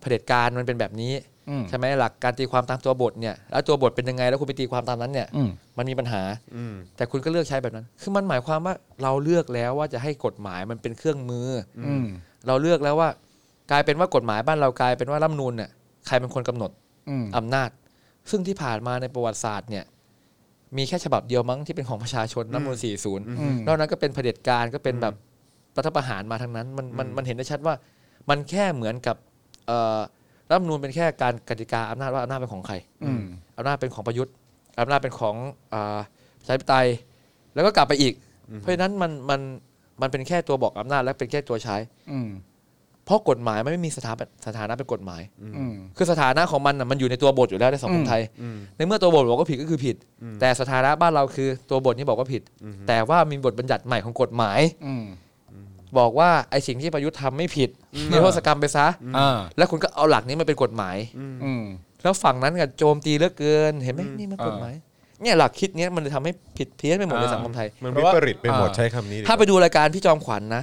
[SPEAKER 4] เผด็จการมันเป็นแบบนี้
[SPEAKER 3] อืม
[SPEAKER 4] ใช่ไหมหลักการตีความตามตัวบทเนี่ยแล้วตัวบทเป็นยังไงแล้วคุณไปตีความตามนั้นเนี่ย
[SPEAKER 3] อืม
[SPEAKER 4] มันมีปัญหา
[SPEAKER 2] อืม
[SPEAKER 4] แต่คุณก็เลือกใช้แบบนั้น คือมันหมายความว่าเราเลือกแล้วว่าจะให้กฎหมายมันเป็นเครื่องมืออ
[SPEAKER 3] อืม
[SPEAKER 4] เราเลือกแล้วว่ากลายเป็นว่ากฎหมายบ้านเรากลายเป็นว่ารัฐธรรมนูลเนี่ยใครเป็นคนกำหนด
[SPEAKER 3] อืม
[SPEAKER 4] อำนาจ ซึ่งที่ผ่านมาในประวัติศาสตร์เนี่ยมีแค่ฉบับเดียวมั้งที่เป็นของประชาชนรัฐธรรมนูล
[SPEAKER 2] อื
[SPEAKER 3] อืม
[SPEAKER 4] 40นอกนั้นก็เป็นเผด็จการก็เป็นแบบรัฐประหารมาทั้งนั้นมันมันมันเห็นได้ชัดว่ามันแค่เหมือนกับเอ่อรัฐธรรมนูลเป็นแค่การกติกาอำนาจว่าอำนาจเป็นของใคร
[SPEAKER 3] อืม
[SPEAKER 4] อำนาจเป็นของประยุทธ์อำนาจเป็นของอาประชาธิปไตย แล้วก็กลับไปอีก เพราะฉะนั้นมันมันมันเป็นแค่ตัวบอกอำนาจและเป็นแค่ตัวใช้
[SPEAKER 3] อืม
[SPEAKER 4] เพราะกฎหมายมันไม่มีสถาบันสถานะเป็นกฎหมาย
[SPEAKER 3] อืม
[SPEAKER 4] คือสถานะของมันน่ะมันอยู่ในตัวบทอยู่แล้วในสังค
[SPEAKER 3] อื
[SPEAKER 4] ม
[SPEAKER 3] ม
[SPEAKER 4] ไทย
[SPEAKER 2] อืม
[SPEAKER 4] ในเมื่อตัวบทบอกว่าผิดก็คือผิด แต่สถานะบ้านเราคือตัวบทนี้บอกว่าผิด แต่ว่ามีบทบัญญัติใหม่ของกฎหมาย
[SPEAKER 3] อืม
[SPEAKER 4] บอกว่าไอ้สิ่งที่ประยุทธ์ทำไม่ผิดนิรโทษกรรมไปซะ
[SPEAKER 3] อ่า
[SPEAKER 4] แล้วคุณก็เอาหลักนี้มาเป็นกฎหมาย
[SPEAKER 3] อืม
[SPEAKER 4] แล้วฝั่งนั้นก็โจมตีเหลือเกินเห็นไหมนี่มันกฎหมายเนี่ยหลักคิดเนี้ยมันเลยทำให้ผิดเพี้ยนไปหมดใน
[SPEAKER 3] อ่า
[SPEAKER 4] สังคมไทย
[SPEAKER 2] มันวิปริตไปหมด
[SPEAKER 3] เพราะว่า
[SPEAKER 2] ใช้คำนี้ดีกว่
[SPEAKER 4] ถ้าไปดูรายการพี่จอมขวัญนะ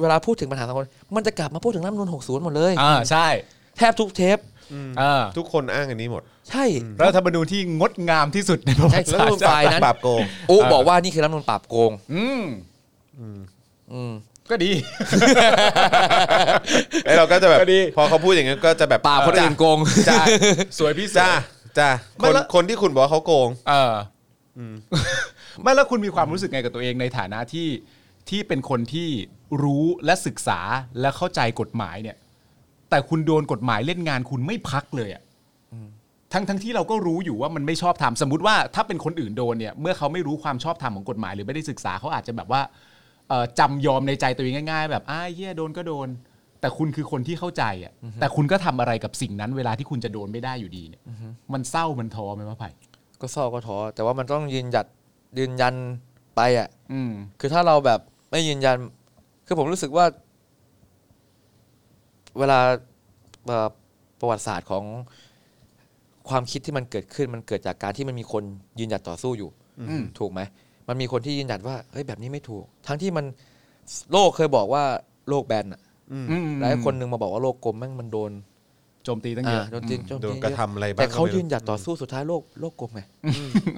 [SPEAKER 4] เวลาพูดถึงปัญหาสังคมมันจะกลับมาพูดถึงรัฐธรรมนูล60 หมดเลย
[SPEAKER 3] อ่าใช่
[SPEAKER 4] แทบทุกเทป
[SPEAKER 3] อ่า
[SPEAKER 2] ทุกคนอ้างอันนี้หมด
[SPEAKER 4] ใช่
[SPEAKER 3] รัฐธรรมนูญที่งดงามที่สุดในประวัติ
[SPEAKER 4] แล้
[SPEAKER 3] ศาว สต
[SPEAKER 4] มึ
[SPEAKER 3] ร์
[SPEAKER 4] งฝ่ายนั้น
[SPEAKER 2] ปราบโกง
[SPEAKER 4] อุบอกว่านี่คือรัฐธรรมนูลปราบโกง
[SPEAKER 3] อืม
[SPEAKER 4] อืม
[SPEAKER 3] ก็ดี
[SPEAKER 2] ไอ้เราก็จะแบบ
[SPEAKER 3] ก็ดี
[SPEAKER 2] พอเขาพูดอย่างนั้นก็จะแบบ
[SPEAKER 4] ปราบคนอื่นโกง
[SPEAKER 3] ใช่สวยพี่สว
[SPEAKER 2] จ้าย จ้า
[SPEAKER 3] ไม่
[SPEAKER 2] คน
[SPEAKER 3] ละ
[SPEAKER 2] คนที่คุณบอกว่าเขาโกง
[SPEAKER 3] เอออ ไม่แล้วคุณมีความรู้สึกไงกับตัวเองในฐานะที่ที่เป็นคนที่รู้และศึกษาและเข้าใจกฎหมายเนี่ย แต่คุณโดนกฎหมายเล่นงานคุณไม่พักเลยอะ่ะทั้งทั้งที่เราก็รู้อยู่ว่ามันไม่ชอบทำสมมติว่าถ้าเป็นคนอื่นโดนเนี่ย เมื่อเขาไม่รู้ความชอบธรรมของกฎหมายหรือไม่ได้ศึกษาเขาอาจจะแบบว่าเอ่อจำยอมในใจตัวเองง่าย ๆ แบบอ้ายเหี้ยโดนก็โดน แต่คุณคือคนที่เข้าใจอะ่ะแต่คุณก็ทำอะไรกับสิ่งนั้นเวลาที่คุณจะโดนไม่ได้อยู่ดีเนี่ย มันเศร้ามันท้อไหมวะไผ่
[SPEAKER 4] ก็เศร้าก็ท้อแต่ว่ามันต้องยืนหยัดยืนยันไปอ่ะ
[SPEAKER 3] อืม
[SPEAKER 4] คือถ้าเราแบบไม่ยืนยัน คือผมรู้สึกว่า เวลาเอ่อประวัติศาสตร์ของความคิดที่มันเกิดขึ้น มันเกิดจากการที่มันมีคนยืนหยัดต่อสู้อยู่
[SPEAKER 3] อืม
[SPEAKER 4] ถูกไหม มันมีคนที่ยืนหยัดว่าเฮ้ยแบบนี้ไม่ถูก ทั้งที่มันโลกเคยบอกว่าโลกแบนอะแล้วไอ้คนหนึงมาบอกว่าโลกกลมแม่งมันโดน
[SPEAKER 3] โจมตีตั้งเย
[SPEAKER 4] อ่า
[SPEAKER 3] อะ
[SPEAKER 4] โดนจริงโจม
[SPEAKER 2] โดน
[SPEAKER 4] ตี
[SPEAKER 2] กระทำอะไรบ้าง
[SPEAKER 4] แต่เขา
[SPEAKER 2] ก็ไม่รู้
[SPEAKER 4] ยืนหยัดต่อสู้สุดท้ายโลกโลกกลมไง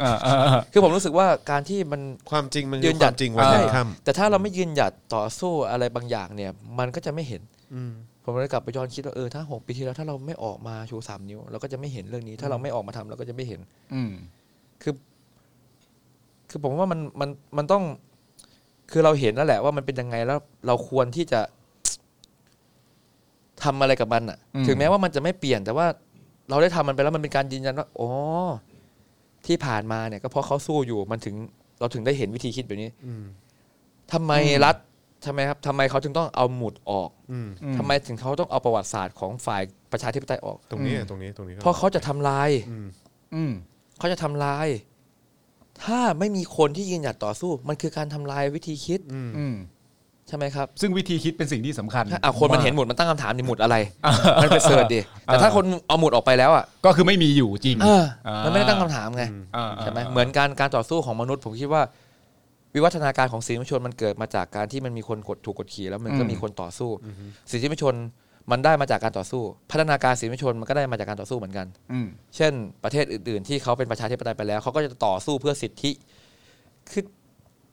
[SPEAKER 3] อ่าอ่าอ่า
[SPEAKER 4] คือผมรู้สึกว่าการที่มัน
[SPEAKER 2] ความจริงมัน
[SPEAKER 4] ยื
[SPEAKER 2] คือน ค
[SPEAKER 4] หยั
[SPEAKER 2] วา
[SPEAKER 4] ด
[SPEAKER 2] มจริงวัน
[SPEAKER 3] เออ
[SPEAKER 2] ยังค่
[SPEAKER 4] แต่ถ้าเราไม่ยืนหยัดต่อสู้อะไรบางอย่างเนี่ย มันก็จะไม่เห็น
[SPEAKER 2] ำอืม
[SPEAKER 4] ผมเลยกลับไปย้อนคิดว่าเออถ้าหกปีที่แล้วถ้าเราไม่ออกมาชูสามนิ้วเราก็จะไม่เห็นเรื่องนี้ ถ้าเราไม่อ อกมาทำเราก็จะไม่เห็น
[SPEAKER 3] อืม
[SPEAKER 4] คือ คือผมว่ามันมันมันต้อง คือเราเห็นแล้วแหละว่ามันเป็นยังไงแล้ว เราควรที่จะทำอะไรกับมันอ่ะ ถึงแม้ว่ามันจะไม่เปลี่ยน แต่ว่าเราได้ทำมันไปแล้วมันเป็นการยืนยันว่าอ๋อที่ผ่านมาเนี่ย ก็เพราะเขาสู้อยู่มันถึง เราถึงได้เห็นวิธีคิดแบบนี้
[SPEAKER 2] อืม
[SPEAKER 4] ทำไมรัฐทำไมครับทำไมเขาถึงต้องเอาหมุดออก
[SPEAKER 2] อืม
[SPEAKER 3] อื
[SPEAKER 4] ทำไมถึงเขาต้องเอาประวัติศาสตร์ของฝ่ายประชาธิปไตยออก
[SPEAKER 2] ตรงนี้ตรงนี้ตรงนี้
[SPEAKER 4] เพราะเขาจะทำลาย
[SPEAKER 2] อืม
[SPEAKER 3] อืม
[SPEAKER 4] เขาจะทำลาย ถ้าไม่มีคนที่ยืนหยัดต่อสู้ มันคือการทำลายวิธีคิด
[SPEAKER 2] อืม
[SPEAKER 3] อืม
[SPEAKER 4] ใช่ไหมครับ
[SPEAKER 3] ซึ่งวิธีคิดเป็นสิ่งที่สำคัญ
[SPEAKER 4] ถ้าอ่ะคนมันเห็นหมุดมันตั้งคำถามในหมุดอะไร มันไปเสิร์ชดิ แต่ถ้าคนเอาหมุดออกไปแล้วอ่ะ
[SPEAKER 3] ก็คือไม่มีอยู่จริง
[SPEAKER 4] เออมันไม่ได้ตั้งคำถามไง
[SPEAKER 3] อ่าา
[SPEAKER 4] ใช่ไหมเหมือนการการต่อสู้ของมนุษย์ ผมคิดว่า วิวัฒนาการของสีมวลชนมันเกิดมาจากการที่มันมีคนกดถูกกดขี่แล้วมันก็มีคนต่อสู้สีมวลชนมันได้มาจากการต่อสู้ พัฒนาการสีมวลชนมันก็ได้มาจากการต่อสู้เหมือนกัน
[SPEAKER 3] อืม
[SPEAKER 4] เช่น ประเทศอื่นๆ ที่เขาเป็นประชาธิปไตยไปแล้ว เขาก็จะต่อสู้เพื่อสิทธิ คือ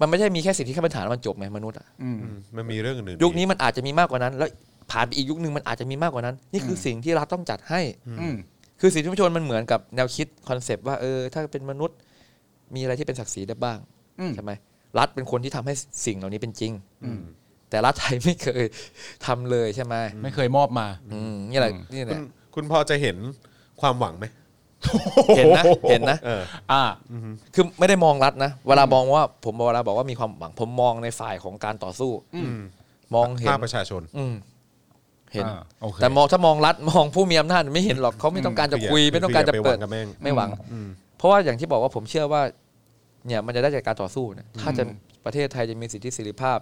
[SPEAKER 4] มันไม่ใช่มีแค่สิทธิขั้นพื้นฐานแล้วมันจบไหมมนุษย์อะ
[SPEAKER 3] อืม
[SPEAKER 2] อืมมันมีเรื่องอื่นๆ
[SPEAKER 4] ยุคนี้มันอาจจะมีมากกว่านั้น แล้วผ่านไปอีกยุคนึงมันอาจจะมีมากกว่านั้น นี่คือสิ่งที่รัฐต้องจัดให้
[SPEAKER 3] อืม
[SPEAKER 4] คือสิทธิมนุษยชนมันเหมือนกับแนวคิดคอนเซปต์ว่าเออถ้าเป็นมนุษย์มีอะไรที่เป็นศักดิ์ศรีได้บ้าง
[SPEAKER 3] อืม
[SPEAKER 4] ใช่ไหมรัฐเป็นคนที่ทำให้สิ่งเหล่านี้เป็นจริง
[SPEAKER 2] อืม
[SPEAKER 4] แต่รัฐไทยไม่เคยทำเลยใช่ไหม
[SPEAKER 3] ไม่เคยมอบมา
[SPEAKER 4] อืมนี่แหละนี่แห
[SPEAKER 2] คุณ
[SPEAKER 4] ละ
[SPEAKER 2] คุณพอจะเห็นความหวังไหม
[SPEAKER 4] เห็นนะเห็นนะ
[SPEAKER 2] เออ
[SPEAKER 3] อ่า
[SPEAKER 4] คือไม่ได้มองรัฐนะ เวลามองว่าผมเวลาบอกว่ามีความหวังผมมองในฝ่ายของการต่อสู้
[SPEAKER 2] ม
[SPEAKER 4] มองเห็น
[SPEAKER 2] ภาคประชาชน
[SPEAKER 4] อืมเห็น
[SPEAKER 3] อ่าโอเค
[SPEAKER 4] แต่มองถ้ามองรัฐมองผู้มีอำนาจไม่เห็นหรอกเขาไม่ต้องการจะคุย
[SPEAKER 2] คืออย่า
[SPEAKER 4] ไม่ต้องการจะเปิด
[SPEAKER 2] คืออย่าไปหวังกับแม่ง
[SPEAKER 4] ไม่หวัง เพราะว่าอย่างที่บอกว่าผมเชื่อว่า เนี่ยมันจะได้จากการต่อสู้นะถ้าจะประเทศไทยจะมีสิทธิเสรีภาพ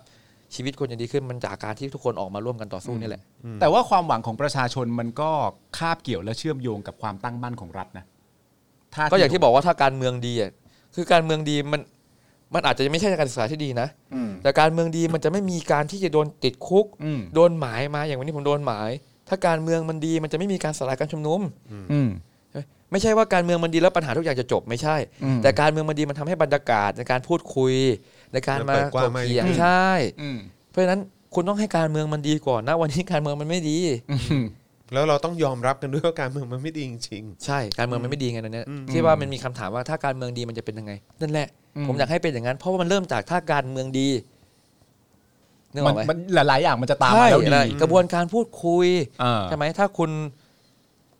[SPEAKER 4] ชีวิตคนจะดีขึ้นมันจากการที่ทุกคนออกมาร่วมกันต่อสู้นี่แหละ
[SPEAKER 3] แต่ว่าความหวังของประชาชนมันก็คาบเกี่ยวและเชื่อมโยงกับความตั้งมั่นของรัฐนะถ้
[SPEAKER 4] ก็อย่างที่บอกว่าถ้าการเมืองดีอ่ะคือการเมืองดีมันมันอาจจะไม่ใช่การศึกษาที่ดีนะ
[SPEAKER 3] อืม
[SPEAKER 4] แต่การเมืองดีมันจะไม่มีการที่จะโดนติดคุก
[SPEAKER 3] อืม
[SPEAKER 4] โดนหมายมาอย่างวันนี้ผมโดนหมาย ถ้าการเมืองมันดีมันจะไม่มีการสลายการชุมนุม
[SPEAKER 3] อืม
[SPEAKER 4] ไม่ใช่ว่าการเมืองมันดีแล้วปัญหาทุกอย่างจะจบไม่ใช่
[SPEAKER 3] อืม
[SPEAKER 4] แต่การเมืองมันดีมันทำให้บรรยากาศในการพูดคุย ในการ
[SPEAKER 2] มัน
[SPEAKER 4] มา
[SPEAKER 2] เปิดกว้างมาก
[SPEAKER 4] เถียง
[SPEAKER 2] ยิ่งขึ้น
[SPEAKER 4] ใช่
[SPEAKER 3] อืม
[SPEAKER 4] เพราะฉะนั้นคุณต้องให้การเมืองมันดีก่อนนะวันนี้การเมืองมันไม่ดี
[SPEAKER 3] อืม
[SPEAKER 2] แล้วเราต้องยอมรับกันด้วยว่าการเมือง มันไม่ดีจริง
[SPEAKER 4] ใช่ การเมืองมันไม่ดีไงตอนเนี้ย
[SPEAKER 2] อืม
[SPEAKER 4] ที่ว่ามันมีคำถามว่าถ้าการเมืองดีมันจะเป็นยังไง นั่นแหละ
[SPEAKER 3] อืม
[SPEAKER 4] ผมอยากให้เป็นอย่างนั้น เพราะว่ามันเริ่มจากถ้าการเมืองดีนึกอ
[SPEAKER 3] มั
[SPEAKER 4] อน กไหม
[SPEAKER 3] มันหลายๆอย่างมันจะตามมา
[SPEAKER 4] ใช่
[SPEAKER 3] แล้วดี
[SPEAKER 4] อะไรกระบวนการพูดคุย
[SPEAKER 3] อ่า
[SPEAKER 4] ใช่ไหมถ้าคุณ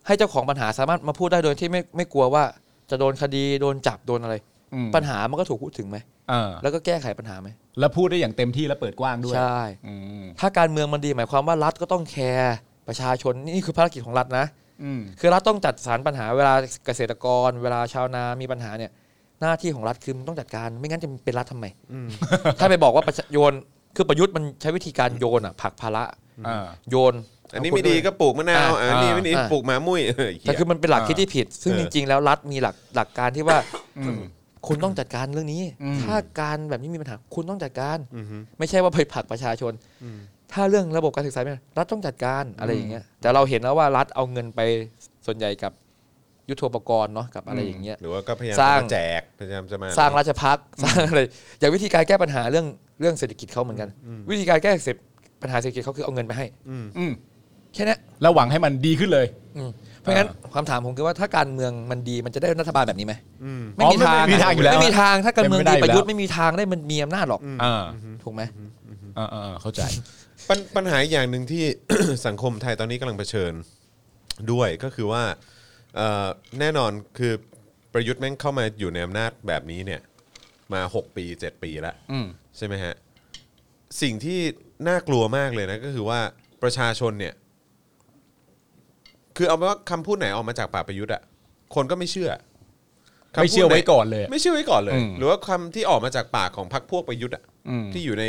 [SPEAKER 4] ให้เจ้าของปัญหาสามารถมาพูดได้โดยที่ไม่ไม่กลัวว่าจะโดนคดีโดนจับโดนอะไร
[SPEAKER 3] อืม
[SPEAKER 4] ปัญหามันก็ถูกพูดถึงไหม
[SPEAKER 3] อ่า
[SPEAKER 4] แล้วก็แก้ไขปัญหาไหม
[SPEAKER 3] แล้วพูดได้อย่างเต็มที่และเปิดกว้างด้วย
[SPEAKER 4] ใช่
[SPEAKER 3] อืม
[SPEAKER 4] ถ้าการเมืองมันดีหมายความว่ารัฐก็ต้องแคร์ประชาชนนี่คือภารกิจของรัฐนะ
[SPEAKER 3] อืม
[SPEAKER 4] คือรัฐต้องจัดสารปัญหาเวลาเกษตรกร เวลาชาวนามีปัญหาเนี่ย หน้าที่ของรัฐคือมันต้องจัดการไม่งั้นจะเป็นรัฐทำไม
[SPEAKER 2] ๆอืม
[SPEAKER 4] ถ้าไปบอกว่าประชาโยนคือประยุทธ์มันใช้วิธีการโยนอ่ะผลักภาระ
[SPEAKER 3] อ่า
[SPEAKER 4] โยน
[SPEAKER 2] อันนี้
[SPEAKER 4] เาคุณ
[SPEAKER 2] ไม่ดี
[SPEAKER 4] วย
[SPEAKER 2] ก็ปลูกมะนาว
[SPEAKER 4] อ่ะ
[SPEAKER 2] อันนี้
[SPEAKER 3] อ่ะ
[SPEAKER 2] ไม่ดี
[SPEAKER 4] อ่ะ
[SPEAKER 2] ปลูกหมามุ้ย เออเหี้
[SPEAKER 4] แต่
[SPEAKER 2] ย
[SPEAKER 4] คือมันเป็นหลักคิดที่ผิด ซึ่ง
[SPEAKER 2] เอ
[SPEAKER 4] จ
[SPEAKER 2] อ
[SPEAKER 4] ริง ๆ แล้วรัฐมีหลักหลักการที่ว่า
[SPEAKER 3] อืม
[SPEAKER 4] คุณต้องจัดการเรื่องนี้
[SPEAKER 3] อืม
[SPEAKER 4] ถ้าการแบบนี้มีปัญหาคุณต้องจัดการ
[SPEAKER 2] อฮึ
[SPEAKER 4] ไม่ใช่ว่าไปผลักประชาชน
[SPEAKER 2] อืม
[SPEAKER 4] ถ้าเรื่องระบบการศึกษาเนี่ยรัฐต้องจัดการอะไรอย่างเงี้ย แต่เราเห็นแล้วว่ารัฐเอาเงินไปส่วนใหญ่กับยุทโธปกรณ์เนาะกับอะไรอย่างเงี้ย
[SPEAKER 2] หรือว่าก็พยายาม
[SPEAKER 4] สร้าง
[SPEAKER 2] จะมแจกพยายามจะมา
[SPEAKER 4] สร้างราชพักสร้างอะไรอย่างวิธีการแก้ปัญหาเรื่องเรื่องเศรษฐกิจเขาเหมือนกัน วิธีการแก้เสร็จปัญหาเศรษฐกิจเขาคือเอาเงินไปให้
[SPEAKER 3] อืม
[SPEAKER 4] แค่เนี้ย
[SPEAKER 3] แล้วหวังให้มันดีขึ้นเลย
[SPEAKER 4] อืมเพราะงั้นความถามผมคือว่าถ้าการเมืองมันดีมันจะได้รัฐบาลแบบนี้ไหม
[SPEAKER 2] อืม
[SPEAKER 3] อ๋อไม่มีทางอยู่แล้ว
[SPEAKER 4] ไม่มีทางถ้าการเมือง
[SPEAKER 3] เป็น
[SPEAKER 4] ดี
[SPEAKER 3] ไปไม่ได้อยู่แล้ว
[SPEAKER 4] ประยุทธ์ไม่มีทางได้มันมีอำนาจหรอก
[SPEAKER 3] อ่า
[SPEAKER 4] ถูกไหม
[SPEAKER 3] อ่าอ่าเข้าใจ
[SPEAKER 2] ปัญปัญหาอีกอย่างหนึ่ง ที่ สังคมไทยตอนนี้กำลังเผชิญด้วยก็คือว่าเอ่อแน่นอนคือประยุทธ์แม่งเข้ามาอยู่ในอำนาจแบบนี้เนี่ย มา 6 ปี 7 ปีแล้ว
[SPEAKER 3] อืม
[SPEAKER 2] ใช่ไหมฮะ สิ่งที่น่ากลัวมากเลยนะก็คือว่าประชาชนเนี่ย คือเอาเป็นว่าคำพูดไหนออกมาจากปากประยุทธ์อะคนก็ไม่เชื่อคำพูดหน
[SPEAKER 3] ไม่เชื่อไว้ก่อนเลยอะ
[SPEAKER 2] ไม่เชื่อไว้ก่อนเลย
[SPEAKER 3] อืม
[SPEAKER 2] หรือว่าคำที่ออกมาจากปากของพรรคพวกประยุทธ์อะ
[SPEAKER 3] อืม
[SPEAKER 2] ที่อยู่ใน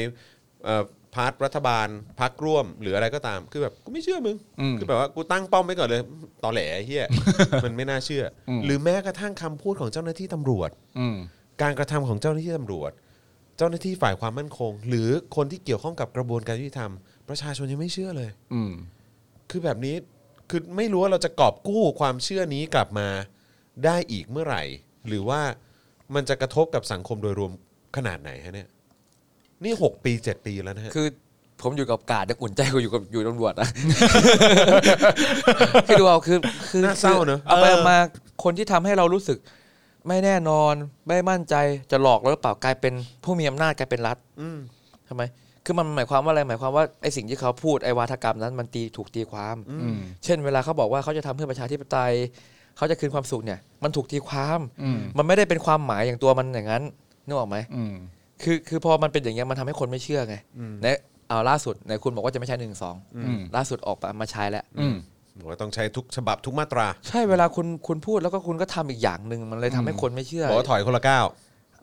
[SPEAKER 2] เอ่อพาร์ทรัฐบาลพรรคร่วม หรืออะไรก็ตาม คือแบบกูไม่เชื่อมึงคือแบบว่ากูตั้งป้อมไว้ก่อนเลยตอแหลไอ้เฮีย มันไม่น่าเชื่ออหรือแม้กระทั่งคำพูดของเจ้าหน้าที่ตำรวจ
[SPEAKER 3] อืม
[SPEAKER 2] การกระทำของเจ้าหน้าที่ตำรวจ เจ้าหน้าที่ฝ่ายความมั่นคง หรือคนที่เกี่ยวข้องกับกระบวนการยุติธรรม ประชาชนยังไม่เชื่อเลย
[SPEAKER 3] อืม
[SPEAKER 2] คือแบบนี้คือไม่รู้ว่าเราจะกอบกู้ความเชื่อนี้กลับมาได้อีกเมื่อไหร่ หรือว่ามันจะกระทบกับสังคมโดยรวมขนาดไหนฮะเนี่ยนี่หกปีเจ็ดปีแล้วนะฮะ
[SPEAKER 4] คือผมอยู่กับกาดยังอุ่นใจกว่าอยู่กับอยู่ตำรวจ นะ คือดูเอาคือคือ
[SPEAKER 2] น่าเศร้าเนอะ
[SPEAKER 4] เอาไปเอามาคนที่ทำให้เรารู้สึก ไม่แน่นอนไม่มั่นใจจะหลอกเราหรือเปล่ากลายเป็นผู้มีอำนาจกลายเป็นรัฐ
[SPEAKER 2] อืม
[SPEAKER 4] ทำไม คือมันหมายความว่าอะไร หมายความว่าไอ้สิ่งที่เขาพูดไอ้วาทกรรมนั้นมันตีถูกตีความ
[SPEAKER 3] อืม
[SPEAKER 4] เช่น เวลาเขาบอกว่าเขาจะทำเพื่อประชาธิปไตย เขาจะคืนความสุขเนี่ย มันถูกตีความ
[SPEAKER 3] อืม
[SPEAKER 4] มันไม่ได้เป็นความหมายอย่างตัวมันอย่างนั้นนึกออกไหม
[SPEAKER 3] อืม
[SPEAKER 4] คือ คือพอมันเป็นอย่างเงี้ยมันทำให้คนไม่เชื่อไงในเอาล่าสุดในคุณบอกว่าจะไม่ใช่หนึ่งสอง
[SPEAKER 3] อืม
[SPEAKER 4] ล่าสุดออกมาใช้แล้ว
[SPEAKER 3] อืม
[SPEAKER 2] หรือว่าต้องใช้ทุกฉบับทุกมาตรา
[SPEAKER 4] ใช่ เวลาคุณ คุณพูดแล้วก็คุณก็ทำอีกอย่างหนึ่งมันเลยทำให้คนไม่เชื่อ
[SPEAKER 2] บอกว่าถอยคนละก้าว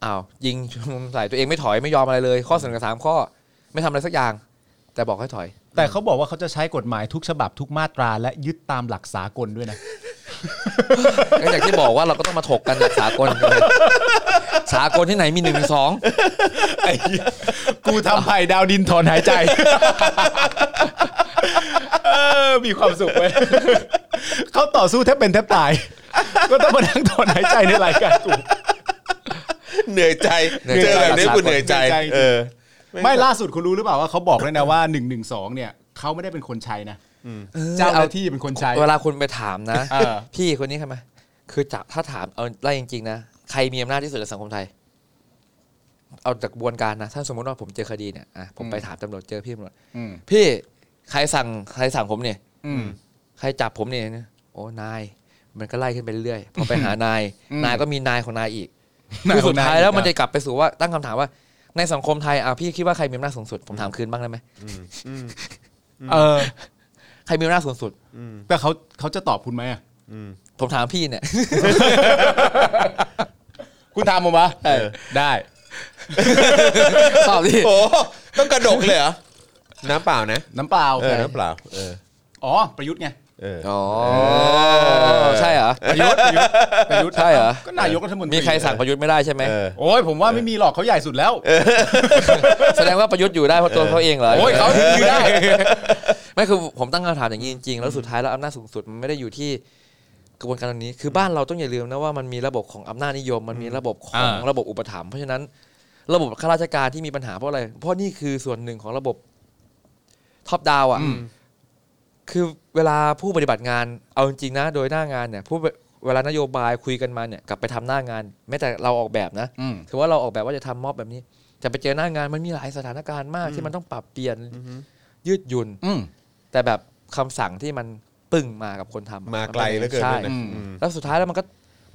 [SPEAKER 4] อ้าวยิงชุมใส่ตัวเองไม่ถอยไม่ยอมอะไรเลย ข้อเสนอสามข้อ ไม่ทำอะไรสักอย่าง แต่บอกให้ถอย
[SPEAKER 3] แต่เขาบอกว่าเขาจะใช้กฎหมายทุกฉบับทุกมาตราและยึดตามหลักสากลด้วยนะ
[SPEAKER 4] ก็อย่างที่บอกว่าเราก็ต้องมาถกกันแบบสากล สากลที่ไหนมีหนึ่งสอง
[SPEAKER 3] กูทำไผ่ดาวดินถอนหายใจ เออ มีความสุขเว้ยเขาต่อสู้แทบเป็นแทบตาย ก็ต้องมานั่งถอนหายใจในรายการกู
[SPEAKER 2] เหนื่อยใจเจอแบบนี้กูเหนื่อยใจ
[SPEAKER 3] เหนื่อยใจจริง
[SPEAKER 2] เออ
[SPEAKER 3] ไม่ล่าสุดคุณรู้หรือเปล่าว่าเขาบอกเลยนะว่า1นึเนี่ยเขาไม่ได้เป็นคนใช้นะเจ้าหน้าที่เป็นคนใช้
[SPEAKER 4] เวลาคุณไปถามนะ
[SPEAKER 3] เออ
[SPEAKER 4] พี่คนนี้ใช่ไหมคือจะถ้าถามเอาไล่จริงๆนะ ใครมีอำนาจที่สุดในสังคมไทย เอาจากกระบวนการนะ ถ้าสมมติว่าผมเจอคดีเนี่ยอ่ะผมไปถามตำรวจเจอพี่ตำรวจ
[SPEAKER 3] อืม
[SPEAKER 4] พี่ใครสั่งใครสั่งผมเนี่ย
[SPEAKER 3] อืม
[SPEAKER 4] ใครจับผมเนี่ยนะโอ้นาย มันก็ไล่ขึ้นไปเรื่อยๆพอไปหานาย
[SPEAKER 3] อืม
[SPEAKER 4] นายก็มีนายของนายอีก
[SPEAKER 3] นาย
[SPEAKER 4] คือ
[SPEAKER 3] ของนาย
[SPEAKER 4] สุดท้ายแล้วมัน
[SPEAKER 3] อีกนะ
[SPEAKER 4] จะกลับไปสู่ว่าตั้งคำถามว่า ในสังคมไทยอ่ะพี่คิดว่าใครมีอำนาจสูงสุดผมถามคืนบ้างได้ไหม
[SPEAKER 3] เออ
[SPEAKER 4] ใครมีอำนาจสูงสุด
[SPEAKER 3] แต่เขาเขาจะตอบคุณไหมอะ
[SPEAKER 4] ผมถามพี่เนี่ย
[SPEAKER 3] คุณถามผมปะ
[SPEAKER 2] เออ
[SPEAKER 3] ได้
[SPEAKER 4] ตอบดิ
[SPEAKER 2] โอ้ ต้องกระดกเลยเหรอ น้ำเปล่านะ
[SPEAKER 3] น้ำเปล่า
[SPEAKER 2] เออ น้ำเปล่า เออ
[SPEAKER 3] อ๋อประยุทธ์ไง
[SPEAKER 2] เออ
[SPEAKER 4] อ๋อใช่เหรอ
[SPEAKER 3] ประยุทธ์ประยุทธ์ประยุทธ์
[SPEAKER 4] ใช่เหรอ
[SPEAKER 3] ก็นายกรัฐมนตรี
[SPEAKER 4] มีใครสั่งประยุทธ์ไม่ได้ใช่ไหม
[SPEAKER 2] เออ
[SPEAKER 3] โอ้ยผมว่าไม่มีหรอกเขาใหญ่สุดแล้ว
[SPEAKER 4] แสดงว่าประยุทธ์อยู่ได้เพราะตัวเขาเองเหรอ
[SPEAKER 3] โอ้ยเขาอยู่ได้
[SPEAKER 4] ไม่คือผมตั้งคำถามอย่างนี้จริงๆ แล้วสุดท้ายแล้วอำนาจสูงสุดมันไม่ได้อยู่ที่กระบวนการตรงนี้ คือบ้านเราต้องอย่าลืมนะว่ามันมีระบบของอำนาจนิยม มันมีระบบของ
[SPEAKER 3] อ่า
[SPEAKER 4] ระบบอุปถัมภ์เพราะฉะนั้น ระบบข้าราชการที่มีปัญหาเพราะอะไร เพราะนี่คือส่วนหนึ่งของระบบท็อปดาวอ่ะ คือเวลาผู้ปฏิบัติงานเอาจริงๆนะ โดยหน้างานเนี่ยผู้เวลานโยบายคุยกันมาเนี่ยกลับไปทำหน้างาน แม้แต่เราออกแบบนะ
[SPEAKER 3] อืม
[SPEAKER 4] ถือว่าเราออกแบบว่าจะทำม็อบแบบนี้ จะไปเจอหน้างานมันมีหลายสถานการณ์มาก ที่มันต้องปรับเปลี่ยนยืดหยุ่น
[SPEAKER 3] อืม
[SPEAKER 4] แต่แบบคำสั่งที่มันปึ้งมากับคนทำ
[SPEAKER 2] มาไกลเหลือเกิน
[SPEAKER 4] ใช่
[SPEAKER 2] ด้วยนะ
[SPEAKER 3] อืม
[SPEAKER 2] อืม
[SPEAKER 4] แล้วสุดท้ายแล้วมันก็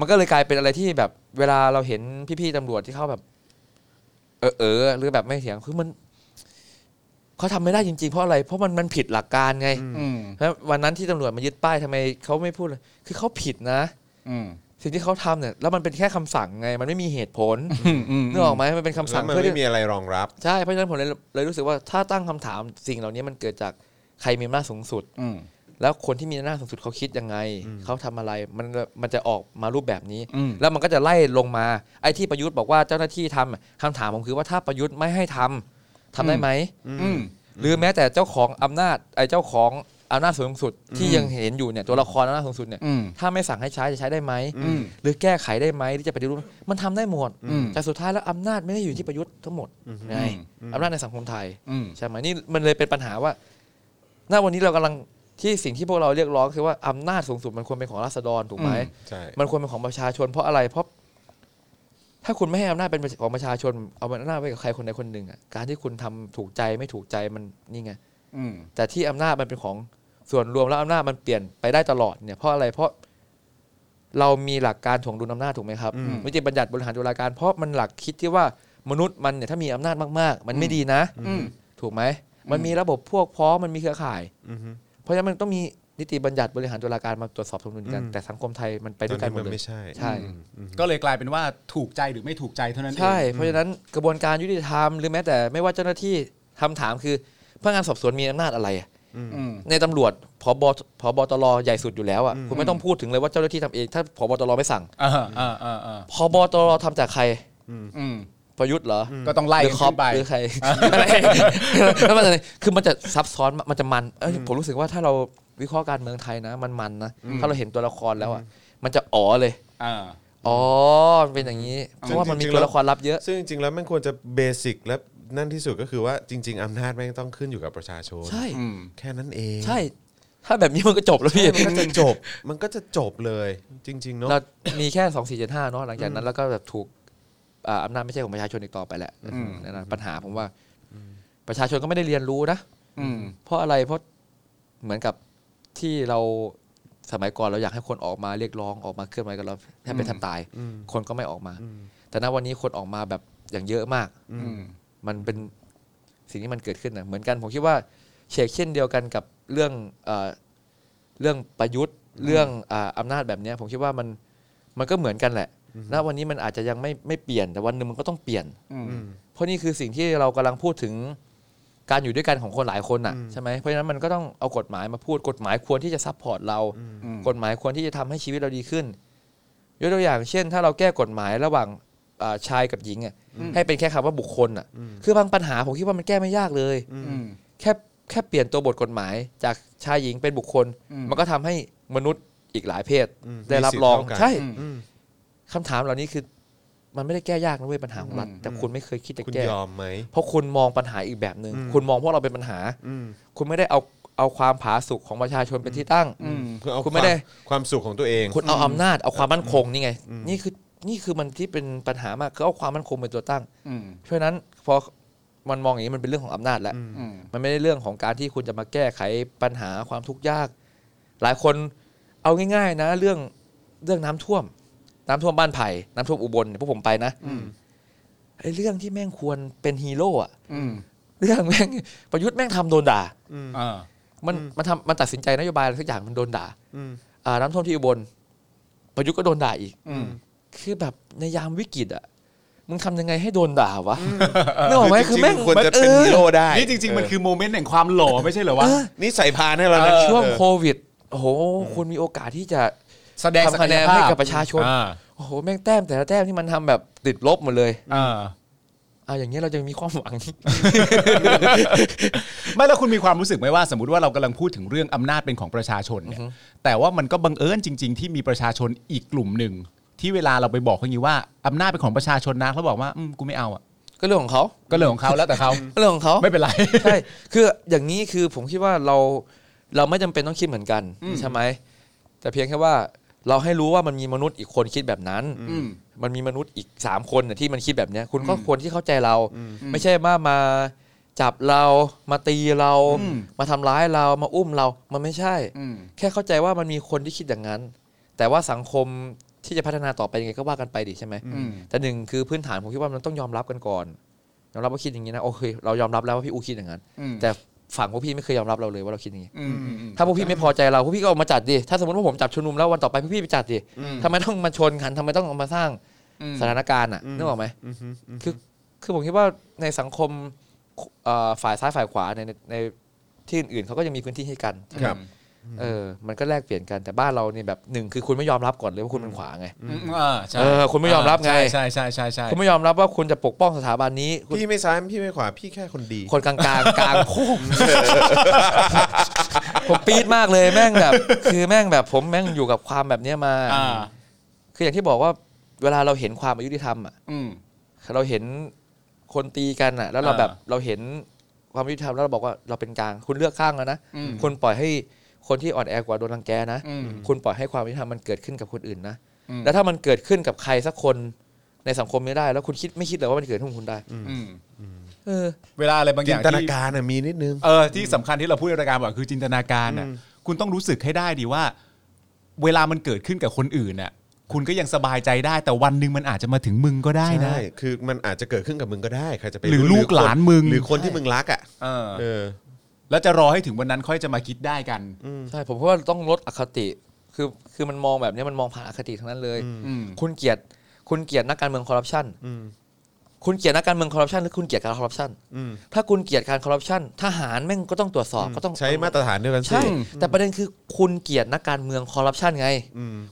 [SPEAKER 4] มันก็เลยกลายเป็นอะไรที่แบบ เวลาเราเห็นพี่ๆตำรวจที่เขาแบบ เออเออหรือแบบไม่เถียงคือมันเขาทำไม่ได้จริงๆเพราะอะไร เพราะมันมันผิดหลักการไง
[SPEAKER 3] อืม
[SPEAKER 4] แล้ววันนั้นที่ตำรวจมายึดป้ายทำไมเขาไม่พูดเลย คือเขาผิดนะ
[SPEAKER 3] อืม
[SPEAKER 4] สิ่งที่เขาทำเนี่ยแล้วมันเป็นแค่คำสั่งไง มันไม่มีเหตุผล
[SPEAKER 3] อืมอืม
[SPEAKER 4] นึกออกไหมมันเป็นคำสั่ง
[SPEAKER 2] แล้วมัน
[SPEAKER 4] เพื่อ
[SPEAKER 2] ไม่
[SPEAKER 4] ที่
[SPEAKER 2] มีอะไรรองรับ
[SPEAKER 4] ใช่เพราะฉะนั้นผมเลยเลยรู้สึกว่าถ้าตั้งคำถามสิ่งเหล่านี้มันเกิดจากใครมีอำนาจสูงสุด
[SPEAKER 3] อืม
[SPEAKER 4] แล้วคนที่มีอำนาจสูงสุดเขาคิดยังไง เขาทำอะไรมันมันจะออกมารูปแบบนี้
[SPEAKER 3] อืม
[SPEAKER 4] แล้วมันก็จะไล่ลงมาไอ้ที่ประยุทธ์บอกว่าเจ้าหน้าที่ทำคำถามผมคือว่าถ้าประยุทธ์ไม่ให้ทำทำได้ไหม
[SPEAKER 3] อืม
[SPEAKER 4] หรือแม้แต่เจ้าของอำนาจไอ้เจ้าของอำนาจสูงสุดที่ยังเห็นอยู่เนี่ยตัวละครอำนาจสูงสุดเนี่ย
[SPEAKER 3] อืม
[SPEAKER 4] ถ้าไม่สั่งให้ใช้จะใช้ได้ไหม
[SPEAKER 3] อืม
[SPEAKER 4] หรือแก้ไขได้ไหมหรือจะปฏิรูปมันทำได้หมด
[SPEAKER 3] อืม
[SPEAKER 4] แต่สุดท้ายแล้วอำนาจไม่ได้อยู่ที่ประยุทธ์ทั้งหมดไงอำนาจในสังคมไทย
[SPEAKER 3] อืม
[SPEAKER 4] ใช่ไหมนี่มันเลยเป็นปัญหาว่าณวันนี้เรากำลังที่สิ่งที่พวกเราเรียกร้องคือว่าอำนาจสูงสุดมันควรเป็นของราษฎรถูกไหม
[SPEAKER 2] ใช่
[SPEAKER 4] มันควรเป็นของประชาชนเพราะอะไรเพราะ ถ้าคุณไม่ให้อำนาจเป็นของประชาชน เอาอำนาจไว้กับใครคนใดคนหนึ่งอ่ะการที่คุณทำถูกใจไม่ถูกใจมันนี่ไง
[SPEAKER 3] อืม
[SPEAKER 4] แต่ที่อำนาจมันเป็นของส่วนรวมแล้วอำนาจมันเปลี่ยนไปได้ตลอดเนี่ยเพราะอะไรเพราะเรามีหลักการถ่วงดุลอำนาจถูกไหมครับนิติบัญญัติบริหารตุลาการ เพราะมันหลักคิดที่ว่ามนุษย์มันเนี่ยถ้ามีอำนาจมากๆ มันไม่ดีนะ
[SPEAKER 3] อืม
[SPEAKER 4] ถูกไหม มันมีระบบพวกพ้องมันมีเครือข่าย
[SPEAKER 2] อือฮึ
[SPEAKER 4] เพราะฉะนั้นมันต้องมีนิติบัญญัติบริหารตุลาการมาตรวจสอบสมดุลกัน แต่สังคมไทยมันไปด้วยกันหม
[SPEAKER 2] มั
[SPEAKER 4] ด
[SPEAKER 2] น
[SPEAKER 4] เลย
[SPEAKER 2] ไม่ใช่
[SPEAKER 4] ใช่
[SPEAKER 3] ก็เลยกลายเป็นว่าถูกใจหรือไม่ถูกใจเท่านั้นเอง
[SPEAKER 4] ใช่ เพราะฉะนั้นกระบวนการยุติธรรมหรือแม้แต่ไม่ว่าเจ้าหน้าที่คำถามคือพนักงานสอบสวนมีอำนาจอะไรอะ
[SPEAKER 3] อืม
[SPEAKER 4] ในตำรวจผบผบตรใหญ่สุดอยู่แล้วอ่ะคุณไม่ต้องพูดถึงเลยว่าเจ้าหน้าที่ทำเอง ถ้าผบตรไม่สั่ง
[SPEAKER 3] อ่าอ่าอ่าอ่า
[SPEAKER 4] ผบตรทำจากใคร
[SPEAKER 3] อืม
[SPEAKER 4] ประยุทธ์เหรอ
[SPEAKER 3] ก็ต้องไล่
[SPEAKER 4] หรื
[SPEAKER 3] กัน
[SPEAKER 4] คอ
[SPEAKER 3] ขึ้
[SPEAKER 4] ป
[SPEAKER 3] นไป
[SPEAKER 4] หรือใครอะไรแล้ว มันอะไรคือมันจะซับซ้อนมันจะมันเอ้ยผมรู้สึกว่าถ้าเราวิเคราะห์การเมืองไทยนะ มันมันนะถ้าเราเห็นตัวละครแล้วอ่ะมันจะอ๋อเลย
[SPEAKER 3] อ่า
[SPEAKER 4] อ๋อมันเป็นอย่างนี้เพราะว่ามันมี
[SPEAKER 2] จริงๆ
[SPEAKER 4] ตัว
[SPEAKER 2] แล้ว
[SPEAKER 4] ละครลับเยอะ
[SPEAKER 2] ซึ่งจริงๆแล้วมันควรจะเบสิกและนั่นที่สุดก็คือว่าจริง ๆอำนาจแม่งต้องขึ้นอยู่กับประชาชน
[SPEAKER 4] ใช่
[SPEAKER 3] อืม
[SPEAKER 2] แค่นั้นเอง
[SPEAKER 4] ใช่ ถ้าแบบนี้มันก็จบแล้วพี่
[SPEAKER 2] มันก็จะจบมันก็จะจบเลยจริง ๆ เนาะ
[SPEAKER 4] เรามีแค่สองสี่เจ็ดห้าเนาะหลังจากนั้นแล้วก็แบบถูกอ่าอำนาจไม่ใช่ของประชาชนอีกต่อไปแหละ
[SPEAKER 3] อืม
[SPEAKER 4] นั่นนะปัญหาผมว่า ประชาชนก็ไม่ได้เรียนรู้นะ
[SPEAKER 3] อืม
[SPEAKER 4] เพราะอะไรเพราะเหมือนกับที่เราสมัยก่อนเราอยากให้คนออกมาเรียกร้องออกมาเคลื่อนไหวกันเราแทบเป็นแทบตาย คนก็ไม่ออกมา แต่ณวันนี้คนออกมาแบบอย่างเยอะมาก
[SPEAKER 3] อืม
[SPEAKER 4] มันเป็นสิ่งที่มันเกิดขึ้นนะเหมือนกันผมคิดว่าเชกเช่นเดียวกันกับเรื่องเออเรื่องประยุทธ์เรื่องอาอำนาจแบบเนี้ยผมคิดว่ามันมันก็เหมือนกันแหละณวันนี้มันอาจจะยังไม่ไม่เปลี่ยนแต่วันหนึ่งมันก็ต้องเปลี่ยน
[SPEAKER 3] อืม
[SPEAKER 4] เพราะนี่คือสิ่งที่เรากำลังพูดถึงการอยู่ด้วยกันของคนหลายคนน่ะใช่ไหมเพราะฉะนั้นมันก็ต้องเอากฎหมายมาพูดกฎหมายควรที่จะซัพพอร์ตเรา
[SPEAKER 3] อืม
[SPEAKER 4] กฎหมายควรที่จะทำให้ชีวิตเราดีขึ้นยกตัวอย่างเช่น ถ้าเราแก้กฎหมายระหว่างอ่าชายกับหญิงอ่ะให้เป็นแค่คำว่าบุคคลอ่ะคือบางปัญหาผมคิดว่ามันแก้ไม่ยากเลย
[SPEAKER 3] อืม
[SPEAKER 4] แค่แค่เปลี่ยนตัวบทกฎหมายจากชายหญิงเป็นบุคคล
[SPEAKER 3] อืม
[SPEAKER 4] มันก็ทำให้มนุษย์อีกหลายเพศ
[SPEAKER 2] อืม
[SPEAKER 4] ได้รับรอง
[SPEAKER 2] มีสิทธิ์เท่ากัน
[SPEAKER 4] ใช่
[SPEAKER 2] อืม
[SPEAKER 4] คำถามเหล่านี้คือมันไม่ได้แก้ยากนะเว้ยปัญหาของรัฐแต่คุณไม่เคยคิดจะ
[SPEAKER 2] คุณ
[SPEAKER 4] แก้
[SPEAKER 2] ยอมไหม
[SPEAKER 4] เพราะคุณมองปัญหาอีกแบบหนึง่ง
[SPEAKER 2] อืม
[SPEAKER 4] คุณมองพวกเราเป็นปัญหา
[SPEAKER 2] อืม
[SPEAKER 4] คุณไม่ได้เอาเอาความผาสุกของประชาชนเป็นที่ตั้ง
[SPEAKER 3] อืม
[SPEAKER 2] คือเอา
[SPEAKER 4] คุณไม่ได้
[SPEAKER 2] ความความสุขของตัวเอง
[SPEAKER 4] คุณเอาอำนาจเอาความมั่นคงนี่ไง นี่คือนี่คือมันที่เป็นปัญหามากคือเอาความมั่นคงเป็นตัวตั้ง
[SPEAKER 3] อืม
[SPEAKER 4] เพราะฉะนั้นพอมันมองอย่างนี้มันเป็นเรื่องของอำนาจแล้ว
[SPEAKER 3] อืม
[SPEAKER 4] มันไม่ได้เรื่องของการที่คุณจะมาแก้ไขปัญหาความทุกข์ยาก หลายคนเอาง่าย ๆ นะ เรื่องเรื่องน้ำท่วม น้ำท่วมบ้านไผ่น้ำท่วมอุบลเนี่ยพวกผมไปนะ
[SPEAKER 3] อืม
[SPEAKER 4] ไอ้เรื่องที่แม่งควรเป็นฮีโร่อะ
[SPEAKER 3] อืม
[SPEAKER 4] เรื่องแม่งประยุทธ์แม่งทำโดนด่า
[SPEAKER 3] อ่า
[SPEAKER 4] มันมันทำมันตัดสินใจนโยบายอะไรสักอย่างมันโดนด่า
[SPEAKER 2] อืม
[SPEAKER 4] อ่าน้ำท่วมที่อุบลประยุทธ์ก็โดนด่าอีก
[SPEAKER 3] อืม
[SPEAKER 4] คือแบบในยามวิกฤตอ่ะ มึงทำยังไงให้โดนด่าวะ นึกออกไหมคือแม่ง
[SPEAKER 2] จริๆควรจะเป็นฮีโร่ได้
[SPEAKER 3] นี่จริง ๆ มันคือโมเมนต์แห่งความหล่อไม่ใช่เหรอวะ
[SPEAKER 2] นี่ใส่พานให้เรา
[SPEAKER 4] เอ
[SPEAKER 2] นะ
[SPEAKER 4] อช่วง
[SPEAKER 2] เออ
[SPEAKER 4] โควิดโอ้โหคุณมีโอกาสที่จะ
[SPEAKER 3] แสดงศั
[SPEAKER 4] ทำ
[SPEAKER 3] ก
[SPEAKER 4] คะแน
[SPEAKER 3] ย
[SPEAKER 4] น
[SPEAKER 3] ภาพ
[SPEAKER 4] ให้กับประชาชน
[SPEAKER 3] อ่า
[SPEAKER 4] โอ้โหแม่งแต้มแต่ละแต้มที่มันทำแบบติดลบหมดเลย
[SPEAKER 3] อ่า
[SPEAKER 4] อ่าอย่างเงี้ยเราจะมีความหวัง
[SPEAKER 3] ไม่แล้วคุณมีความรู้สึกไหมว่า สมมติว่าเรากำลังพูดถึงเรื่องอำนาจเป็นของประชาชนเนี่ยแต่ว่ามันก็บังเอิญจริง ๆ ที่มีประชาชนอีกกลุ่มหนึ่ง ที่เวลาเราไปบอกเขาอย่างนี้ว่าอำนาจเป็นของประชาชนนะเขาบอกว่าอืมกูไม่เอาอ่ะ
[SPEAKER 4] ก็เรื่องของเขา
[SPEAKER 3] ก็เรื่องของเขาแล้วแต่เขา
[SPEAKER 4] ก็เรื่องของเขา
[SPEAKER 3] ไม่เป็นไร
[SPEAKER 4] ใช่ คืออย่างนี้คือผมคิดว่าเราเราไม่จำเป็นต้องคิดเหมือนกันใช่ไหมแต่เพียงแค่ว่าเราให้รู้ว่ามันมีมนุษย์อีกคนคิดแบบนั้น
[SPEAKER 3] อืม
[SPEAKER 4] มันมีมนุษย์อีกสามคนน่ะที่มันคิดแบบเนี้ยคุณก็ควรที่เข้าใจเรา ไม่ใช่ว่ามาจับเรามาตีเรา
[SPEAKER 3] อืม
[SPEAKER 4] มาทำร้ายเรามาอุ้มเรา มันไม่ใช่
[SPEAKER 3] อืม
[SPEAKER 4] แค่เข้าใจว่ามันมีคนที่คิดอย่างนั้น แต่ว่าสังคมที่จะพัฒนาต่อไปยังไงก็ว่ากันไปดิใช่ไหม
[SPEAKER 3] อืม
[SPEAKER 4] แต่หนึ่งคือพื้นฐานผมคิดว่ามันต้องยอมรับกันก่อนยอมรับว่าคิดอย่างนี้นะโอเคเรายอมรับแล้วว่าพี่อูคิดอย่างนั้น
[SPEAKER 3] อืม
[SPEAKER 4] แต่ฝั่งพวกพี่ไม่เคยยอมรับเราเลยว่าเราคิดอย่างนี้
[SPEAKER 3] อืมอืมอืม
[SPEAKER 4] ถ้าพวกพี่ไม่พอใจเราพวกพี่ก็ออกมาจัดดิถ้าสมมติว่าผมจับชุมนุมแล้ววันต่อไปพวกพี่ไปจัดดิทำไมต้องมาชนกันทำไมต้องเอามาสร้าง
[SPEAKER 3] อืม
[SPEAKER 4] สถานการณ์อ่ะนึกออกไหมคือคือผมคิดว่าในสังคมเอ่อฝ่ายซ้ายฝ่ายขวาในในในที่อื่นๆเขาก็ยังมีพื้นที่ให้กัน
[SPEAKER 2] ครับ
[SPEAKER 4] เออมันก็แลกเปลี่ยนกันแต่บ้านเราเนี่ยแบบหนึ่งคือคุณไม่ยอมรับก่อนเลยว่าคุณเป็นขวาไง
[SPEAKER 3] อืมอ่าใช่
[SPEAKER 4] เออคุณไม่ยอมรับไง
[SPEAKER 3] ใช่ใช่ใช่ใช่
[SPEAKER 4] คุณไม่ยอมรับว่าคุณจะปกป้องสถาบันนี้คุณ
[SPEAKER 2] พี่ไม่ซ้ายพี่ไม่ขวาพี่แค่คนดี
[SPEAKER 4] คนกลางกลางกลางโคมผมปี๊ดมากเลยแม่งแบบ คือแม่งแบบผมแม่งอยู่กับความแบบเนี้ยมา
[SPEAKER 3] อ่า
[SPEAKER 4] คืออย่างที่บอกว่าเวลาเราเห็นความอายุติธรรมอ่ะ
[SPEAKER 3] อืม
[SPEAKER 4] เราเห็นคนตีกันอ่ะ แล้วเรา
[SPEAKER 3] อ่า
[SPEAKER 4] แบบเราเห็นความยุติธรรมแล้วเราบอกว่าเราเป็นกลางคุณเลือกข้างแล้วนะ
[SPEAKER 3] อืม
[SPEAKER 4] คุณปล่อยให้คนที่อ่อนแอกว่าโดนรังแกนะ
[SPEAKER 3] อืม
[SPEAKER 4] คุณปล่อยให้ความยุติธรรมมันเกิดขึ้นกับคนอื่นนะ
[SPEAKER 3] อืม
[SPEAKER 4] แล้วถ้ามันเกิดขึ้นกับใครสักคนในสังคมนี้ได้ แล้วคุณคิดไม่คิดเลยว่ามันเกิดขึ้นกับคุณได้
[SPEAKER 3] อืม
[SPEAKER 4] เออ
[SPEAKER 3] เวลาอะไรบางอ
[SPEAKER 2] จิ
[SPEAKER 3] ย่าน ง
[SPEAKER 2] ต
[SPEAKER 3] ที่
[SPEAKER 2] นาการน่ะมีนิดนึง
[SPEAKER 3] เออที่สำคัญที่เราพูดในรายการบ่อยคือจินตนาการน่ะคุณต้องรู้สึกให้ได้ดีว่า เวลามันเกิดขึ้นกับคนอื่นน่ะคุณก็ยังสบายใจได้แต่วันหนึ่งมันอาจจะมาถึงมึงก็ได้นะ
[SPEAKER 2] ใช่ คือมันอาจจะเกิดขึ้นกับมึงก็ได้ ใครจะไป
[SPEAKER 3] หรือลูกหลานมึง
[SPEAKER 2] หรือคนที่มึงรักอ่ะ
[SPEAKER 3] เออ
[SPEAKER 2] เออ
[SPEAKER 3] แล้วจะรอให้ถึงวันนั้นค่อยจะมาคิดได้กัน
[SPEAKER 4] ใช่ ผมคิดว่าต้องลดอคติ คือคือมันมองแบบเนี้ยมันมองผ่านอคติทั้งนั้นเลย
[SPEAKER 3] อืม
[SPEAKER 4] คุณเกลียดคุณเกลียดนักการเมืองคอร์รัปชันคุณเกลียดนักการเมืองคอร์รัปชันหรือคุณเกลียดการคอร์รัปชันถ้าคุณเกลียดการคอร์รัปชันทหารแม่งก็ต้องตรวจสอบก็ต้อง
[SPEAKER 2] ใช้มาตรฐานเดียวกันสิ
[SPEAKER 4] ใช่ แต่ประเด็นคือคุณเกลียดนักการเมืองคอร์รัปชันไง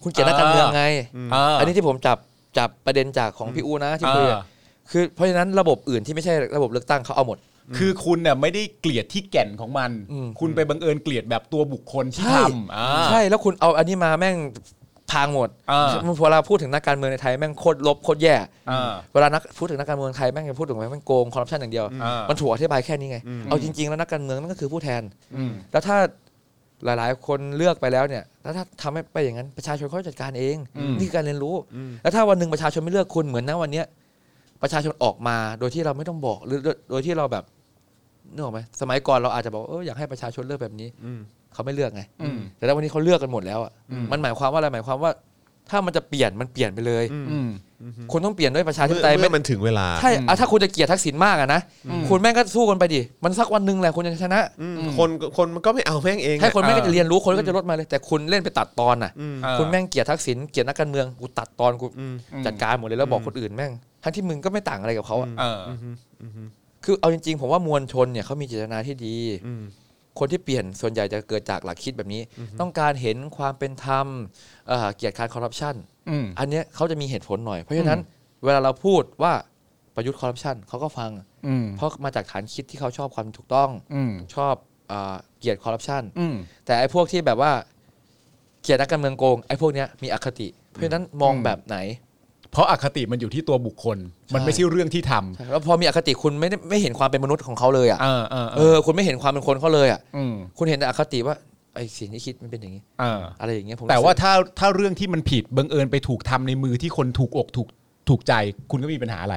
[SPEAKER 4] คุณเกลียดนักการเมืองไง
[SPEAKER 3] เอ่า
[SPEAKER 4] อันนี้ที่ผมจับจับประเด็นจากของพี่อูนะที่คุยอะคือเพราะฉะนั้นระบบอื่นที่ไม่ใช่ระบบเลือกตั้งเขาเอาหมด
[SPEAKER 3] คือคุณน่ะไม่ได้เกลียดที่แก่นของมัน
[SPEAKER 4] อืม
[SPEAKER 3] คุณไปบังเอิญเกลียดแบบตัวบุคคลที่
[SPEAKER 4] ใช่
[SPEAKER 3] ทำอ่า
[SPEAKER 4] ใช่แล้วคุณเอาอันนี้มาแม่งพังหมด
[SPEAKER 3] อ่า
[SPEAKER 4] เวลาพูดถึงนักการเมืองในไทยแม่งโคตรลบโคตรแย่
[SPEAKER 3] อ่า
[SPEAKER 4] เวลานักพูดถึงนักการเมืองไทยแม่งจะพูดถึงว่าแม่งโกงคอร์รัปชันอย่างเดียว
[SPEAKER 3] อ่ามั
[SPEAKER 4] มันถูกอธิบายแค่นี้ไง เอาจริง ๆ แล้วนักการเมืองนั่นก็คือผู้แทน
[SPEAKER 3] อืม
[SPEAKER 4] แล้วถ้าหลายๆ คนเลือกไปแล้วเนี่ยแล้วถ้าทำให้ไปอย่างนั้นประชาชนเขาจัดการเองนี่คือการเรียนรู้ แล้วถ้าวันหนึ่งประชาชนไม่เลือกคุณเหมือนนะวันเนี้ยประชาชนออกมาโดยที่เราไม่ต้องบอกหรือโดยที่เราแบบนึกออกไหมสมัยก่อนเราอาจจะบอกว่าเอออยากให้ประชาชนเลือกแบบนี้ เขาไม่เลือกไง
[SPEAKER 3] อืม
[SPEAKER 4] แต่ถ้าวันนี้เขาเลือกกันหมดแล้วอ่ะ มันหมายความว่าอะไรหมายความว่า ถ้ามันจะเปลี่ยนมันเปลี่ยนไปเลย
[SPEAKER 3] อืม
[SPEAKER 4] คุณต้องเปลี่ยนด้วยประชาธิ
[SPEAKER 2] เมื่
[SPEAKER 4] ป
[SPEAKER 2] อ
[SPEAKER 4] ไตย
[SPEAKER 2] เมื่
[SPEAKER 4] ไม่
[SPEAKER 2] อมันถึงเวลา
[SPEAKER 4] ใช่อ่ะถ้าคุณจะเกลียดทักษิณมากอะนะ คุณแม่งก็สู้กันไปดิ มันสักวันหนึ่งแหละคุณจะชนะ
[SPEAKER 2] คนคนมันก็ไม่เอาแม่งเองอะ
[SPEAKER 4] ให้คนแม่งก็
[SPEAKER 3] เออ
[SPEAKER 4] จะเรียนรู้คนก็จะลดมาเลย แต่คุณเล่นไปตัดตอนน่ะ
[SPEAKER 3] เออ
[SPEAKER 4] คุณแม่งเกลียดทักษิณเกลียดนักการเมืองกูตัดตอนกูจัดการหมดเลยแล้วบอกคนอื่นแม่งทั้งที่มึงก็ไม่ต่างอะไรกับเขาอะ
[SPEAKER 3] เออ
[SPEAKER 4] คือเอาจริงๆผมว่ามวลชนเนี่ยเขามีเจตนาที่ดี คนที่เปลี่ยนส่วนใหญ่จะเกิดจากหลักคิดแบบนี้ ต้องการเห็นความเป็นธรรมเอ่อเกลียดการคอร์รัปชัน
[SPEAKER 3] อืม
[SPEAKER 4] อันเนี้ยเขาจะมีเหตุผลหน่อย เพราะฉะนั้นเวลาเราพูดว่าประยุทธ์คอร์รัปชันเขาก็ฟัง
[SPEAKER 3] อืม
[SPEAKER 4] เพราะมาจากฐานคิดที่เขาชอบความถูกต้อง
[SPEAKER 3] อืม
[SPEAKER 4] ชอบอาเกลียดคอร์รัปชัน
[SPEAKER 3] อืม
[SPEAKER 4] แต่ไอ้พวกที่แบบว่าเกลียดนักการเมืองโกงไอ้พวกเนี้ยมีอคติ เพราะฉะนั้นมอง
[SPEAKER 3] อืม
[SPEAKER 4] แบบไหน
[SPEAKER 3] เพราะอคติมันอยู่ที่ตัวบุคคล มันไม่ใช่เรื่องที่ทำ
[SPEAKER 4] แล้วพอมีอคติคุณไม่ได้ไม่เห็นความเป็นมนุษย์ของเขาเลยอ่ะ
[SPEAKER 3] เออเออเอ
[SPEAKER 4] เอ
[SPEAKER 3] อ
[SPEAKER 4] อคุณไม่เห็นความเป็นคนเขาเลยอ่ะ
[SPEAKER 3] อืม
[SPEAKER 4] คุณเห็นแต่อคติว่าไอ้สิ่งที่คิดมันเป็นอย่างนี้
[SPEAKER 3] เออ
[SPEAKER 4] อะไรอย่างเงี้ยผม
[SPEAKER 3] แต่ว่า
[SPEAKER 4] รู้สึก
[SPEAKER 3] ถ้าถ้าเรื่องที่มันผิดบังเอิญไปถูกทำในมือที่คนถูกอกถูกถูกใจ คุณก็มีปัญหาอะไร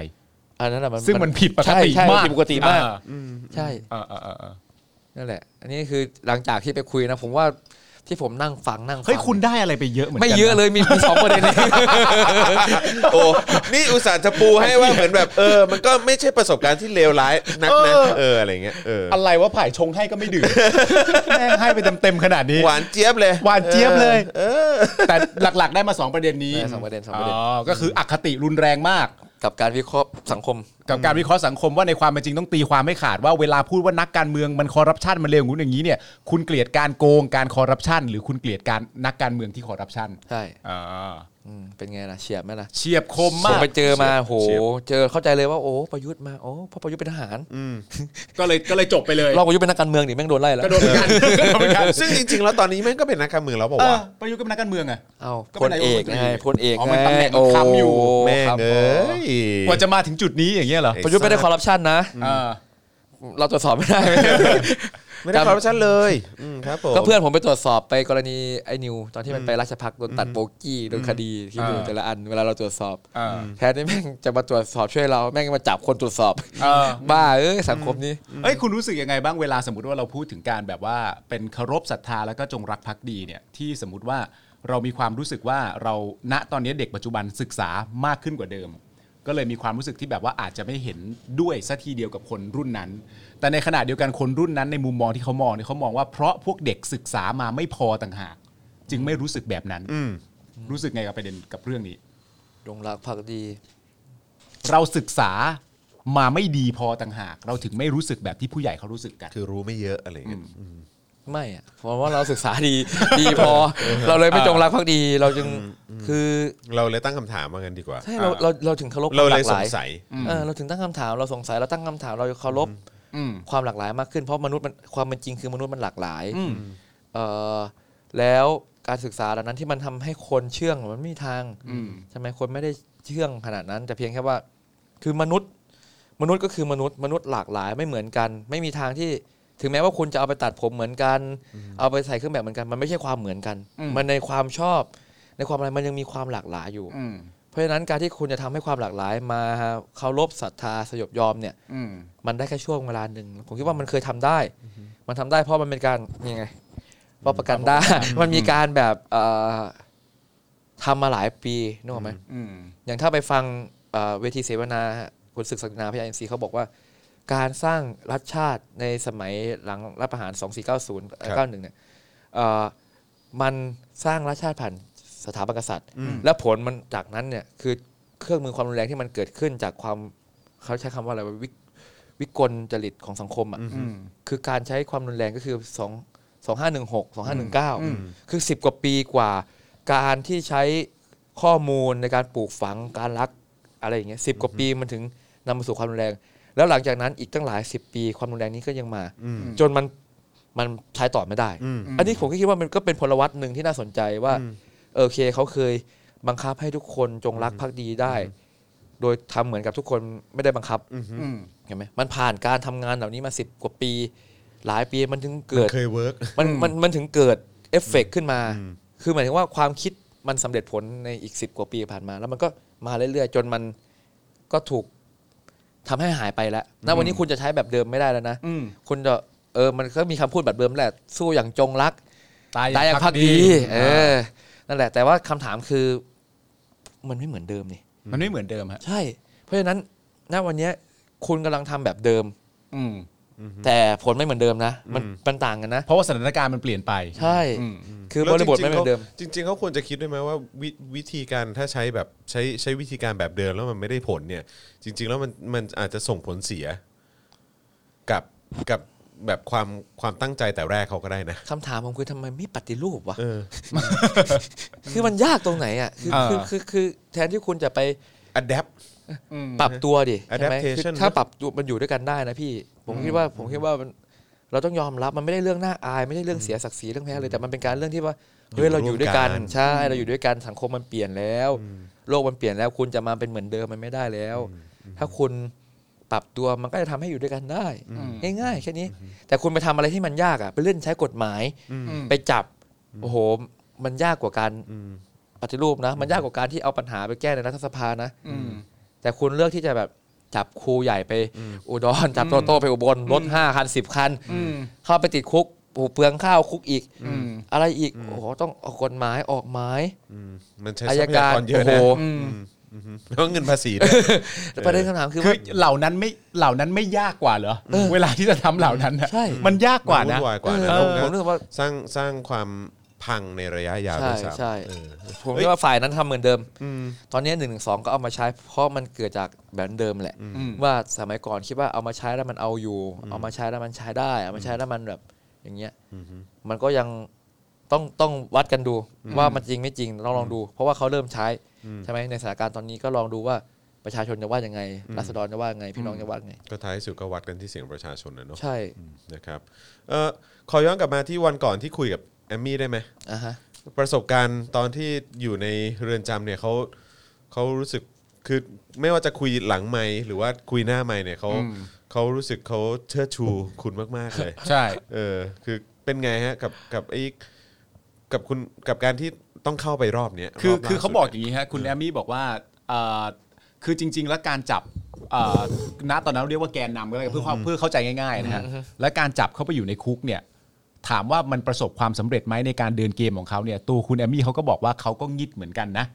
[SPEAKER 4] อันนั้นอะมัน
[SPEAKER 3] ซึ่งมันผิดปก
[SPEAKER 4] ใช่
[SPEAKER 3] ติ
[SPEAKER 4] ใช่
[SPEAKER 3] มาก
[SPEAKER 4] ผิดปกติมากใช่
[SPEAKER 3] เออเออเออเออ
[SPEAKER 4] นั่นแหละ อันนี้คือหลังจากที่ไปคุยนะ ผมว่าที่ผมนั่งฟังนั่งฟัง
[SPEAKER 3] เฮ้ยคุณได้อะไรไปเยอะเหมือนกั
[SPEAKER 4] ไม่เยอะเลยมีมีสองประเด็นเลย
[SPEAKER 2] โอ้ นี่อุตส่าห์จะปูให้ว่าเหมือนแบบ เออ มันก็ไม่ใช่ประสบการณ์ที่เลวร้ายนักนะเอออะไรเงี้ย เออ
[SPEAKER 3] อะไรวะผ่ายชงให้ก็ไม่ ดื่ม แม่งให้ไปเต็มๆขนาดนี้
[SPEAKER 2] หวานเจี๊ยบเลย
[SPEAKER 3] หวานเจี๊ยบเลย
[SPEAKER 2] เออ
[SPEAKER 3] แต่หลักๆได้มาสองประเด็นนี้
[SPEAKER 4] ได้สองประเด็นสองประเด็น
[SPEAKER 3] อ๋อก็คืออคติรุนแรงมาก
[SPEAKER 4] กับการวิเคราะห์สังคม
[SPEAKER 3] กับการวิเคราะห์สังคมว่าในความเป็นจริงต้องตีความให้ขาดว่าเวลาพูดว่านักการเมืองมันคอร์รัปชันมันเลวอย่างงู้นอย่างนี้เนี่ยคุณเกลียดการโกงการคอร์รัปชันหรือคุณเกลียดการนักการเมืองที่คอร์รัปชัน
[SPEAKER 4] ใช่
[SPEAKER 3] อ่า
[SPEAKER 4] อืมเป็นไงล่ะเฉียบไหมล่ะ
[SPEAKER 3] เฉียบคม
[SPEAKER 4] ผม
[SPEAKER 3] มาก
[SPEAKER 4] ไปเจอมาโห เจอเข้าใจเลยว่าโอ้ประยุทธ์มาโอ้เพราะประยุทธ์เป็นทหาร
[SPEAKER 3] ก็เลยก็เลยจบไปเลย
[SPEAKER 4] ลอกประยุทธ์เป็นนักการเมืองดิแม่งโดนไล่แล้ว
[SPEAKER 3] ก็โดนเหมือนกันก็ โดนเหมือนกัน
[SPEAKER 2] ซึ่งจริงๆ แล้วตอนนี้แม่งก็เป็นนักการเมืองแล้วบอก
[SPEAKER 3] เออ
[SPEAKER 2] ว่าวะ
[SPEAKER 3] ประยุทธ์ก็เป็นนักการเมืองอะ
[SPEAKER 4] เอา
[SPEAKER 3] ก็
[SPEAKER 4] พ
[SPEAKER 3] เป็น
[SPEAKER 4] ล
[SPEAKER 3] นายก
[SPEAKER 4] เอ
[SPEAKER 3] รัฐมนต
[SPEAKER 4] ก
[SPEAKER 3] รี
[SPEAKER 4] ไงพลเอก
[SPEAKER 3] อ๋อมันตำแหน่งมัน
[SPEAKER 4] ไง
[SPEAKER 3] ค้ำอยู่
[SPEAKER 4] โ
[SPEAKER 2] แม่ง
[SPEAKER 4] ครับ
[SPEAKER 2] เอ้ย
[SPEAKER 3] กว่าจะมาถึงจุดนี้อย่างเงี้ยเหรอ
[SPEAKER 4] ประยุทธ์ไม่ได้คอร์รัปชันนะ
[SPEAKER 3] เออ
[SPEAKER 4] เราตรวจสอบไม่ ได้
[SPEAKER 2] ไม่ได้คอร์รัปชันเลยอืมครับผม
[SPEAKER 4] ก็เพื่อนผมไปตรวจสอบไปกรณีไอ้นิว ตอนที่มันไปราชพักโดนตัดโบกี้โดนคดีที่ดูแต่ละอันเวลาเราตรวจสอบ
[SPEAKER 3] เออ
[SPEAKER 4] แทนที่แม่งจะมาตรวจสอบช่วยเราแม่งมาจับคนตรวจสอบ
[SPEAKER 3] เออ
[SPEAKER 4] บ้าเอ้ยสังคมนี้
[SPEAKER 3] เอ้ยคุณรู้สึกยังไงบ้างเวลาสมมติว่าเราพูดถึงการแบบว่าเป็นเคารพศรัทธาแล้วก็จงรักภักดีเนี่ยที่สมมติว่าเรามีความรู้สึกว่าเราณตอนนี้เด็กปัจจุบันศึกษามากขึ้นกว่าเดิม ก็เลยมีความรู้สึกที่แบบว่าอาจจะไม่เห็นด้วยสัทีเดียวกับคนรุ่นนั้น แต่ในขณะเดียวกันคนรุ่นนั้นในมุมมองที่เขามองเนี่ยเขามองว่าเพราะพวกเด็กศึกษามาไม่พอต่างหาก จึงไม่รู้สึกแบบนั้น
[SPEAKER 2] อืม
[SPEAKER 3] รู้สึกไงกับประเด็นกับเรื่องนี้
[SPEAKER 4] ดงรักภักดี
[SPEAKER 3] เราศึกษามาไม่ดีพอต่างหาก เราถึงไม่รู้สึกแบบที่ผู้ใหญ่เขารู้สึกกัน
[SPEAKER 2] คือรู้ไม่เยอะอะไรอย่างเงี้ย
[SPEAKER 4] ไม่อะเพราะว่าเราศึกษาดี ดีพอ เราเลยไม่จงรักภักดี เราจึงคือ
[SPEAKER 2] เราเลยตั้งคำถามมากันดีกว่า
[SPEAKER 4] ใช่เราเราเราถึงเคารพ
[SPEAKER 2] เรา
[SPEAKER 4] ความห
[SPEAKER 2] เล
[SPEAKER 4] ลายกห
[SPEAKER 2] ส
[SPEAKER 4] ลางย
[SPEAKER 2] สัย
[SPEAKER 4] เออเราถึงตั้งคำถามเราสงสัยเราตั้งคำถามเราเคารพ
[SPEAKER 3] อืม
[SPEAKER 4] ความหลากหลายมากขึ้นเพราะมนุษย์มันความเป็นจริงคือมนุษย์มันหลากหลาย
[SPEAKER 3] อืม
[SPEAKER 4] เอ่อแล้วการศึกษาเหล่านั้นที่มันทำให้คนเชื่องมันไม่มีทาง
[SPEAKER 3] อืม
[SPEAKER 4] ใช่ไหมคนไม่ได้เชื่องขนาดนั้น แต่เพียงแค่ว่า คือมนุษย์ มนุษย์ก็คือมนุษย์มนุษย์หลากหลายไม่เหมือนกัน ไม่มีทางที่ถึงแม้ว่าคุณจะเอาไปตัดผมเหมือนกัน เอาไปใส่เครื่องแบบเหมือนกัน มันไม่ใช่ความเหมือนกัน
[SPEAKER 3] อืม
[SPEAKER 4] มันในความชอบ ในความอะไรมันยังมีความหลากหลายอยู่
[SPEAKER 3] อืม
[SPEAKER 4] เพราะฉะนั้นการที่คุณจะทำให้ความหลากหลาย มาเคารพศรัทธาสยบยอมเนี่ย
[SPEAKER 3] อืม
[SPEAKER 4] มันได้แค่ช่วงเวลาหนึ่งผมคิดว่ามันเคยทำได้ มันทำได้เพราะมันเป็นการยังไงว่าประกันได้ มันมีการแบบเอ่อทำมาหลายปีนึกออกไหม
[SPEAKER 3] อืม
[SPEAKER 4] อย่างถ้าไปฟังเอ่อเวทีเสวนาคุณศึกศักดินาพยาเอ็นซีเขาบอกว่า การสร้างรัฐชาติในสมัยหลังรัฐประหาร 2490 91 เนี่ยเอ่อมันสร้างรัฐชาติผ่านสถาบันกษัตริย์ และผลมันจากนั้นเนี่ยคือเครื่องมือความรุนแรงที่มันเกิดขึ้นจากความเขาใช้คำว่าอะไรวะวิก วิกลจริตของสังคมอ่ะ
[SPEAKER 3] อืม
[SPEAKER 4] คือการใช้ความรุนแรงก็คือ2 2 5 1 6 2 5
[SPEAKER 3] อืม
[SPEAKER 4] 1 9 คือ 10 กว่าปีกว่า การที่ใช้ข้อมูลในการปลูกฝังการรักอะไรอย่างเงี้ยสิกว่าปีมันถึงนำมาสู่ความรุนแรง แล้วหลังจากนั้นอีกตั้งหลาย 10 ปีความรุนแรงนี้ก็ยังมา จนมันมันใช้ต่อไม่ได้
[SPEAKER 2] อืม
[SPEAKER 4] อันนี้ผมก็คิดว่ามันก็เป็นพลวัตหนึ่งที่น่าสนใจว่าเออโอเคเขาเคยบังคับให้ทุกคนจงรักภักดีได้ โดยทำเหมือนกับทุกคนไม่ได้บังคับ
[SPEAKER 3] อืม
[SPEAKER 4] เห็นไหมมันผ่านการทำงานเหล่านี้มาสิบกว่าปี หลายปีมันถึงเกิด
[SPEAKER 2] เคยเวิร์ก
[SPEAKER 4] มันมันมันถึงเกิดเอฟเฟกต์ขึ้นมา คือหมายถึงว่าความคิดมันสำเร็จผลในอีกสิบกว่าปีผ่านมา แล้วมันก็มาเรื่อยๆ จนมันก็ถูกทำให้หายไปแล้วณวันนี้คุณจะใช้แบบเดิมไม่ได้แล้วนะ
[SPEAKER 3] อืม
[SPEAKER 4] คุณจะเออมันก็มีคำพูดแบบเดิมแหละ สู้อย่างจงรัก
[SPEAKER 3] ตาย
[SPEAKER 4] ตายอย่างพักดี เอ
[SPEAKER 3] อ
[SPEAKER 4] อ นั่นแหละ แต่ว่าคำถามคือมันไม่เหมือนเดิมนี่
[SPEAKER 3] มันไม่เหมือนเดิมฮะ
[SPEAKER 4] ใช่ เพราะฉะนั้นณวันเนี้ยคุณกำลังทำแบบเดิม
[SPEAKER 3] อืม
[SPEAKER 4] แต่ผลไม่เหมือนเดิมนะ มันมันต่างกันนะ
[SPEAKER 3] เพราะว่าสถานการณ์มันเปลี่ยนไป
[SPEAKER 4] ใช่
[SPEAKER 3] อืม
[SPEAKER 4] คือบริบทไม่เหมือนเดิม
[SPEAKER 2] จริงๆขาจริง ๆเขาควรจะคิดด้วยไหมว่าวิวิธีการถ้าใช้แบบใช้ใช้วิธีการแบบเดิมแล้วมันไม่ได้ผลเนี่ย จริง ๆ แล้วมันมันอาจจะส่งผลเสีย กับกับแบบความความตั้งใจแต่แรกเขาก็ได้นะ
[SPEAKER 4] คำถามผมคือทำไมไม่ปฏิรูปวะ
[SPEAKER 2] เออ
[SPEAKER 4] คือมันยากตรงไหนอ่ะ คือคือคือคือแทนที่คุณจะไป
[SPEAKER 2] adapt
[SPEAKER 4] ปรับตัวดิ ใช่ไหม
[SPEAKER 2] Adaptation
[SPEAKER 4] คือถ้าปรับตัวมันอยู่ด้วยกันได้นะพี่ ผมคิดว่าผมคิดว่ามันเราต้องยอมรับมันไม่ได้เรื่องน่าอาย ไม่ได้เรื่องเสียศักดิ์ศรีเรื่องแพ้เลยแต่มันเป็นการเรื่องที่ว่าเฮ้ยเราอยู่ด้วยกัน
[SPEAKER 2] ร่วมกัน
[SPEAKER 4] ใช่เราอยู่ด้วยกันสังคมมันเปลี่ยนแล้ว โลกมันเปลี่ยนแล้ว คุณจะมาเป็นเหมือนเดิมมันไม่ได้แล้ว ถ้าคุณปรับตัวมันก็จะทำให้อยู่ด้วยกันได้ ง่ายๆแค่นี้ แต่คุณไปทำอะไรที่มันยากอ่ะไปเลื่อนใช้กฎหมาย
[SPEAKER 3] อืม
[SPEAKER 4] ไปจับโอ้โหมันยากกว่าการปฏิรูปนะ มันยากกว่าการที่เอาปัญหาไปแก้ในรัฐสภานะ
[SPEAKER 3] อืม
[SPEAKER 4] แต่คุณเลือกที่จะแบบจับครูใหญ่ไปอุดร จับโตโต้ไปอุบลรถห้าคันสิบคัน
[SPEAKER 3] อืม
[SPEAKER 4] เข้าไปติดคุกโอ้โหเปลืองข้าวคุกอีก
[SPEAKER 3] อืม
[SPEAKER 4] อะไรอีก โอ้โห ต้องออกกฎหมายออกหมาย
[SPEAKER 2] อืมมันใช้ท
[SPEAKER 4] อา
[SPEAKER 2] รั
[SPEAKER 4] ย
[SPEAKER 2] พยาก
[SPEAKER 4] าก ร
[SPEAKER 2] รเย
[SPEAKER 4] โอ้
[SPEAKER 2] อะ
[SPEAKER 4] โห
[SPEAKER 2] นะแล้วเงินภาษีด้วย
[SPEAKER 4] แต่ประเด็นคำถามคือ
[SPEAKER 3] คือ
[SPEAKER 4] ว่า
[SPEAKER 3] เหล่านั้นไม่เหล่านั้นไม่ยากกว่าเหรอ
[SPEAKER 4] เออ
[SPEAKER 3] เวลาที่จะทำเหล่านั้นน่ะ
[SPEAKER 4] ใช่
[SPEAKER 3] มันยากกว่านะ
[SPEAKER 2] วุ่นวายกว่านะ
[SPEAKER 4] เออ
[SPEAKER 2] แล้วก็
[SPEAKER 4] ผมรู้สึกว่า
[SPEAKER 2] สร้างสร้างความ พังในระยะยาว
[SPEAKER 4] ใช่
[SPEAKER 2] ด้วยซ้ำ
[SPEAKER 4] ใช่
[SPEAKER 2] เออ
[SPEAKER 4] ผม
[SPEAKER 2] เฮ้ย
[SPEAKER 4] คิดว่าฝ่ายนั้นทำเหมือนเดิม
[SPEAKER 2] อืม
[SPEAKER 4] ตอนนี้หนึ่งสองก็เอามาใช้เพราะมันเกิดจากแบบเดิมแหละ ว่าสมัยก่อนคิดว่าเอามาใช้แล้วมันเอาอยู่ เอามาใช้แล้วมันใช้ได้ เอามาใช้แล้วมันแบบอย่างเงี้ยมันก็ยังต้องต้องวัดกันดูว่ามันจริงไม่จริงลองลองดู เพราะว่าเขาเริ่มใช้ใช่ไหมในสถานการณ์ตอนนี้ก็ลองดูว่าประชาชนจะว่ายังไงรัษฎรจะว่ายังไงพี่น้องจะว่ายังไง
[SPEAKER 2] ก็ท้ายสุดก็วัดกันที่เสียงประชาชนนะเนาะ
[SPEAKER 4] ใช่
[SPEAKER 2] นะครับเอ่อขอย้อนกลับมาที่วันก่อนที่คุยกับแอมมี่ได้ไหม
[SPEAKER 4] อ่ะฮะ
[SPEAKER 2] ประสบการณ์ตอนที่อยู่ในเรือนจำเนี่ยเขาเขารู้สึกคือไม่ว่าจะคุยหลังไมค์หรือว่าคุยหน้าไมค์เนี่ยเขาเขารู้สึกเขาเชิดชูคุณมาก ๆ เลย
[SPEAKER 3] ใช่
[SPEAKER 2] เออคือเป็นไงฮะกับกับไอ้กับคุณกับการที่ต้องเข้าไปรอบเนี้ย
[SPEAKER 3] คือ
[SPEAKER 2] รล่
[SPEAKER 3] คือเขาบอกอ
[SPEAKER 2] สุด
[SPEAKER 3] ย่างนี้ฮะคุณแอมมี่บอกว่าเอ่อคือจริง ๆ แล้วการจับเอ่อณตอนนั้นเรียกว่าแกนนำก็แล้วกันเพื่อความเพื่อเข้าใจง่ายๆนะฮะและการจับเข้าไปอยู่ในคุกเนี่ยถามว่ามันประสบความสำเร็จไหมในการเดินเกมของเขาเนี่ยตัวคุณแอมมี่เขาก็บอกว่าเขาก็งิดเหมือนกันนะ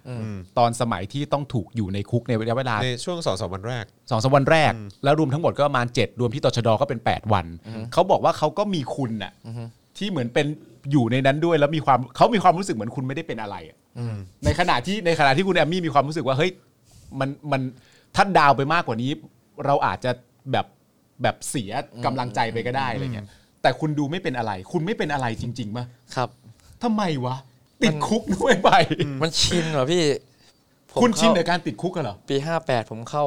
[SPEAKER 3] ตอนสมัยที่ต้องถูกอยู่ในคุกในระยะเวลา
[SPEAKER 2] ในช่วงสองสามวันแรก
[SPEAKER 3] สองสามวันแรก แล้วรวมทั้งหมดก็ประมาณ 7 รวมที่ตชดก็เป็น 8 วัน เขาบอกว่าเขาก็มีคุณน่ะที่เหมือนเป็นอยู่ในนั้นด้วย แล้วมีความเขามีความรู้สึกเหมือนคุณไม่ได้เป็นอะไรอะในขณะที่ในขณะที่คุณแอมมี่มีความรู้สึกว่าเฮ้ยมันมันถ้าดาวไปมากกว่านี้ เราอาจจะแบบแบบเสียกำลังใจไปก็ได้อะไรเงี้ยแต่คุณดูไม่เป็นอะไร คุณไม่เป็นอะไรจริงๆมะ
[SPEAKER 4] ครับ
[SPEAKER 3] ทำไมวะติดคุกด้วยไป
[SPEAKER 4] มันชินเหรอพี่ผม
[SPEAKER 3] คุณชิน
[SPEAKER 4] เข้า
[SPEAKER 3] กับการติดคุกกันเหรอ
[SPEAKER 4] ปีห้าแปดผมเข้า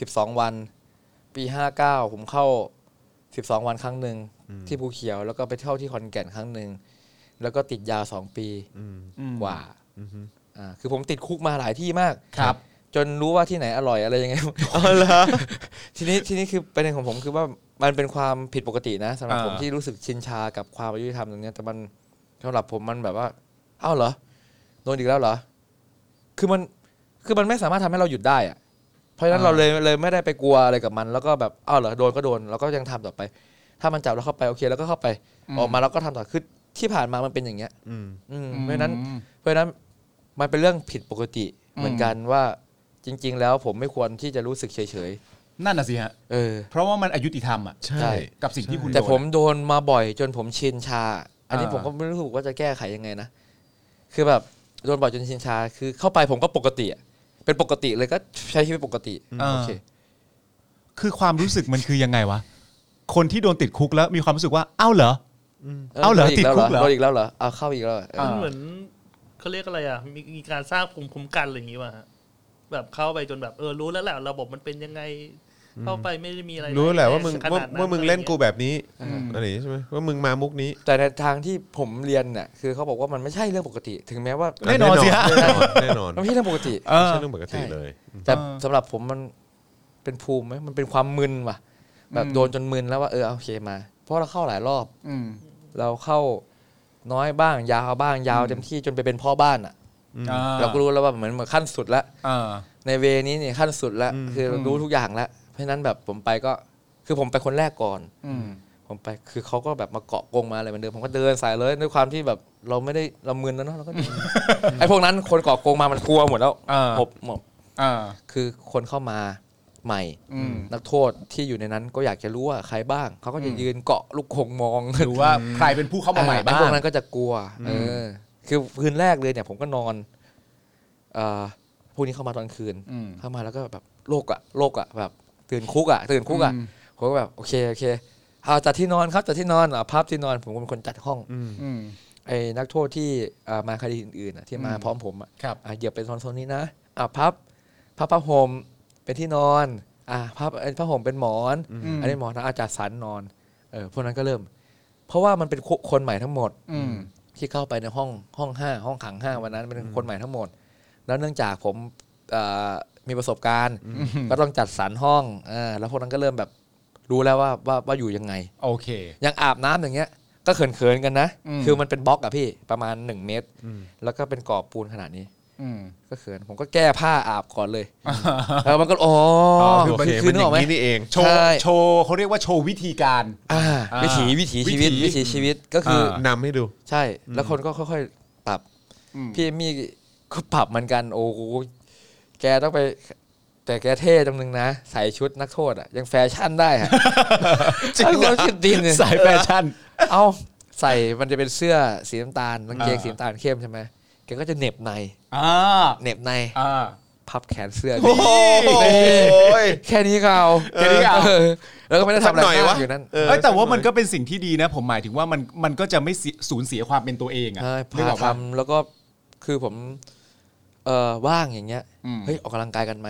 [SPEAKER 4] สิบสองวัน ปีห้าเก้าผมเข้าสิบสองวันครั้งหนึ่งที่ภูเขียว แล้วก็ไปเที่ยวที่ขอนแก่นครั้งหนึ่งแล้วก็ติดยาวสองปีกว่าอ่าคือผมติดคุกมาหลายที่มาก
[SPEAKER 3] ครับ
[SPEAKER 4] จนรู้ว่าที่ไหนอร่อยอะไรยังไง อ๋อเหรอทีนี้ทีนี้คือประเด็นของผมคือว่ามันเป็นความผิดปกตินะสำหรับ
[SPEAKER 3] อ่า
[SPEAKER 4] ผมที่รู้สึกชินชากับความอายุธรรมตรงเนี้ยแต่มันสำหรับผมมันแบบว่า เอ้าเหรอโดนอีกแล้วเหรอ คือมันคือมันไม่สามารถทำให้เราหยุดได้อะเพราะฉะนั้นเราเลยเลยไม่ได้ไปกลัวอะไรกับมัน แล้วก็แบบเอ้าเหรอโดนก็โดนเราก็ยังทำต่อไป ถ้ามันจับเราเข้าไปโอเคแล้วก็เข้าไป ออกมาเราก็ทำต่อคือที่ผ่านมามันเป็นอย่างเงี้ย
[SPEAKER 2] อืม
[SPEAKER 4] อืมเพราะฉะนั้น เพราะฉะนั้นมันเป็นเรื่องผิดปกติเหมือนกันว่าจริง ๆ แล้วผมไม่ควรที่จะรู้สึกเฉย
[SPEAKER 3] นั่นน่ะสิฮะ
[SPEAKER 4] ๆ เออ
[SPEAKER 3] เพราะว่ามันอายุติธรรมอ่ะ
[SPEAKER 2] ใช่
[SPEAKER 3] กับสิ่งที่คุณ
[SPEAKER 4] แต่
[SPEAKER 3] โดน
[SPEAKER 4] ผมโดนมาบ่อยจนผมชินชา อันนี้
[SPEAKER 3] อ่า
[SPEAKER 4] ผมก็ไม่รู้สึกว่าจะแก้ไขยังไงนะ คือแบบโดนบ่อยจนชินชา คือเข้าไปผมก็ปกติอะเป็นปกติเลยก็ใช้ชีวิตปกติโอเค
[SPEAKER 3] คือความรู้สึกมันคือยังไงวะ คนที่โดนติดคุกแล้วมีความรู้สึกว่าเอ้าเหรอ เอาเหรอติดคุกเหรอ
[SPEAKER 4] โดนอีกแล้วเหรอเอาเข้าอีกแล้วเหรอเออ
[SPEAKER 3] อ่า
[SPEAKER 5] เหมือนเขาเรียกอะไรอ่ะมีมีการสร้างภูมิคุ้มกันอะไรอย่างงี้ว่ะฮะแบบเข้าไปจนแบบเออรู้แล้วแหละระบบมันเป็นยังไง เข้าไปไม่ได้มีอะไร
[SPEAKER 2] รู้แหละว่ามึง
[SPEAKER 5] ข
[SPEAKER 2] ว่า
[SPEAKER 5] ดนั้น
[SPEAKER 2] ว่ามึงเล่นกูแบบนี้
[SPEAKER 3] อืม
[SPEAKER 2] อะไรอย่างงี้ใช่ไหมว่ามึงมามุกนี้
[SPEAKER 4] แต่ในทางที่ผมเรียนเนี่ยคือเขาบอกว่ามันไม่ใช่เรื่องปกติ ถึงแม้ว่า
[SPEAKER 3] แน่นอนสิฮะ
[SPEAKER 2] แน่นอนแน่นอน
[SPEAKER 4] มันไม่ใช่เรื่องปกติ
[SPEAKER 3] เอ
[SPEAKER 2] ไม่
[SPEAKER 3] อ
[SPEAKER 2] ใช่เรื่องปกติเลย
[SPEAKER 4] แต่
[SPEAKER 3] เออ
[SPEAKER 4] สำหรับผมมันเป็นภูมิไหมมันเป็นความมึนว่ะ แบบ
[SPEAKER 3] อืม
[SPEAKER 4] โดนจนมึนแล้วว่าเออโอเคมา เพราะเราเข้าหลายรอบ
[SPEAKER 3] อืม
[SPEAKER 4] เราเข้าน้อยบ้าง ยาวบ้างยาวเต็มที่จนไปเป็นพ่อบ้านอ่ะ
[SPEAKER 3] อ่
[SPEAKER 4] เราก็รู้แล้วว่าเหมือนเหมือนขั้นสุดละ
[SPEAKER 3] อ่า
[SPEAKER 4] ในเวนี้เนี่ยขั้นสุดละ
[SPEAKER 2] อืม
[SPEAKER 4] คือเรารู้ทุกอย่างละเพราะฉะนั้นแบบผมไปก็คือผมไปคนแรกก่อน
[SPEAKER 3] อืม
[SPEAKER 4] ผมไปคือเขาก็แบบมาเกาะกงมาอะไรเหมือนเดิมผมก็เดินสายเลยด้วยความที่แบบเราไม่ได้เรามึนแล้วเนาะเราก็เดินไอ้พวกนั้นคนเกาะกงมามันกลัวหมดแล้ว
[SPEAKER 3] เออ
[SPEAKER 4] หมบหมบ
[SPEAKER 3] อ่า
[SPEAKER 4] คือคนเข้ามาใหม่
[SPEAKER 3] อืม
[SPEAKER 4] นักโทษที่อยู่ในนั้นก็อยากจะรู้ว่าใครบ้าง เขาก็จะยืนเกาะลูกคงมอง
[SPEAKER 3] หรือว่าใครเป็นผู้เข้ามาใหม่บ้า
[SPEAKER 4] ไอ้พว
[SPEAKER 3] ง
[SPEAKER 4] กนั้นก็จะกลัวเออคือคืนแรกเลยเนี่ย ผมก็นอนเอ่อพวกนี้เข้ามาตอนคืน
[SPEAKER 3] อืม
[SPEAKER 4] เข้ามาแล้วก็แบบโลกอะโลกอะแบบ ตื่นคุกอะตื่นคุกอะ
[SPEAKER 3] อืม
[SPEAKER 4] ผมก็แบบโอเคโอเคเอาจัดที่นอนครับจัดที่นอนอ่ะภาพที่นอน ผมเป็นคนจัดห้อง
[SPEAKER 3] อืม
[SPEAKER 4] ไอ้นักโทษที่อ่ามาคดีอื่นๆอะที่มา
[SPEAKER 3] อืม
[SPEAKER 4] พร้อมผมอะ
[SPEAKER 3] ครับ
[SPEAKER 4] อ่ะเหยียบเป็นโซนๆนี้นะอ่ะพับพับผ้าห่มเป็นที่นอนอ่ะพับเอ้ยผ้าห่มเป็นหมอน
[SPEAKER 3] อืม
[SPEAKER 4] อันนี้หมอนนะอาจารย์สันนอนเออพวกนั้นก็เริ่ม เพราะว่ามันเป็นคุคนใหม่ทั้งหมด
[SPEAKER 3] อืม
[SPEAKER 4] ที่เข้าไปในห้องห้องห้าห้องขังห้าวันนั้นเป็นคนใหม่ทั้งหมด แล้วเนื่องจากผมเอ่อมีประสบการณ์ ก็ต้องจัดสรรห้องอ่าแล้วพวกนั้นก็เริ่มแบบรู้แล้วว่าว่าว่าอยู่ยังไง
[SPEAKER 3] โอเค
[SPEAKER 4] ยังอาบน้ำอย่างเงี้ย ก็เขินๆกันนะ
[SPEAKER 3] อืม
[SPEAKER 4] คือมันเป็นบล็อกอะพี่ประมาณหนึ่งเมตร แล้วก็เป็นกรอบปูนขนาดนี้
[SPEAKER 3] อืม
[SPEAKER 4] ก็เขินผมก็แก้ผ้าอาบก่อนเลยแล้วมันก็อ๋อ
[SPEAKER 3] อ๋อ
[SPEAKER 4] อ
[SPEAKER 3] คือ
[SPEAKER 2] โอเค
[SPEAKER 4] คื
[SPEAKER 2] มั
[SPEAKER 4] อน นึ
[SPEAKER 2] อก ย่า
[SPEAKER 4] ออกไหม
[SPEAKER 2] งนี้นี่เอง
[SPEAKER 3] โชว์
[SPEAKER 4] ใช่
[SPEAKER 3] โชว์เขาเรียกว่าโชว์วิธีการ
[SPEAKER 4] อ่า
[SPEAKER 3] อ่า
[SPEAKER 4] วิถีวิถีชีวิต
[SPEAKER 3] วิถี
[SPEAKER 4] วิถีชีวิตก็คืออา
[SPEAKER 2] นำให้ดู
[SPEAKER 4] ใช่ แล้วคนก็ค่อยๆปรับ
[SPEAKER 3] อืม
[SPEAKER 4] พี่เอมี่ก็ปรับเหมือนกัน โอ้โหแกต้องไป แต่แกเท่จังนึงนะ ใส่ชุดนักโทษอ่ะยังแฟชั่นได้ฮะ จริงเหรอคิดดินเนี่ย
[SPEAKER 3] สายแฟชั่น
[SPEAKER 4] เอา ใส่มันจะเป็นเสื้อสีน้ำตาลกางเกงสีน้ำตาลเข้มใช่ไหมแกก็จะเหน็บใน
[SPEAKER 3] อ่า
[SPEAKER 4] เหน็บใน
[SPEAKER 3] อ่า
[SPEAKER 4] พับแขนเสื้อ
[SPEAKER 2] โอ้ย
[SPEAKER 4] แค่นี้ก็เอา
[SPEAKER 3] แค่นี้ก็เอา
[SPEAKER 4] อแล้วก็ไม่ได้ทำอะไร
[SPEAKER 2] สักหน่อยวะ
[SPEAKER 4] มากอยู่นั้น
[SPEAKER 3] เอ้ยแต่ว่ามันก็เป็นสิ่งที่ดีนะ ผมหมายถึงว่ามันมันก็จะไม่เสียสูญเสียความเป็นตัวเองอ่ะ
[SPEAKER 4] ใช่
[SPEAKER 3] นึก
[SPEAKER 4] พา
[SPEAKER 3] ออกปะ
[SPEAKER 4] ทำแล้วก็คือผมเอ่อว่างอย่างเงี้ย
[SPEAKER 3] อืม
[SPEAKER 4] เฮ้ยออกกำลังกายกันไหม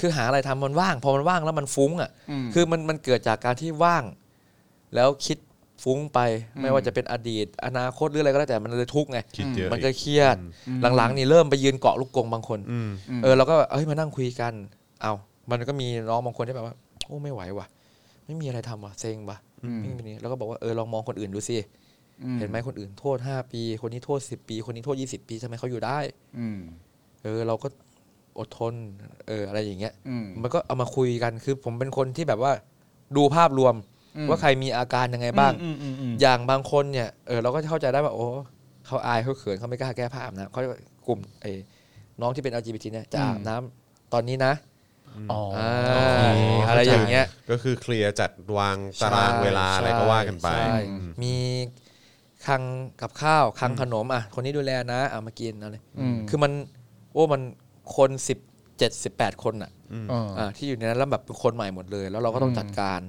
[SPEAKER 4] คือหาอะไรทำมันว่าง พอมันว่างแล้วมันฟุ้งอ่ะ
[SPEAKER 3] อืม
[SPEAKER 4] คือมันมันเกิดจากการที่ว่าง แล้วคิดฟุ้งไปไม่ว่าจะเป็นอดีต อนาคตหรืออะไรก็แล้วแต่มันเลยทุกข์ไง
[SPEAKER 2] คิดเยอะ
[SPEAKER 4] มันก็เครียด หลังๆนี่เริ่มไปยืนเกาะลูกกงบางคน
[SPEAKER 2] อืม
[SPEAKER 3] อืม
[SPEAKER 4] เออเราก็แบบเอ้ยมานั่งคุยกันเอามันก็มีน้องบางคนที่แบบว่า โอ้ไม่ไหวว่ะ ไม่มีอะไรทำว่ะเซ็งว่ะไม่มีนี้แล้วก็บอกว่าเออลองมองคนอื่นดูสิ
[SPEAKER 3] อื
[SPEAKER 4] เห็นไหมคนอื่นโทษ 5 ปี คนนี้โทษ 10 ปี คนนี้โทษ 20 ปีทำไมเขาอยู่ได้
[SPEAKER 3] อืม
[SPEAKER 4] เออเราก็อดทนเอออะไรอย่างเงี้ย
[SPEAKER 3] อืม
[SPEAKER 4] มันก็เอามาคุยกันคือผมเป็นคนที่แบบว่าดูภาพรวม
[SPEAKER 3] อืม
[SPEAKER 4] ว่าใครมีอาการยังไงบ้าง
[SPEAKER 3] อืมอืมอืม
[SPEAKER 4] อย่างบางคนเนี่ยเออเราก็เข้าใจได้ว่าโอ้เขาอายเขาเขินเขาไม่กล้าแก้ผ้าอาบนะเขากลุ่มไอ้น้องที่เป็น LGBT เนี่ยจะอาบน้ำตอนนี้นะ
[SPEAKER 3] อ๋อ
[SPEAKER 4] อ่า
[SPEAKER 3] โเค
[SPEAKER 4] อะไรอย่างเงี้ย
[SPEAKER 2] ก็คือเคลียร์จัดวางตารางเวลาอะไรก็ว่ากันไป
[SPEAKER 4] ใช่มีคลังกับข้าวคลังขนมอ่ะ คนนี้ดูแลนะ เอามากินอะไรคือมัน โอ้มันคนสิบเจ็ดสิบแปดคนอ่ะ
[SPEAKER 3] อ๋ออ่ะ
[SPEAKER 4] อ่าที่อยู่ในนั้นแล้วแบบเป็นคนใหม่หมดเลย แล้วเราก็ต้อง
[SPEAKER 3] อืม
[SPEAKER 4] จัดการ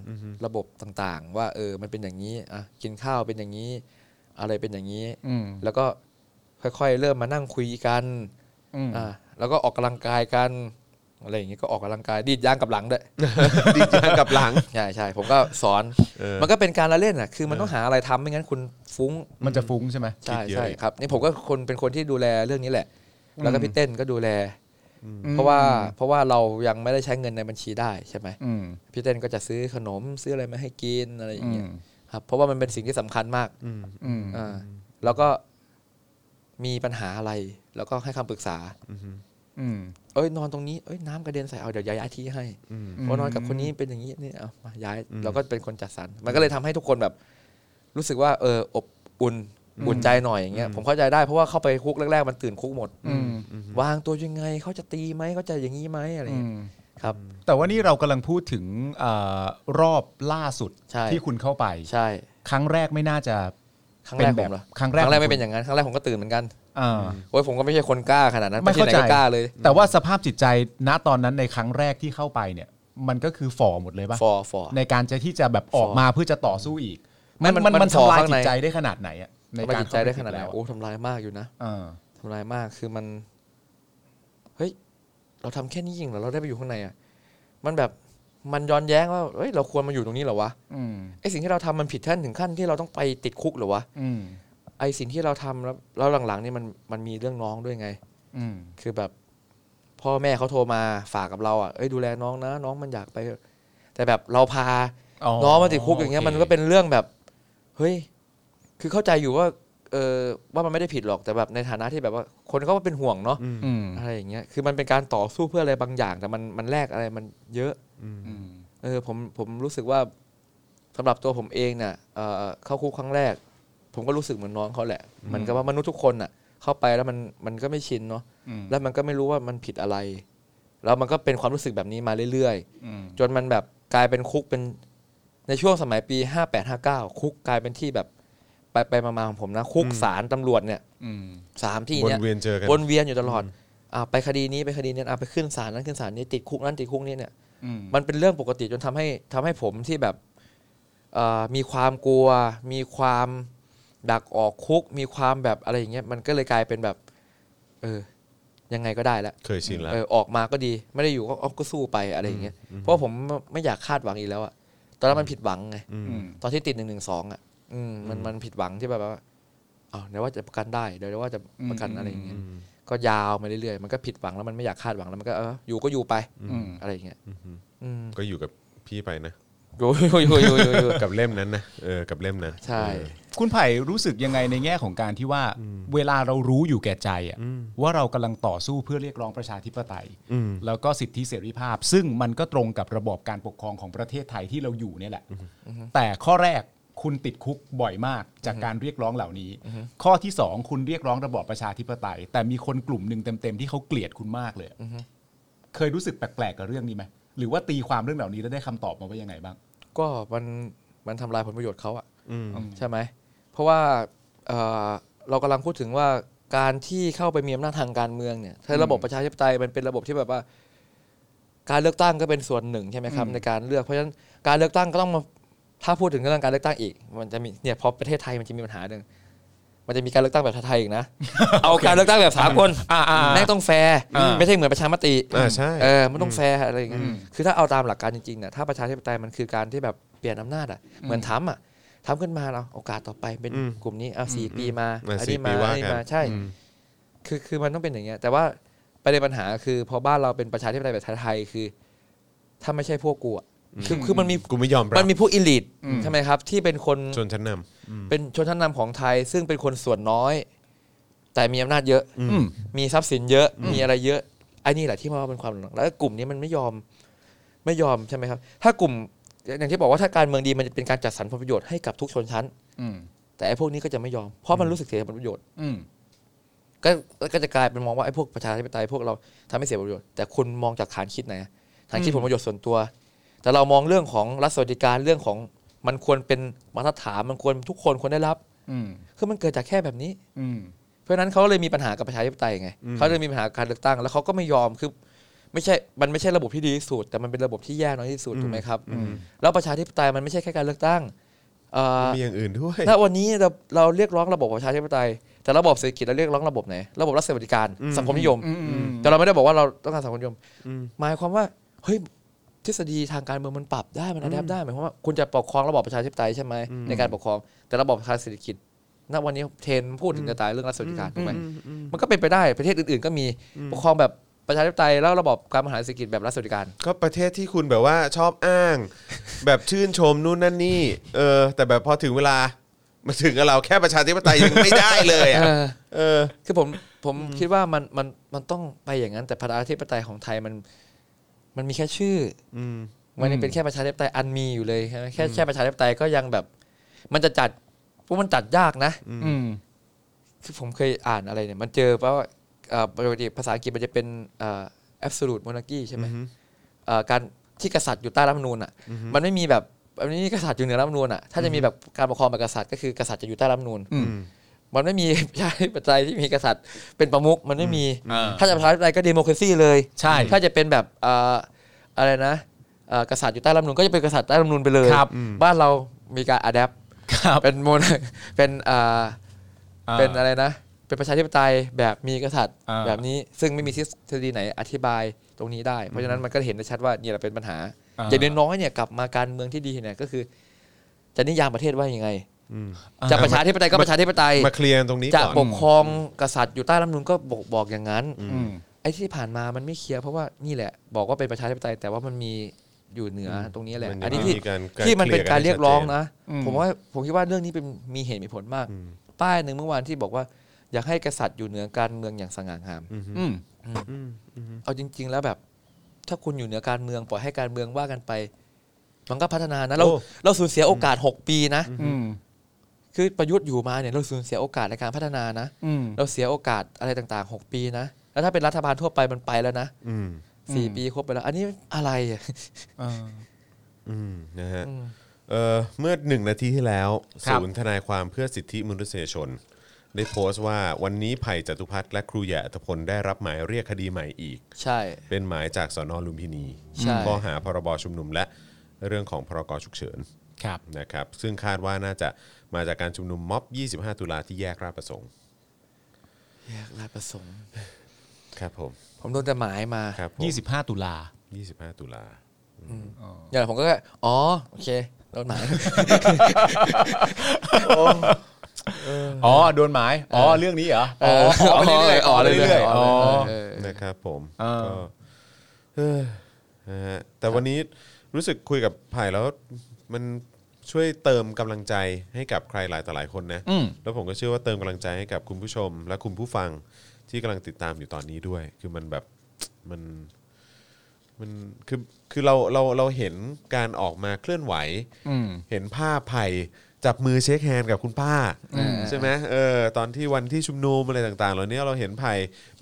[SPEAKER 4] ระบบต่างๆ ว่าเออมันเป็นอย่างนี้อ่ะกินข้าวเป็นอย่างนี้ อะไรเป็นอย่างนี้
[SPEAKER 3] อืม
[SPEAKER 4] แล้วก็ค่อยๆ เริ่มมานั่งคุยกัน
[SPEAKER 3] อืม
[SPEAKER 4] อ่าแล้วก็ออกกำลังกายกันอะไรอย่างเงี้ยก็ออกกำลังกายดีดยางกับหลังด้วย
[SPEAKER 2] ดีจังกับหลัง
[SPEAKER 4] ใช่ใช่ผมก็สอน
[SPEAKER 2] เออ
[SPEAKER 4] มันก็เป็นการละเล่นอ่ะ คือมันต้องหาอะไรทำไม่งั้นคุณฟุ้ง
[SPEAKER 3] มันจะฟุ้งใช่ไหม
[SPEAKER 4] ใช่
[SPEAKER 2] คิดเยอะ
[SPEAKER 4] ใช่
[SPEAKER 2] อีก
[SPEAKER 4] ครับ นี่ผมก็คนเป็นคนที่ดูแลเรื่องนี้แหละ แล้วก็พี่เต้นก็ดูแล
[SPEAKER 3] อืม
[SPEAKER 4] เพราะว่าเพราะว่าเรายังไม่ได้ใช้เงินในบัญชีได้ใช่ไหม
[SPEAKER 3] อืม
[SPEAKER 4] พี่เต้นก็จะซื้อขนมซื้ออะไรมาให้กินอะไรอย่างเงี้ย
[SPEAKER 3] อืม
[SPEAKER 4] ครับเพราะว่ามันเป็นสิ่งที่สำคัญมาก
[SPEAKER 3] อืม
[SPEAKER 4] อ่าแล้วก็มีปัญหาอะไร แล้วก็ให้คำปรึกษา
[SPEAKER 3] อืม
[SPEAKER 4] เอ้ยนอนตรงนี้เอ้ยน้ำกระเด็นใส่เอาเดี๋ยวย้ายที่ให้เพราะนอนกับคนนี้เป็นอย่างนี้นี่เอามาย้ายเราก็เป็นคนจัดสรรมันก็เลยทำให้ทุกคนแบบ รู้สึกว่าเอออบอุ่นอุ่นใจหน่อยอย่างเงี้ยผมเข้าใจได้เพราะว่าเข้าไปคุกแรกๆมันตื่นคุกหมด
[SPEAKER 3] อืม
[SPEAKER 4] วางตัวยังไงเขาจะตีไหมเขาจะอย่างนี้ไหมอะไรอย่างเงี้ยครับ
[SPEAKER 3] แต่ว่านี่เรากำลังพูดถึงเออรอบล่าสุด
[SPEAKER 4] ใช่
[SPEAKER 3] ที่คุณเข้าไป
[SPEAKER 4] ใช่
[SPEAKER 3] ครั้งแรกไม่น่าจะ
[SPEAKER 4] ครั้งแรก
[SPEAKER 3] เป็นแบ
[SPEAKER 4] ผ
[SPEAKER 3] บ
[SPEAKER 4] มเหรอ
[SPEAKER 3] ครั้งแรกข
[SPEAKER 4] ไม่
[SPEAKER 3] องคุณ
[SPEAKER 4] เป็นอย่างนั้นครั้งแรกผมก็ตื่นเหมือนกัน
[SPEAKER 3] เอ่อ
[SPEAKER 4] โอ้ยผมก็ไม่ใช่คนกล้าขนาดนั้น
[SPEAKER 3] ไม่เข้า
[SPEAKER 4] ป
[SPEAKER 3] ใจ
[SPEAKER 4] ที่หนก็กล้าเลย
[SPEAKER 3] แต่ว่าสภาพจิตใจณตอนนั้นในครั้งแรกที่เข้าไปเนี่ย มันก็คือฝ่อหมดเลยปะ
[SPEAKER 4] ฟอฟอ
[SPEAKER 3] ในการจะที่จะแบบออกมาเพื่อจะต่อสู้อีก
[SPEAKER 4] ไม่
[SPEAKER 3] มัน
[SPEAKER 4] มัน
[SPEAKER 3] มัน
[SPEAKER 4] มั
[SPEAKER 3] มัน
[SPEAKER 4] นฝ่อ
[SPEAKER 3] ทำลาย
[SPEAKER 4] ข้า
[SPEAKER 3] จิ
[SPEAKER 4] งใน
[SPEAKER 3] ตใจได้ขนาดไหนอะใน
[SPEAKER 4] ทำลาย
[SPEAKER 3] การ
[SPEAKER 4] จิตใจได้ขนาดไหน
[SPEAKER 3] เข้ป
[SPEAKER 4] โอ้ทำลายมากอยู่นะ
[SPEAKER 3] เออ
[SPEAKER 4] ทำลายมากคือมัน เฮ้ย เราทำแค่นี้ยิงเหรอเราได้ไปอยู่ข้างในอ่ะ มันแบบมันย้อนแย้งว่าเฮ้ยเราควรมาอยู่ตรงนี้เหรอวะ
[SPEAKER 3] อืม
[SPEAKER 4] ไอสิ่งที่เราทำมันผิดท่านถึงขั้นที่เราต้องไปติดคุกเหรอวะ
[SPEAKER 3] อืม
[SPEAKER 4] ไอสิ่งที่เราทำแล้วแล้วหลังๆนี่มันมันมีเรื่องน้องด้วยไง
[SPEAKER 3] อืม
[SPEAKER 4] คือแบบ พ่อแม่เขาโทรมาฝากกับเราอ่ะเอ้ยดูแลน้องนะ น้องมันอยากไป แต่แบบเราพา น้องมาติดคุกอย่างเงี้ย
[SPEAKER 3] โค
[SPEAKER 4] มันก็เป็นเรื่องแบบ เฮ้ย คือเข้าใจอยู่ว่า เออว่ามันไม่ได้ผิดหรอกแต่แบบในฐานะที่แบบว่า คนเขาก็เป็นห่วงเนาะ
[SPEAKER 3] อืม
[SPEAKER 4] อะไรอย่างเงี้ย คือมันเป็นการต่อสู้เพื่ออะไรบางอย่าง แต่มันมันแลกอะไรมันเยอะ
[SPEAKER 3] อืม
[SPEAKER 4] เออผมผมรู้สึกว่าสำหรับตัวผมเองเนี่ยเอ่อเข้าคุกครั้งแรก ผมก็รู้สึกเหมือนน้องเขาแหละเหมันก็ว่ามนุษย์ทุกคนน่ะ เข้าไปแล้วมันมันก็ไม่ชินเนาะ
[SPEAKER 3] อืม
[SPEAKER 4] แล้วมันก็ไม่รู้ว่ามันผิดอะไร แล้วมันก็เป็นความรู้สึกแบบนี้มาเรื่อยๆ
[SPEAKER 3] อืม
[SPEAKER 4] จนมันแบบกลายเป็นคุกเป็นในช่วงสมัยปี 58-59 คุกกลายเป็นที่แบบไปไปมามาของผมนะ คุกสารตำรวจเนี่ย
[SPEAKER 3] อืม
[SPEAKER 4] สามที่
[SPEAKER 2] ว
[SPEAKER 4] เนี่
[SPEAKER 2] น
[SPEAKER 4] ย
[SPEAKER 2] เวียนเจอกัน
[SPEAKER 4] วนเวียนอยู่ตลอดอ่าไปคดีนี้ไปคดีนี้อ่าไปขึ้นศาลนั้นขึ้นศาลนี้ติดคุกนั้นติดคุกนี้เนี่ย
[SPEAKER 3] อืม
[SPEAKER 4] มันเป็นเรื่องปกติจนทำให้ทำให้ผมที่แบบเอ่อมีความกลัว มีความดักออกคุก มีความแบบอะไรอย่างเงี้ยมันก็เลยกลายเป็นแบบ เออยังไงก็ได้ละ
[SPEAKER 2] เคยชินแล้ว
[SPEAKER 4] เออออกมาก็ดีไม่ได้อยู่ก็เอาก็สู้ไปอะไรอย่างเงี้ยเพราะว่าผมไม่อยากคาดหวังอีกแล้วอะตอนนั้นมันผิดหวังไง
[SPEAKER 3] อืม
[SPEAKER 4] ตอนที่ติดหนึ่งหนึ่งสองอะอืมมันมันผิดหวังที่แบบว่าเอาวเดี๋ยวว่าจะประกันได้เดี๋ยวว่าจะประกันอะไรอย่างเงี้ยก็ยาวมาเรื่อยๆมันก็ผิดหวังแล้วมันไม่อยากคาดหวังแล้วมันก็เอออยู่ก็อยู่ไป
[SPEAKER 3] อืม
[SPEAKER 4] อะไรอย่างเงี้ยอืม
[SPEAKER 2] ก็อยู่กับพี่ไปนะ
[SPEAKER 4] อยู่ อยู่อยู่อยู่อยู่อยู่
[SPEAKER 2] กับเล่มนั้นนะเออกับเล่มนั้น
[SPEAKER 4] ใช่
[SPEAKER 2] เออ
[SPEAKER 3] คุณไผ่รู้สึกยังไงในแง่ของการที่ว่า เวลาเรารู้อยู่แก่ใจอะว่าเรากำลังต่อสู้เพื่อเรียกร้องประชาธิปไตย
[SPEAKER 2] อืม
[SPEAKER 3] แล้วก็สิทธิเสรีภาพ ซึ่งมันก็ตรงกับระบอบการปกครองของประเทศไทยที่เราอยู่เนี่ยแหละ แต่ข้อแรกคุณติดคุกบ่อยมากจากการเรียกร้องเหล่านี้ ข้อที่สองคุณเรียกร้องระบอบประชาธิปไตย แต่มีคนกลุ่มหนึ่งเต็มๆที่เขาเกลียดคุณมากเลยอะเคยรู้สึกแปลกๆกับเรื่องนี้ไหมหรือว่าตีความเรื่องเหล่านี้แล้วได้คำตอบมาว่ายังไงบ้าง
[SPEAKER 4] ก็มันมันทำลายผลประโยชน์เขาอะ
[SPEAKER 2] อืม
[SPEAKER 4] ใช่ไหมเพราะ ราะว่าเอ่อเรากำลังพูดถึงว่าการที่เข้าไปมีอำนาจทางการเมืองเนี่ยถ้าระบบประชาธิปไตยมันเป็นระบบที่แบบว่า การเลือกตั้งก็เป็นส่วนหนึ่งใช่ไหมครับ ในการเลือกเพราะฉะนั้นการเลือกตั้งก็ต้องมาถ้าพูดถึงเรื่องการเลือกตั้งอีก มันจะมีเนี่ยพอประเทศไทยมันจะมีปัญหาหนึ่งมันจะมีการเลือกตั้งแบบไทยๆอีกนะ เอาการเลือกตั้งแบบสากล
[SPEAKER 3] อ่าอ่า
[SPEAKER 4] แม่งต้องแฟร์ไม่ใช่เหมือนประชามติ
[SPEAKER 1] อ่าใช่
[SPEAKER 4] เออมันต้องแฟร์อะไรอย่างเงี้ย
[SPEAKER 3] อืม
[SPEAKER 4] คือถ้าเอาตามหลักการจริงๆเนี่ยถ้าประชาธิปไตยมันคือการที่แบบเปลี่ยนอำนาจอ่ะเหมือนทำอ่ะทำขึ้นมาเราโอกาสต่อไปเป็น
[SPEAKER 1] อืม
[SPEAKER 4] กลุ่มนี้เอาสี่ปีมา
[SPEAKER 1] อ่า
[SPEAKER 4] อัน
[SPEAKER 1] สี่
[SPEAKER 4] นี้
[SPEAKER 1] ปี
[SPEAKER 4] มา
[SPEAKER 1] ว่า
[SPEAKER 4] อันนี้
[SPEAKER 1] กัน
[SPEAKER 4] มาใช่ คือคือมันต้องเป็นอย่างเงี้ยแต่ว่าประเด็นปัญหาคือพอบ้านเราเป็นประชาธิปไตยแบบไทยๆคือ ถ้าไม่ใช่พวกกูอะคือคือมันมี
[SPEAKER 1] กูไม่ยอมรั
[SPEAKER 4] มั
[SPEAKER 1] บ
[SPEAKER 4] นมีพวกอิลิท
[SPEAKER 3] อืม
[SPEAKER 4] ใช่ไหมครับ ที่เป็นคน
[SPEAKER 1] ชนชั้นน
[SPEAKER 4] เป็นชนชั้นนำของไทย ซึ่งเป็นคนส่วนน้อย แต่มีอำนาจเยอะ
[SPEAKER 3] อืม
[SPEAKER 4] มีทรัพย์สินเยอะ มีอะไรเยอะไอ้นี่แหละที่มาว่าเป็นความหลงแล้วกลุ่มนี้มันไม่ยอมไม่ยอมใช่ไหมครับ ถ้ากลุ่มอย่างที่บอกว่าถ้าการเมืองดีมันจะเป็นการจัดสรรผลประโยชน์ให้กับทุกชนชั้น
[SPEAKER 3] อืม
[SPEAKER 4] แต่ไอ้พวกนี้ก็จะไม่ยอมเพราะมันรู้สึกเสียผลประโยชน์
[SPEAKER 3] อืม
[SPEAKER 4] ก็ก็จะกลายเป็นมองว่าไอ้พวกประชาธิปไตยพวกเราทำให้เสียประโยชน์แต่คุณมองจากฐานคิดไหนอะฐานคิดผลประโยชน์ส่วนตัว แต่เรามองเรื่องของรัฐสวัสดิการเรื่องของมันควรเป็นมาตรฐานมันควรทุกคนควรได้รับ
[SPEAKER 3] อืม
[SPEAKER 4] คือมันเกิดจากแค่แบบนี้
[SPEAKER 3] อืม
[SPEAKER 4] เพราะฉะนั้นเขาเลยมีปัญหากับประชาธิปไตยไงเขาเลยมีปัญหากับการเลือกตั้ง แล้วเขาก็ไม่ยอมคือไม่ใช่มันไม่ใช่ระบบที่ดีที่สุดแต่มันเป็นระบบที่แย่น้อยที่สุดถูกไหมครับแล้วประชาธิปไตยมันไม่ใช่แค่การเลือกตั้งเอ่อ
[SPEAKER 1] ำมีอย่างอื่นด้วย
[SPEAKER 4] ถ้าวันนี้เราเราเรียกร้องระบบประชาธิปไตย แต่ระบบเศรษฐกิจเราเรียกร้องระบบไหน ระบบรัฐสวัสดิการ
[SPEAKER 1] อืม
[SPEAKER 4] สังคมนิยม
[SPEAKER 3] อืมอืม
[SPEAKER 4] แต่เราไม่ได้บอกว่าเราต้องการสังคมนิยม
[SPEAKER 1] อืม
[SPEAKER 4] หมายความว่าเฮ้ยทฤษฎีทางการเมืองมันปรับได้มันอัดแอปได้หมายความว่าคุณจะปกครองระบบประชาธิปไตยใช่ไหม
[SPEAKER 1] อืม
[SPEAKER 4] ในการปกครองแต่ระบบประชาเศรษฐกิจณวันนี้เทรนด์พูดถึงจะตายเรื่องรัฐสวัสดิการถูกไหมมันก็เป็นไปได้ประเทศอื่นๆ ก็มีปกครองแบบประชาธิปไตยแล้วระบบการบริหารเศรษฐกิจแบบรัฐสวัสดิการ
[SPEAKER 1] ก็ประเทศที่คุณแบบว่าชอบอ้าง แบบชื่นชมนู่นนั่นนี่ เออ แต่แบบพอถึงเวลามาถึงกับเราแค่ประชาธิปไตยยังไม่ได้เลยอะเออ
[SPEAKER 4] คือผมผมคิดว่ามันมันมันต้องไปอย่างนั้นแต่ประชาธิปไตยของไทยมันมันมีแค่ชื่ออ
[SPEAKER 1] ม
[SPEAKER 4] มันยังเป็นแค่ประชาธิปไตยอันมีอยู่เลยใช่ไหมแค่แค่ประชาธิปไตยก็ยังแบบ มันจะจัดพวกมันจัดยากนะ
[SPEAKER 3] อืม
[SPEAKER 4] คือผมเคยอ่านอะไรเนี่ย มันเจอว่าเอ่อปกติภาษาอังกฤษมันจะเป็นเอ่อ absolute monarchy ใช่ไหมเอ่อการที่กษัตริย์อยู่ใต้รัฐธรรมนูญอ่ะ มันไม่มีแบบมันไม่มีกษัตริย์อยู่เหนือรัฐธรรมนูญอ่ะถ้าจะมีแบบการปกครองแบบกษัตริย์ก็คือกษัตริย์จะอยู่ใต้รัฐธรรมนูญ
[SPEAKER 3] อืม
[SPEAKER 4] มันไม่มี ประชาธิปไตยที่มีกษัตริย์เป็นประมุขมันไม่มี
[SPEAKER 3] อ่า
[SPEAKER 4] ถ้าจะประชาธิปไตยก็เดโมคราซีเลย
[SPEAKER 3] ใช่
[SPEAKER 4] ถ้าจะเป็นแบบเอ่ออะไรนะเอ่อกษัตริย์อยู่ใต้รัฐธรรมนูญก็จะเป็นกษัตริย์ใต้รัฐธรรมนูญไปเลย
[SPEAKER 3] ครับ
[SPEAKER 4] บ้านเรามีการอัดแอป
[SPEAKER 3] ครับ
[SPEAKER 4] เป็นโมน เป็นเอ่อ
[SPEAKER 3] อ่า
[SPEAKER 4] เป็นอะไรนะ เป็นประชาธิปไตยแบบมีกษัตริย์
[SPEAKER 3] อ่า
[SPEAKER 4] แบบนี้ซึ่งไม่มีทฤษฎีไหนอธิบายตรงนี้ได้ เพราะฉะนั้นมันก็เห็นได้ชัดว่าเนี่ยแหละเป็นปัญหา อย่างน้อยๆเนี่ยกลับมาการเมืองที่ดีเนี่ยก็คือ จะนิยามประเทศว่ายังไงจะประชาธิปไตยก็ประชาธิปไตย
[SPEAKER 1] มาเคลียร์ตรงนี้
[SPEAKER 4] จะ
[SPEAKER 1] ก่อน
[SPEAKER 4] ปกครองกษัตริย์อยู่ใต้รัฐธรรมนูญก็บอกบอกอย่างนั้น
[SPEAKER 3] อืม
[SPEAKER 4] ไอ้ที่ผ่านมามันไม่เคลียร์เพราะว่านี่แหละ บอกว่าเป็นประชาธิปไตยแต่ว่ามันมีอยู่เหนือตรงนี้แหละ
[SPEAKER 1] มั
[SPEAKER 4] อัน
[SPEAKER 1] ยั
[SPEAKER 4] นี้
[SPEAKER 1] ง
[SPEAKER 4] ที่
[SPEAKER 1] มีาร
[SPEAKER 4] ที่มันเป็นการเรียกร้องนะ
[SPEAKER 3] อืม
[SPEAKER 4] ผมว่าผมคิดว่าเรื่องนี้เป็นมีเหตุมีผลมาก ป้ายหนึ่งเมื่อวานที่บอกว่า อยากให้กษัตริย์อยู่เหนือการเมืองอย่างสง่างาม
[SPEAKER 3] อืม
[SPEAKER 4] เอาจริง ๆ แล้วแบบ ถ้าคุณอยู่เหนือการเมืองปล่อยให้การเมืองว่ากันไป มันก็พัฒนานะเราเราสูญเสียโอกาสหกปีนะ
[SPEAKER 3] อืม
[SPEAKER 4] คือประยุทธ์อยู่มาเนี่ยเราสูญเสียโอกาสในการพัฒนานะ
[SPEAKER 3] อืม
[SPEAKER 4] เราเสียโอกาสอะไรต่างๆ 6 ปีนะ แล้วถ้าเป็นรัฐบาลทั่วไปมันไปแล้วนะ
[SPEAKER 1] อืม
[SPEAKER 4] สี่
[SPEAKER 3] อืม
[SPEAKER 4] ปีครบไปแล้ว อันนี้อะไรอ่ะ
[SPEAKER 3] อ่า
[SPEAKER 1] อืมนะฮะ
[SPEAKER 4] อืม
[SPEAKER 1] เอ่อเมื่อหนึ่งนาทีที่แล้ว
[SPEAKER 3] ครับ
[SPEAKER 1] ศูนย์ทนายความเพื่อสิทธิมนุษยชน ได้โพสต์ว่าวันนี้ไผ่จตุพัฒน์และครูใหญ่อัตพลได้รับหมายเรียกคดีใหม่อีก
[SPEAKER 4] ใช่
[SPEAKER 1] เป็นหมายจากสนลุมพินี
[SPEAKER 4] ใช่
[SPEAKER 1] ข้อหาพรบชุมนุมและเรื่องของพรกฉุกเฉิน
[SPEAKER 3] ครับ
[SPEAKER 1] นะครับ ซึ่งคาดว่าน่าจะมาจากการชุมนุมม็อบ 25 ตุลาที่แยกราชประสงค์
[SPEAKER 4] แยกราชประสงค์
[SPEAKER 1] ครับผม
[SPEAKER 4] ผมโดนจดหมายมา
[SPEAKER 1] ครับผม
[SPEAKER 3] ยี่สิบห้าตุลา
[SPEAKER 1] 25 ตุลา
[SPEAKER 4] อย่างไรผมก็แค่อ๋อ โอเคโดนหมาย
[SPEAKER 3] อ๋อ โดนหมาย อ๋อ เรื่องนี้เหรอ อ๋อ
[SPEAKER 4] เออ
[SPEAKER 3] ไปเรื่อยๆอ๋อไปเรื่อยๆ
[SPEAKER 4] อ๋
[SPEAKER 3] อ๋
[SPEAKER 4] อ
[SPEAKER 3] อ
[SPEAKER 4] เออ
[SPEAKER 1] นะครับผม
[SPEAKER 3] เออ
[SPEAKER 1] ก็เออนะฮะแต่วันนี้รู้สึกคุยกับไผ่แล้วมันช่วยเติมกำลังใจให้กับใครหลายต่อหลายคนนะ
[SPEAKER 3] อืม
[SPEAKER 1] แล้วผมก็เชื่อว่าเติมกำลังใจให้กับคุณผู้ชม และคุณผู้ฟังที่กำลังติดตามอยู่ตอนนี้ด้วย คือมันแบบมันมันคือคือเราเราเราเห็นการออกมาเคลื่อนไหว
[SPEAKER 3] อืม
[SPEAKER 1] เห็นภาพไผ่จับมือเช็คแฮนด์กับคุณป้า
[SPEAKER 4] อืม
[SPEAKER 1] ใช่ไหมเออตอนที่วันที่ชุมนุมอะไรต่างๆ เหล่านี้เราเห็นไผ่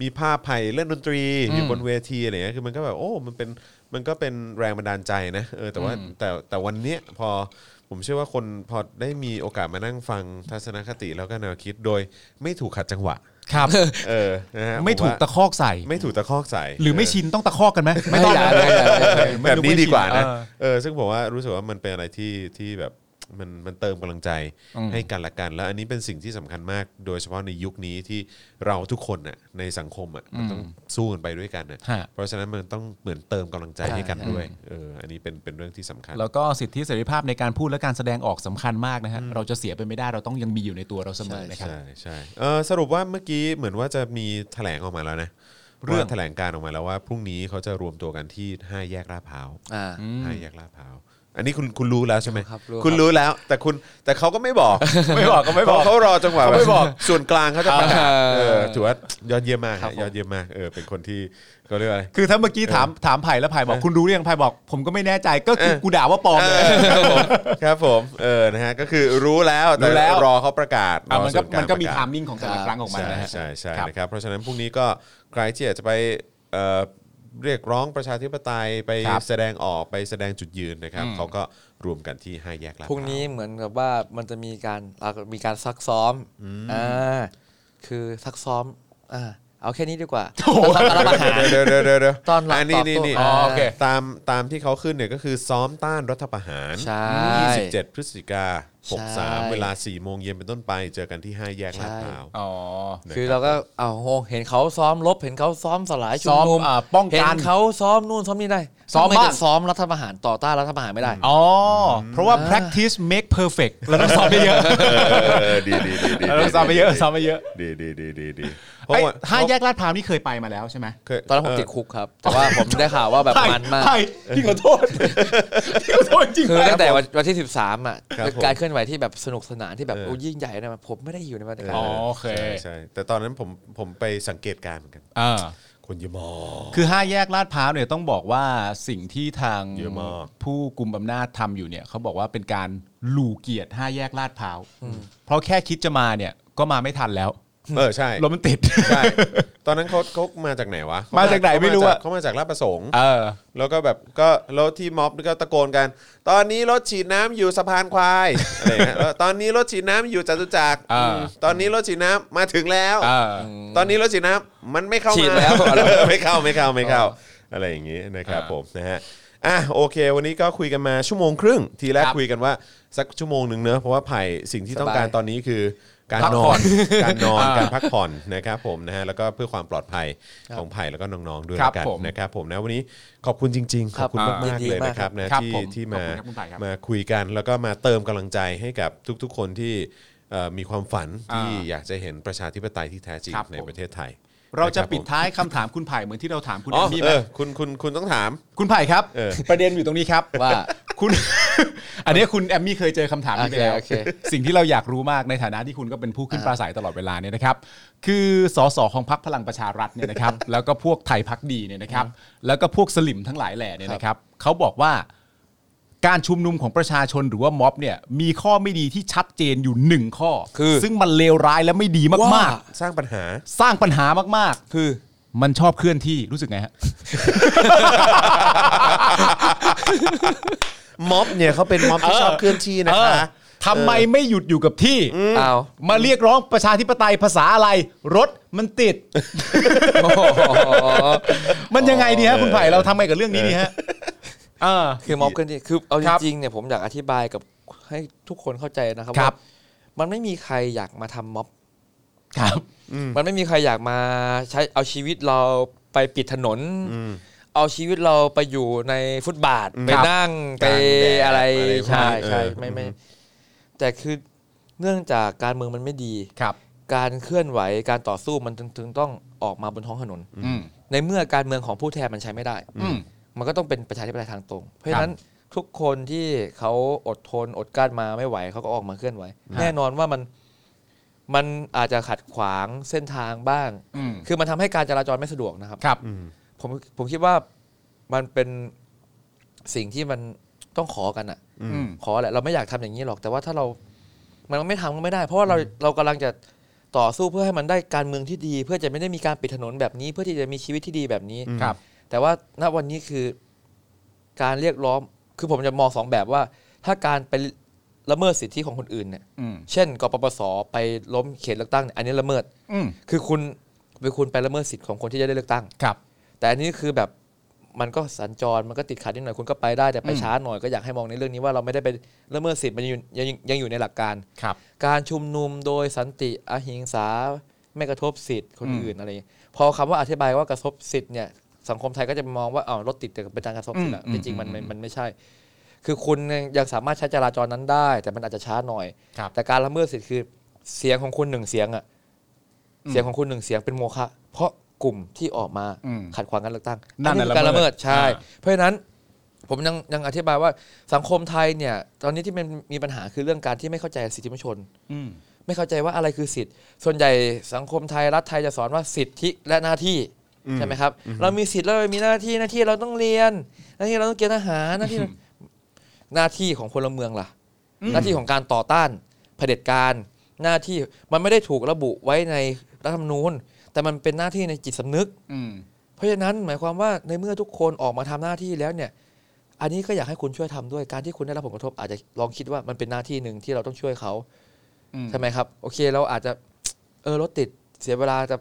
[SPEAKER 1] มีภาพไผ่เล่นดนตรีอยู่บนเวทีอะไรเงี้ยคือมันก็แบบโอ้มันเป็น มันก็เป็นแรงบันดาลใจนะเออแต่ว่าแต่แต่วันเนี้ยพอผมเชื่อว่าคนพอได้มีโอกาสมานั่งฟังทัศนคติแล้วก็แนวคิดโดยไม่ถูกขัดจังหวะ
[SPEAKER 3] ครับ
[SPEAKER 1] เออนะฮะ
[SPEAKER 3] ไม่
[SPEAKER 1] ผม
[SPEAKER 3] ถูก
[SPEAKER 1] ว่า
[SPEAKER 3] ตะคอกใส่
[SPEAKER 1] ไม่ถูกตะคอกใส่
[SPEAKER 3] หรือไม่ชินต้องตะคอกกันไหมไม่ต้อง
[SPEAKER 4] อย่า
[SPEAKER 3] นะ
[SPEAKER 4] อย่าอย่าอย่า
[SPEAKER 1] เออแบบนี้ดีกว่านะ
[SPEAKER 3] เออ
[SPEAKER 1] เออซึ่งผมว่ารู้สึกว่ามันเป็นอะไรที่ที่แบบมันมันเติมกำลังใจให้กันละกัน แล้วอันนี้เป็นสิ่งที่สำคัญมาก โดยเฉพาะในยุคนี้ที่เราทุกคนน่ะในสังคมอ่ะมันต้องสู้กันไปด้วยกันน่ะ
[SPEAKER 3] ฮะ
[SPEAKER 1] เพราะฉะนั้นมันต้องเหมือนเติมกำลังใจให้กันด้วยเอออันนี้เป็นเป็นเรื่องที่สำคัญ
[SPEAKER 3] แล้วก็สิทธิเสรีภาพในการพูดและการแสดงออกสำคัญมากนะฮะเราจะเสียไปไม่ได้เราต้องยังมีอยู่ในตัวเราเสมอนะครับ
[SPEAKER 1] ใช่ใช่เอ่อสรุปว่าเมื่อกี้เหมือนว่าจะมีแถลงออกมาแล้วนะ
[SPEAKER 3] เรื่อง
[SPEAKER 1] ว่าแถลงการออกมาแล้วว่าพรุ่งนี้เขาจะรวมตัวกันที่ห้าแยกลาดพร้าว
[SPEAKER 4] อ่า
[SPEAKER 1] ห้าแยกลาดพร้าวอันนี้คุณคุณรู้แล้วใช่ไหม
[SPEAKER 4] ครับรู้ครับ
[SPEAKER 1] คุณรู้แล้ว แต่คุณแต่เขาก็ไม่บอก
[SPEAKER 3] ไม่บอกก็ไม่บอก
[SPEAKER 1] เขาเขารอจังหวะ
[SPEAKER 3] เขาไม่บอก
[SPEAKER 1] แบบส่วนกลางเขาจะประกาศ
[SPEAKER 4] เออ
[SPEAKER 1] เออถือว่ายอดเยี่ยมมากฮะยอดเยี่ยมมากเออเป็นคนที่เขาเรียกว่าอะไร
[SPEAKER 3] คือถ้าเมื่อกี้ถามถามไผ่แล้วไผ่บอกคุณรู้หรือยังไผ่บอก ผมก็ไม่แน่ใจก็คือ
[SPEAKER 1] เออ
[SPEAKER 3] กูด่าว่าปลอมเลย
[SPEAKER 1] เออครับผมครับผมเออนะฮะก็คือรู้แล้วแต่
[SPEAKER 3] รู้แล้ว
[SPEAKER 1] รอเขาประกาศ
[SPEAKER 3] อ่ะ
[SPEAKER 1] รอ
[SPEAKER 3] มัน
[SPEAKER 1] ส่วนลาง
[SPEAKER 3] ก็มันก็มี
[SPEAKER 1] ประาศ
[SPEAKER 3] ทามมิ่งของแต่ละครั้งออกมา
[SPEAKER 1] ใช่
[SPEAKER 3] นะฮะ
[SPEAKER 1] ใช่ใช่
[SPEAKER 3] ครับ
[SPEAKER 1] นะครับเพราะฉะนั้นพรุ่งนี้ก็ใครที่อยากจะไปเอ่อเรียกร้องประชาธิปไตยไป
[SPEAKER 3] ครับ
[SPEAKER 1] แสดงออกไปแสดงจุดยืนนะครับเขาก็รวมกันที่ห้าแยกลาด
[SPEAKER 4] พรุ่งนี้
[SPEAKER 1] พาว
[SPEAKER 4] เหมือนกับว่ามันจะมีการอ่ามีการซักซ้อมอ่าคือซักซ้อมอ่าเอาแค่นี้ดีกว่าตอนรับอาหาร
[SPEAKER 1] เดี๋ยวเดี๋ยวเดี๋ยวเดี๋ยว
[SPEAKER 4] ตอนหลัง
[SPEAKER 1] ะนี่
[SPEAKER 4] ตอบโต้
[SPEAKER 1] นี่นี่
[SPEAKER 4] อ๋อโอเค
[SPEAKER 1] ตามตามที่เขาขึ้นเนี่ยก็คือซ้อมต้านรัฐประหาร
[SPEAKER 4] ใช่
[SPEAKER 1] 27 พฤศจิกา
[SPEAKER 4] ใช่
[SPEAKER 1] 63 เวลา 4 โมงเย็นเป็นต้นไป เจอกันที่ 5 แยกลาดพร้าว
[SPEAKER 3] อ๋อ
[SPEAKER 4] คือเราก็เอาโหเห็นเขาซ้อมลบเห็นเขาซ้อมสลายชุมนุม
[SPEAKER 3] ซ้อมอ่าป้องกัน
[SPEAKER 4] เห็นเขาซ้อมนู่นซ้อมนี่ได้
[SPEAKER 3] ซ้อม
[SPEAKER 4] ทำ
[SPEAKER 3] บ้าง
[SPEAKER 4] ไจะซ้อมรัฐประหารต่อต้านรัฐประหารไม่ได้
[SPEAKER 3] อ๋ออเพราะว่า practice make perfect เราต้องซ้อมไปเยอะ
[SPEAKER 1] เออดีดีดีดี
[SPEAKER 3] เราต้องซ้อมไปเยอะซ้อมไปเยอะ
[SPEAKER 1] ดีดีดีดีดี
[SPEAKER 3] ไอ้ห้าแยกลาดพร้าวนี่เคยไปมาแล้วใช่ไหม
[SPEAKER 1] เคย
[SPEAKER 4] ตอนนั้นผมติดคุกครับ แต่ว่าผมได้ข่าวว่าแบบมันมาก
[SPEAKER 3] ไผ่พี่ขอโทษพี่ขอโทษจริง
[SPEAKER 4] คือ
[SPEAKER 3] ไผ่
[SPEAKER 4] ตั้งแต่วันวันที่ 13อ่ะ
[SPEAKER 1] ครับผม
[SPEAKER 4] การเคลื่อนไหวที่แบบสนุกสนานที่แบบโอ้ยิ่งใหญ่นะผมไม่ได้อยู่ในบรรยากาศ
[SPEAKER 3] อ๋อ
[SPEAKER 4] นั้น
[SPEAKER 3] โเค
[SPEAKER 1] ใช่ใช่แต่ตอนนั้นผมผมไปสังเกตการณ์เหมือนกัน
[SPEAKER 3] อ่า
[SPEAKER 1] คนเยอะมาก
[SPEAKER 3] คือห้าแยกลาดพร้าวเนี่ยต้องบอกว่าสิ่งที่ทาง
[SPEAKER 1] เยอะมาก
[SPEAKER 3] ผู้กลุ่มอำนาจทำอยู่เนี่ยเขาบอกว่าเป็นการลูเกียรติห้าแยกลาดพร้าวเพราะแค่คิดจะมาเนี่ยก็มาไม่ทันแล้ว
[SPEAKER 1] เออใช่
[SPEAKER 3] รถมันติด
[SPEAKER 1] ใช่ตอนนั้นเขาเขามาจากไหนวะ
[SPEAKER 3] มาจากไหนไม่รู้อะ
[SPEAKER 1] เขามาจากลาดประสงค์
[SPEAKER 3] เออ
[SPEAKER 1] แล้วก็แบบก็รถที่ม็อบก็ตะโกนกัน ตอนนี้รถฉีดน้ำอยู่สะพานควายอะไรเงี้ยเออตอนนี้รถฉีดน้ำอยู่จตุจักร
[SPEAKER 3] อ่า
[SPEAKER 1] ตอนนี้รถฉีดน้ำมาถึงแล้ว
[SPEAKER 3] เออ
[SPEAKER 1] ตอนนี้รถฉีดน้ำมันไม่เข้า
[SPEAKER 4] ฉีด
[SPEAKER 1] มา
[SPEAKER 4] แล้ว
[SPEAKER 1] ไม่เข้าไม่เข้าไม่เข้าอะไรอย่างงี้นะครับผมนะฮะอ่ะโอเค วันนี้ก็คุยกันมาชั่วโมงครึ่ง ทีแรก
[SPEAKER 3] ครับ
[SPEAKER 1] คุยกันว่าสักชั่วโมงหนึ่งเนอะเพราะว่าไผ่สิ่งที่ต้องการตอนนี้คือการ
[SPEAKER 3] พัก
[SPEAKER 1] น
[SPEAKER 3] ผ่
[SPEAKER 1] อ
[SPEAKER 3] อน น
[SPEAKER 1] การนอน
[SPEAKER 3] อ่า
[SPEAKER 1] การพักผ่อนนะครับผมนะฮะแล้วก็เพื่อความปลอดภัยของไผ่แล้วก็น้องๆด้วย
[SPEAKER 3] ครับ
[SPEAKER 1] ละกัน
[SPEAKER 3] ผม
[SPEAKER 1] นะครับผมนะวันนี้ขอบคุณจริง ๆ ขอบคุณ
[SPEAKER 4] ครับ
[SPEAKER 1] มากๆ
[SPEAKER 4] ยินดี
[SPEAKER 1] เลย
[SPEAKER 4] มาก
[SPEAKER 1] นะครับนะครับ ที่
[SPEAKER 3] ผม
[SPEAKER 1] ที่
[SPEAKER 3] ขอบ
[SPEAKER 1] มา
[SPEAKER 3] คุณครับคุณไผ่ครับ
[SPEAKER 1] มาคุยกันแล้วก็มาเติมกำลังใจให้กับทุกๆ คนที่เอ่อมีความฝันที่อยากจะเห็นประชาธิปไตยที่แท้จริง
[SPEAKER 3] ครับ
[SPEAKER 1] ใน
[SPEAKER 3] ผม
[SPEAKER 1] ประเทศไทย
[SPEAKER 3] เราจะปิดท้ายคำถามคุณไผ่เหมือนที่เราถามคุณ
[SPEAKER 1] อ๋อ
[SPEAKER 3] แอมมี่
[SPEAKER 1] เอ
[SPEAKER 3] ไหม
[SPEAKER 1] อคุณคุณคุณต้องถาม
[SPEAKER 3] คุณไผ่ครับ
[SPEAKER 1] เออ
[SPEAKER 3] ประเด็นอยู่ตรงนี้ครับ
[SPEAKER 4] ว่า
[SPEAKER 3] คุณ อันเนี้ยคุณแอมมี่เคยเจอคำถามนี้ไปแล้ว
[SPEAKER 4] โอเคโอเค
[SPEAKER 3] สิ่งที่เราอยากรู้มากในฐานะที่คุณก็เป็นผู้ขึ้นปราศัยตลอดเวลาเนี่ยนะครับ คือสสของพรรคพลังประชารัฐเนี่ย นะครับ แล้วก็พวกไทยพักดีเนี่ยนะครับ แล้วก็พวกสลิมทั้งหลายแหล่เนี่ยนะครับเขาบอกว่า การชุมนุมของประชาชนหรือว่าม็อบเนี่ยมีข้อไม่ดีที่ชัดเจนอยู่หนึ่งข้อ
[SPEAKER 4] คือ
[SPEAKER 3] ซึ่งมันเลวร้ายและไม่ดีมาก
[SPEAKER 1] สร้างปัญหา
[SPEAKER 3] ๆ สร้างปัญหามาก
[SPEAKER 4] คือ
[SPEAKER 3] ๆ มันชอบเคลื่อนที่รู้สึกไงฮะ
[SPEAKER 1] ม็อบเนี่ยเขาเป็นม็อบที่ชอบเคลื่อนที่นะคะ
[SPEAKER 3] เออทำไมไม่หยุดอยู่กับที่
[SPEAKER 4] อ้าว
[SPEAKER 3] มาเรียกร้องประชาธิปไตยภาษาอะไร รถมัน ติด
[SPEAKER 4] โอ้โห
[SPEAKER 3] มันยังไงดีฮะคุณไผ่เราทำไงกับเรื่องนี้ดีฮะเออ
[SPEAKER 4] คือม็อบกันดิคือเอาจ
[SPEAKER 3] ครับ
[SPEAKER 4] ริงๆเนี่ยผมอยากอธิบายกับให้ทุกคนเข้าใจนะครับ
[SPEAKER 3] ครับ
[SPEAKER 4] ว่ามันไม่มีใครอยากมาทำม็อบ
[SPEAKER 3] ครับ
[SPEAKER 4] มันไม่มีใครอยากมาใช้เอาชีวิตเราไปปิดถนน เอาชีวิตเราไปอยู่ในฟุตบาท ไป
[SPEAKER 3] ครับ
[SPEAKER 4] นั่งไป
[SPEAKER 1] กลางแดด
[SPEAKER 4] อะไร
[SPEAKER 1] อะไร
[SPEAKER 4] ใช่
[SPEAKER 1] พวกนี้
[SPEAKER 4] ใช่
[SPEAKER 1] เออ
[SPEAKER 4] ไม่ไม่แต่คือเนื่องจากการเมืองมันไม่ดี
[SPEAKER 3] ครับ
[SPEAKER 4] การเคลื่อนไหวการต่อสู้มันถึงถึงต้องออกมาบนท้องถนน
[SPEAKER 3] อืม
[SPEAKER 4] ในเมื่อการเมืองของผู้แทนมันใช้ไม่ได้
[SPEAKER 3] อืม
[SPEAKER 4] มันก็ต้องเป็นประชาธิปไตยทางตรง เพราะฉะนั้นทุกคนที่เขาอดทนอดกลั้นมาไม่ไหวเขาก็ออกมาเคลื่อนไหว
[SPEAKER 3] ฮะ
[SPEAKER 4] แน่นอนว่ามันมันอาจจะขัดขวางเส้นทางบ้าง
[SPEAKER 3] อืม
[SPEAKER 4] คือมันทำให้การจราจรไม่สะดวกนะครับ
[SPEAKER 3] ครับ
[SPEAKER 4] ผมผมคิดว่ามันเป็นสิ่งที่มันต้องขอกันอะ
[SPEAKER 3] อืม
[SPEAKER 4] ขอแหละเราไม่อยากทำอย่างนี้หรอก แต่ว่าถ้าเรา มันไม่ทำก็ไม่ได้ เพราะว่าเราเรากำลังจะต่อสู้เพื่อให้มันได้การเมืองที่ดี เพื่อจะไม่ได้มีการปิดถนนแบบนี้ เพื่อที่จะมีชีวิตที่ดีแบบนี้
[SPEAKER 3] ครับ
[SPEAKER 4] แต่ว่าณวันนี้คือ การเรียกร้อง คือผมจะมองสองแบบว่า ถ้าการไปละเมิดสิทธิของคนอื่นเนี่ย
[SPEAKER 3] อืม
[SPEAKER 4] เช่นกปปสไปล้มเขตเลือกตั้งเนี่ยอันนี้ละเมิด
[SPEAKER 3] อืม
[SPEAKER 4] คือคุณไปคุณไปละเมิดสิทธิ์ของคนที่จะได้เลือกตั้ง
[SPEAKER 3] ครับ
[SPEAKER 4] แต่อันนี้คือแบบมันก็สัญจรมันก็ติดขัดนิดหน่อยคุณก็ไปได้แต่ไปช้าหน่อยก็อยากให้มองในเรื่องนี้ว่าเราไม่ได้ไปละเมิดสิทธิ์มันยังอยู่ยังยังอยู่ในหลักการ
[SPEAKER 3] ครับ
[SPEAKER 4] การชุมนุมโดยสันติอหิงสาไม่กระทบสิทธิ์คน
[SPEAKER 3] อืม
[SPEAKER 4] อื่นอะไรอย่างเงี้ยพอคำว่าอธิบายว่ากระทบสิทธิ์เนี่ยสังคมไทยก็จะมองว่าอ้าวรถติดแต่เป็นการกระทบสิทธิ์ละจริงๆมันมันมันไม่ใช่ คือคุณยังสามารถใช้จราจรนั้นได้ แต่มันอาจจะช้าหน่อย
[SPEAKER 3] ครับ
[SPEAKER 4] แต่การละเมิดสิทธิ์คือเสียงของคุณหนึ่งเสียงอะเสียงของคุณหนึ่งเสียงเป็นโมฆะเพราะกลุ่มที่ออกมา
[SPEAKER 3] อืม
[SPEAKER 4] ขัดขวางการเลือกตั้ง
[SPEAKER 3] นั่นน่ะ
[SPEAKER 4] อัคือการละเมิด
[SPEAKER 3] ละเมิด
[SPEAKER 4] ใช่
[SPEAKER 3] อ่า
[SPEAKER 4] เพราะฉะนั้นผมยังยังอธิบายว่าสังคมไทยเนี่ย ตอนนี้ที่มันมีปัญหาคือเรื่องการที่ไม่เข้าใจสิทธิมนชน
[SPEAKER 3] อืม
[SPEAKER 4] ไม่เข้าใจว่าอะไรคือสิทธิ์ ส่วนใหญ่สังคมไทยรัฐไทยจะสอนว่าสิทธิและหน้าที่ใช่ไหมครับ เรามีสิทธิ์แล้วเรามีหน้าที่หน้าที่เราต้องเรียน หน้าที่เราต้องเกณฑ์ทหารหน้าที่หน้าที่ของพลเมืองล่ะ หน้าที่ของการต่อต้านเผด็จการหน้าที่มันไม่ได้ถูกระบุไว้ในรัฐธรรมนูญ แต่มันเป็นหน้าที่ในจิตสำนึก
[SPEAKER 3] อืม
[SPEAKER 4] เพราะฉะนั้นหมายความว่าในเมื่อทุกคนออกมาทำหน้าที่แล้วเนี่ย อันนี้ก็อยากให้คุณช่วยทำด้วยการที่คุณได้รับผลกระทบอาจจะลองคิดว่ามันเป็นหน้าที่หนึ่งที่เราต้องช่วยเขา
[SPEAKER 3] อืม
[SPEAKER 4] ใช่ไหมครับ โอเคเราอาจจะเออรถติดเสียเวลาแต่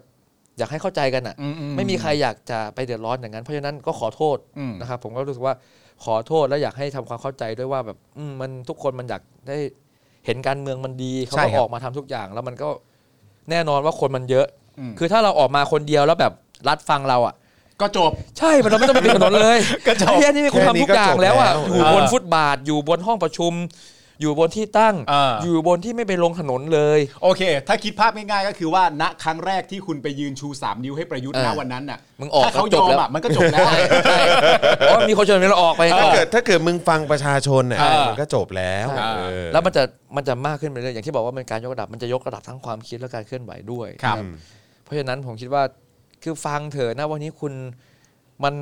[SPEAKER 4] อยากให้เข้าใจกันอ่ะ
[SPEAKER 3] อือื
[SPEAKER 4] ไม่มีใครอยากจะไปเดือดร้อนอย่างนั้น เพราะฉะนั้นก็ขอโทษ
[SPEAKER 3] อืม
[SPEAKER 4] นะครับ ผมก็รู้สึกว่าขอโทษและอยากให้ทำความเข้าใจด้วยว่าแบบอืมมันทุกคนมันอยากได้เห็นการเมืองมันดีเขา
[SPEAKER 3] ใช่
[SPEAKER 4] ก็
[SPEAKER 3] ครับ
[SPEAKER 4] ออกมาทำทุกอย่าง แล้วมันก็แน่นอนว่าคนมันเยอะ
[SPEAKER 3] ม
[SPEAKER 4] คือถ้าเราออกมาคนเดียวแล้วแบบรัดฟังเราอ่ะ
[SPEAKER 3] ก็จบ
[SPEAKER 4] ใช่มันเราไม่ต้องไปปิดถนนเลย
[SPEAKER 3] กระจก
[SPEAKER 4] ไอ้เหี้ยนี่มีคน
[SPEAKER 2] แค่นี้
[SPEAKER 4] ทำทุก
[SPEAKER 2] ก็
[SPEAKER 4] อย่างแล้วอ่ะ
[SPEAKER 2] จบแล้ว
[SPEAKER 4] อยู่บน
[SPEAKER 3] เออ
[SPEAKER 4] ฟุตบาท อยู่บนห้องประชุม อยู่บนที่ตั้ง
[SPEAKER 3] เออ
[SPEAKER 4] อ
[SPEAKER 3] อ
[SPEAKER 4] ยู่บนที่ไม่ไปลงถนนเลย
[SPEAKER 3] โอเค ถ้าคิดภาพง่ายๆก็คือว่าณครั้งแรกที่คุณไปยืนชู 3 นิ้วให้ประยุทธ์
[SPEAKER 4] เออ
[SPEAKER 3] ณวันนั้นน่ะ
[SPEAKER 4] มึงออก
[SPEAKER 3] ถ้าเขา
[SPEAKER 4] ก็
[SPEAKER 3] ย
[SPEAKER 4] จ
[SPEAKER 3] อบ ม
[SPEAKER 4] แล้ว
[SPEAKER 3] อ่ะมันก็จบแล้ว
[SPEAKER 4] เพราะมีคนชวนเราออกไป
[SPEAKER 2] ถ้าเกิดถ้าเกิดมึงฟังประชาชนเนี่ย
[SPEAKER 3] เออ
[SPEAKER 2] มันก็จบแล้ว
[SPEAKER 4] ใช่
[SPEAKER 2] เออ
[SPEAKER 4] แล้วมันจะมันจะมากขึ้นไปเรื่อยอย่างที่บอกว่ามันการยกระดับมันจะยกระดับทั้งความคิดและการเคลื่อนไหวด้วย
[SPEAKER 3] ครับ
[SPEAKER 4] เพราะฉะนั้นผมคิดว่าคือฟังเถอะนะวันนี้คุณมัน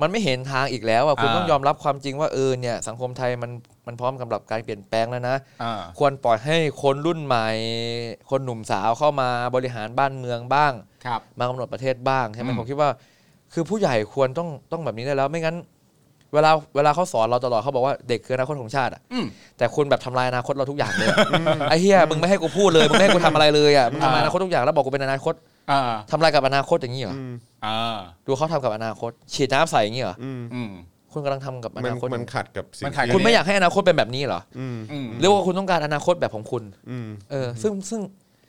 [SPEAKER 4] มันไม่เห็นทางอีกแล้วอ่ะคุณ
[SPEAKER 3] อ่า
[SPEAKER 4] ต้องยอมรับความจริงว่าเออเนี่ยสังคมไทยมันมันพร้อมกับการเปลี่ยนแปลงแล้วนะ
[SPEAKER 3] อ่า
[SPEAKER 4] ควรปล่อยให้คนรุ่นใหม่ คนหนุ่มสาวเข้ามาบริหารบ้านเมืองบ้าง
[SPEAKER 3] ครับ
[SPEAKER 4] มากำหนดประเทศบ้างใช่ไหม
[SPEAKER 3] อืม
[SPEAKER 4] ผมคิดว่า คือผู้ใหญ่ควรต้องต้องแบบนี้ได้แล้ว ไม่งั้น เวลาเวลาเขาสอนเราตลอดเขาบอกว่าเด็กคืออนาคตของชาติอ่ะ
[SPEAKER 3] อืม
[SPEAKER 4] แต่คุณแบบทำลายอนาคตเราทุกอย่างเลยอะไอ้เฮียมึงไม่ให้กูพูดเลยมึงไม่ให้กูทำอะไรเลยอ่ะมึงทำลายอนาคตทุกอย่างแล้วบอกกูเป็นอนาคต
[SPEAKER 3] อ่า
[SPEAKER 4] ทำลายกับอนาคตอย่างนี้เหรอ
[SPEAKER 3] อ่า
[SPEAKER 4] ดูเขาทำกับอนาคต ฉีดน้ำใส่อย่างนี้เหรอ
[SPEAKER 3] อืม
[SPEAKER 4] คุณกำลังทำกับอ
[SPEAKER 2] มัน
[SPEAKER 4] นาคต
[SPEAKER 2] มันขัดกับสิ่ง
[SPEAKER 3] มันขัด
[SPEAKER 2] ที่
[SPEAKER 4] คุณไม่อยากให้อนาคตเป็นแบบนี้เหรอ
[SPEAKER 2] อืม
[SPEAKER 3] อืม
[SPEAKER 4] หรือว่าคุณต้องการอนาคตแบบของคุณ
[SPEAKER 2] อืม
[SPEAKER 4] เออซึ่งซึ่ง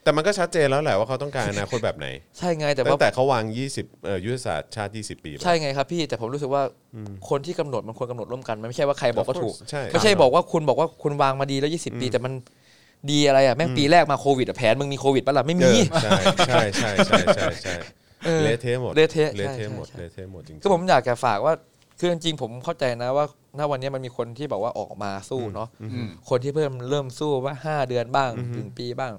[SPEAKER 2] แต่มันก็ชัดเจนแล้วแหละว่าเขาต้องการอนาค ตแบบไหน
[SPEAKER 4] ใช่ไงแต่
[SPEAKER 2] ตั้
[SPEAKER 4] ว่า
[SPEAKER 2] งแต่เขาวาง 20เอ่อยุทธศาสตร์ชาติ 20 ปีไป
[SPEAKER 4] ใช่ไงครับพี่แต่ผมรู้สึกว่าคนที่กำหนดมันควรกำหนดร่วมกันมันไม่ใช่ว่าใครบอกก็
[SPEAKER 2] Of
[SPEAKER 4] ถูก
[SPEAKER 2] course ใช่
[SPEAKER 4] ไม่ใช่บอกว่าคุณบอกว่าคุณวางมาดีแล้ว 20 ปี แต่มันดีอะไรอ่ะแม่งปีแรกมาโควิดอ่ะแผนมึงมีโควิดปะล่ะไม่
[SPEAKER 2] เอ
[SPEAKER 4] มี
[SPEAKER 2] อใช่ใช่ใช่ใช่ใช่ใช่
[SPEAKER 4] เออ
[SPEAKER 2] เละเทะหมด
[SPEAKER 4] เละเทะ
[SPEAKER 2] เละเทะ
[SPEAKER 4] ใช่
[SPEAKER 2] หมด
[SPEAKER 4] ใช่
[SPEAKER 2] เละเทะหมดจริงๆ
[SPEAKER 4] ก็ผมอยากจะฝากว่าคือจริงๆผมเข้าใจนะว่าณวันนี้มันมีคนที่แบบว่าออกมาสู้เนาะ
[SPEAKER 3] อืม
[SPEAKER 4] คนที่เพิ่มเริ่มสู้ว่า 5 เดือนบ้างถึงปีบ้าง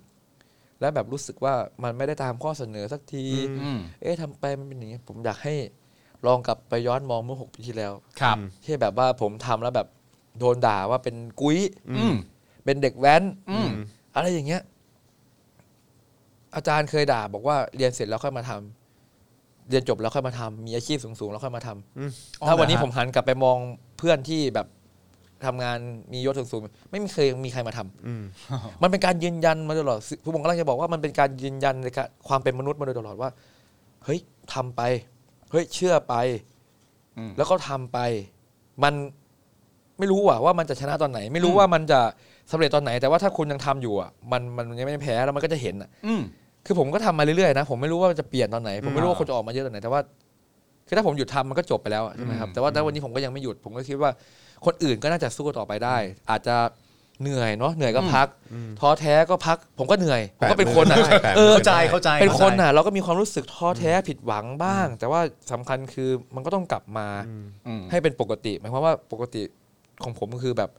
[SPEAKER 4] แล้วแบบรู้สึกว่ามันไม่ได้ตามข้อเสนอสักที
[SPEAKER 3] อืม
[SPEAKER 4] เอ๊ะทำไปมันเป็นอย่างนี้ผมอยากให้ลองกลับไปย้อนมองเมื่อ 6 ปีที่แล้ว
[SPEAKER 3] ครับ
[SPEAKER 4] ที่แบบว่าผมทำแล้วแบบโดนด่าว่าเป็นกุ้ย
[SPEAKER 3] อืม
[SPEAKER 4] เป็นเด็กแว้น
[SPEAKER 3] อืม
[SPEAKER 4] อะไรอย่างเงี้ย อาจารย์เคยด่าบอกว่าเรียนเสร็จแล้วค่อยมาทำเรียนจบแล้วค่อยมาทำมีอาชีพสูงๆแล้วค่อยมาทำถ้าวันนี้ผมหันกลับไปมองเพื่อนที่แบบทำงานมียศสูงๆไม่มีเคยมีใครมาทำมันเป็นการยืนยันมาตลอดซึ่งผมกำลังจะบอกว่ามันเป็นการยืนยันในการความเป็นมนุษย์มาโดยตลอดว่า เฮ้ยทำไป เฮ้ยเชื่อไป
[SPEAKER 3] อืม
[SPEAKER 4] แล้วก็ทำไป มันไม่รู้ว่าว่ามันจะชนะตอนไหน ไม่รู้ว่ามันจะสำเร็จตอนไหน แต่ว่าถ้าคุณยังทำอยู่อ่ะมันมันยังไม่ได้แพ้แล้วมันก็จะเห็นอ่ะ
[SPEAKER 3] อืม
[SPEAKER 4] คือผมก็ทำมาเรื่อยๆนะผมไม่รู้ว่ามันจะเปลี่ยนตอนไหน ผมไม่รู้
[SPEAKER 3] อืม
[SPEAKER 4] ว่าคนจะออกมาเยอะตอนไหนแต่ว่าคือถ้าผมหยุดทำมันก็จบไปแล้วอะใช่ไหมครับแต่ว่าแต่วันนี้ผมก็ยังไม่หยุดผมก็คิดว่า คนอื่นก็น่าจะสู้ต่อไปได้ อาจจะเหนื่อยเนาะเหนื่อยก็พักท้อแท้ก็พัก ผมก็เหนื่อยผมก็เป็นคนอ่ะ
[SPEAKER 2] แปะมือได้
[SPEAKER 4] เออ
[SPEAKER 3] เข้าใจเข้าใจ
[SPEAKER 4] เป็นคน
[SPEAKER 3] ข้าใจ
[SPEAKER 4] น่ะเราก็มีความรู้สึกท้อแท้ผิดหวังบ้าง แต่ว่าสำคัญคือมันก็ต้องกลับมา
[SPEAKER 3] อืม
[SPEAKER 4] ให้เป็นปกติหมายความว่าปกติของผมก็คือแบบ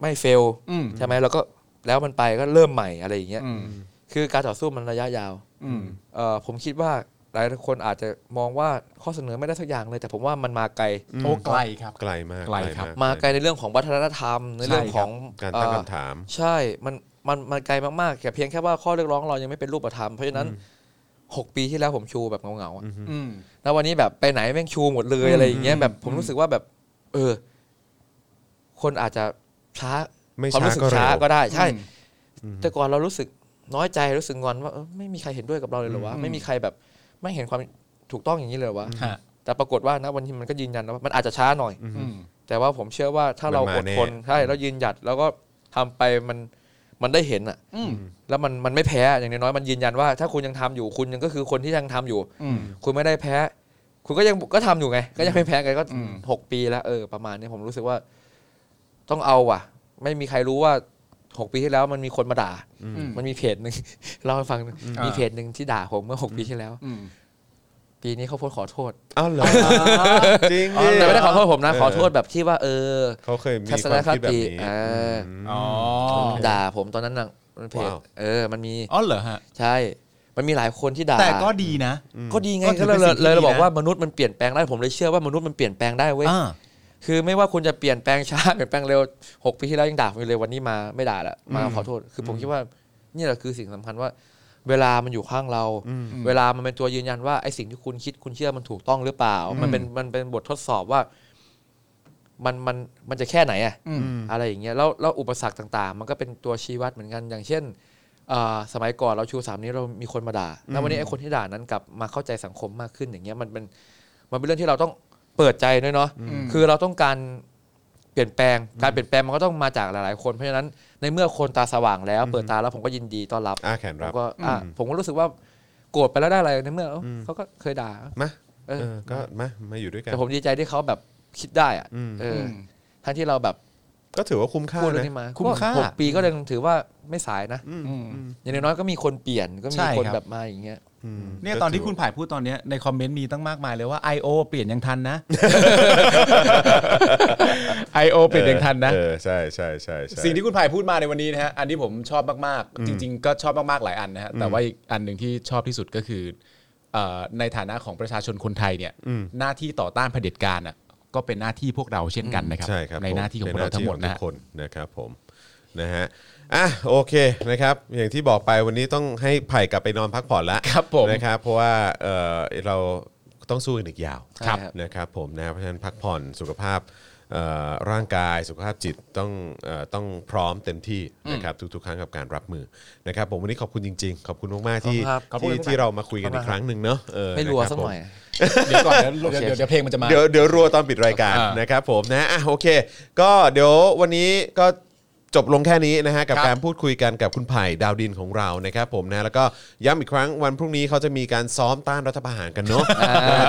[SPEAKER 4] ไม่เฟล
[SPEAKER 3] อืม
[SPEAKER 4] ใช่ไหมแล้วก็แล้วมันไปก็เริ่มใหม่อะไรอย่างเงี้ย
[SPEAKER 3] อืม
[SPEAKER 4] คือการต่อสู้มันระยะยาว
[SPEAKER 3] อืม
[SPEAKER 4] เอ่อผมคิดว่าหลายคนอาจจะมองว่าข้อเสนอไม่ได้สักอย่างเลย แต่ผมว่ามันมาไกล
[SPEAKER 3] โอ้ไกลครับ
[SPEAKER 2] ไกลมาก
[SPEAKER 3] ไกลครับ
[SPEAKER 2] มาก
[SPEAKER 4] มาไกลในเรื่องของวัฒนธรรม ในเรื่องของ
[SPEAKER 2] การตั้ง
[SPEAKER 4] เอ่อ
[SPEAKER 2] คำถาม
[SPEAKER 4] ใช่ มัน มัน มันไกลมากๆแต่เพียงแค่ว่าข้อเรียกร้องเรายังไม่เป็นรูปธรรม เพราะฉะนั้น 6 ปีที่แล้วผมชูแบบเงาๆอะ
[SPEAKER 3] อืม
[SPEAKER 4] แล้ววันนี้แบบไปไหนแม่งชูหมดเลยอะไรอย่างเงี้ย แบบผมรู้สึกว่าแบบ เออ คนอาจจะช้า
[SPEAKER 2] ไม่
[SPEAKER 4] ค
[SPEAKER 2] ช้า
[SPEAKER 4] วามรู้สึก
[SPEAKER 2] ก็เร็
[SPEAKER 4] ช้าว ก็ได้ ใช่
[SPEAKER 3] อืม
[SPEAKER 4] แต่ก่อนเรารู้สึกน้อยใจรู้สึกงอนว่าเออไม่มีใครเห็นด้วยกับเราเลยเหรอวะไม่มีใครแบบไม่เห็นความถูกต้องอย่างนี้เลยเหรอวะ
[SPEAKER 3] ฮะ
[SPEAKER 4] แต่ปรากฏว่านะวันนี้มันก็ยืนยันนะว่ามันอาจจะช้าหน่อย
[SPEAKER 3] อืม
[SPEAKER 4] แต่ว่าผมเชื่อว่าถ้าเรา
[SPEAKER 2] มัน
[SPEAKER 4] อ
[SPEAKER 2] มา
[SPEAKER 4] ด
[SPEAKER 2] แน่
[SPEAKER 4] ทนใช่แล้วยืนหยัดแล้วก็ทำไปมันมันได้เห็นอ่ะ
[SPEAKER 3] อืม
[SPEAKER 4] แล้วมันมันไม่แพ้อย่างน้อยๆมันยืนยันว่า ถ้าคุณยังทำอยู่คุณยังก็คือคนที่ยังทำอยู่
[SPEAKER 3] อืม
[SPEAKER 4] คุณไม่ได้แพ้ คุณก็ยังก็ทำอยู่ไง ก็ยังไม่แพ้ไงก็
[SPEAKER 3] อืม
[SPEAKER 4] หกปีแล้วเออประมาณนี้ผมรู้สึกว่า ต้องเอาว่ะ ไม่มีใครรู้ว่าหกปีที่แล้วมันมีคนมาด่า
[SPEAKER 3] อืม
[SPEAKER 4] มันมีเพจหนึ่ง เล่าให้ฟังมีเพจหนึ่งที่ด่าผมเมื่อหกปีที่แล้ว
[SPEAKER 3] อืม
[SPEAKER 4] ปีนี้เขาโพสต์ขอโทษ
[SPEAKER 2] อ้าวเหรอจริงดิ
[SPEAKER 4] แต่ไม่ได้ขอโทษผมนะ
[SPEAKER 2] เออ
[SPEAKER 4] ขอโทษแบบที่ว่า เออ
[SPEAKER 2] เขาเคยมี
[SPEAKER 4] ทั
[SPEAKER 2] ค
[SPEAKER 4] ศ
[SPEAKER 2] น วาม
[SPEAKER 4] ค
[SPEAKER 2] คิดแบบ
[SPEAKER 4] ติ
[SPEAKER 2] นี้
[SPEAKER 4] เออ
[SPEAKER 3] อ๋อ
[SPEAKER 4] อด่าผมตอนนั้นน่ะมันเพจ
[SPEAKER 2] ว้าว
[SPEAKER 4] เออ มันมี
[SPEAKER 3] อ๋อเหรอฮะ
[SPEAKER 4] ใช่ มันมีหลายคนที่ด่า
[SPEAKER 3] แต่ก็ดีนะ
[SPEAKER 4] ก็ดีไง
[SPEAKER 3] ก็ถื
[SPEAKER 4] ก็
[SPEAKER 3] อ
[SPEAKER 4] เล
[SPEAKER 3] เป็น
[SPEAKER 4] ย
[SPEAKER 3] สิ่งที่
[SPEAKER 4] เลยเรา
[SPEAKER 3] ดีนะ
[SPEAKER 4] บอกว่ามนุษย์มันเปลี่ยนแปลงได้ผมเลยเชื่อว่ามนุษย์มันเปลี่ยนแปลงได้เว้ย
[SPEAKER 3] อ่า
[SPEAKER 4] คือไม่ว่าคุณจะเปลี่ยนแปลงช้า เปลี่ยนแปลงเร็วหกปีที่แล้วยังด่าผมอยู่เลยวันนี้มาไม่ด่าละมาขอโทษ คือผมคิดว่านี่แหละคือสิ่งสำคัญว่า เวลามันอยู่ข้างเรา เวลามันเป็นตัวยืนยันว่าไอ้สิ่งที่คุณคิดคุณเชื่อมันถูกต้องหรือเปล่า มันเป็นมันเป็นบททดสอบว่า มันมันมันจะแค่ไหนอะ
[SPEAKER 3] อืม
[SPEAKER 4] อะไรอย่างเงี้ยแล้วแล้วอุปสรรคต่าง ๆ มันก็เป็นตัวชี้วัดเหมือนกัน อย่างเช่น เอ่อสมัยก่อนเราชูสามนี้วเรามีคนมาด่าแล้ววันนี้ไอ้คนที่ด่านั้นกลับมาเข้าใจสังคมมากขึ้นอย่างเงี้ยมันเป็นมันเป็นเรื่องที่เราต้องเปิดใจด้วยเนาะ
[SPEAKER 3] ม
[SPEAKER 4] คือเราต้องการเปลี่ยนแปลงการเปลี่ยนแปลงมันก็ต้องมาจากหลาย ๆ คนเพราะฉะนั้นในเมื่อคนตาสว่างแล้ว เปิดตาแล้วผมก็ยินดีต้อนรับ
[SPEAKER 2] อ่าแขน
[SPEAKER 4] ผ
[SPEAKER 2] รั
[SPEAKER 4] ม
[SPEAKER 2] บ
[SPEAKER 4] ก็อ่ะผมก็รู้สึกว่าโกรธไปแล้วได้อะไรในเมื่อเอ้าเขาก็เคยด่า
[SPEAKER 2] มา
[SPEAKER 4] เออ
[SPEAKER 2] เออก็มามาอยู่ด้วยกัน
[SPEAKER 4] แต่ผมดีใจที่เขาแบบคิดได้อะ
[SPEAKER 2] อืม
[SPEAKER 4] เอออทั้งที่เราแบบ
[SPEAKER 2] ก็ถือว่าคุ้มค่า
[SPEAKER 4] พูดเรื่อ
[SPEAKER 2] นะ
[SPEAKER 4] งนี้มา
[SPEAKER 3] คุ้มค่า
[SPEAKER 4] หกปีก็ยังถือว่าไม่สายนะ
[SPEAKER 3] อืม
[SPEAKER 4] อย่างน้อยๆก็มีคนเปลี่ยนก็
[SPEAKER 3] ใช่
[SPEAKER 4] มีคน
[SPEAKER 3] ครับ
[SPEAKER 4] แบบมาอย่างเงี้ย
[SPEAKER 2] อืม
[SPEAKER 3] เนี่ยตอนที่คุณผ่ายพูดตอนเนี้ยในคอมเมนต์มีตั้งมากมายเลยว่า I.O. เปลี่ยนยังทันนะ I.O. เปลี่ยนยังทันนะ
[SPEAKER 2] เออใช่ใช่ใช่ใช่
[SPEAKER 3] สิ่งที่คุณภัยพูดมาในวันนี้นะฮะ อันที่ผมชอบมากๆ จริง ๆ ก็ชอบมากๆ หลายอันนะฮะ แต่ว่าอีกอันหนึ่งที่ชอบที่สุดก็คือเอ่อในฐานะของประชาชนคนไทยเนี่ย หน้าที่ต่อต้านเผด็จการอ่ะก็เป็นหน้าที่พวกเราเช่นกันนะครับ
[SPEAKER 2] ใช่ครับ
[SPEAKER 3] ในหน้าที่ของพวกเราทั้งหมดนะ
[SPEAKER 2] ใา
[SPEAKER 3] ฮะ
[SPEAKER 2] ที่ของทุกคนนะครับผมนะฮะอ่ะโอเคนะครับอย่างที่บอกไปวันนี้ต้องให้ไผ่กลับไปนอนพักผ่อนละ
[SPEAKER 3] ครับผม
[SPEAKER 2] นะครับเพราะว่าเออเราต้องสู้กันอีกยาว
[SPEAKER 4] ครับ
[SPEAKER 2] นะครับผมนะเพราะฉะนั้นพักผ่อนสุขภาพเอ่อร่างกายสุขภาพจิตต้องเอ่อต้องพร้อมเต็มที่นะครับทุกๆ ครั้งกับการรับมือนะครับผมวันนี้ขอบคุณจริง ๆ ขอบคุณมากๆที่
[SPEAKER 3] ขอบคุณ
[SPEAKER 2] ที่
[SPEAKER 3] ครับ
[SPEAKER 2] ที่เรามาคุยกันอีกครั้งหนึ่งเนาะเออ
[SPEAKER 4] ไม่รัว
[SPEAKER 2] นะคบ
[SPEAKER 4] สักหน่อย
[SPEAKER 2] ผม
[SPEAKER 3] เดี๋ยวก่อนเดี ๋ยวเดี๋ยวเดี๋ยวเดี๋ยวเพลงมันจะมา
[SPEAKER 2] เดี๋ยวเดี๋ยวรัวตอนปิดรายการ
[SPEAKER 3] อ่าน
[SPEAKER 2] นะครับผมนะอ่ะโอเค ก็เดี๋ยววันนี้ก็จบลงแค่นี้นะฮะกับ
[SPEAKER 3] ครับ
[SPEAKER 2] การพูดคุยกันกับคุณไผ่ดาวดินของเรานะครับผมนะแล้วก็ย้ำอีกครั้งวันพรุ่งนี้เขาจะมีการซ้อมต้านรัฐประหารกันเนาะ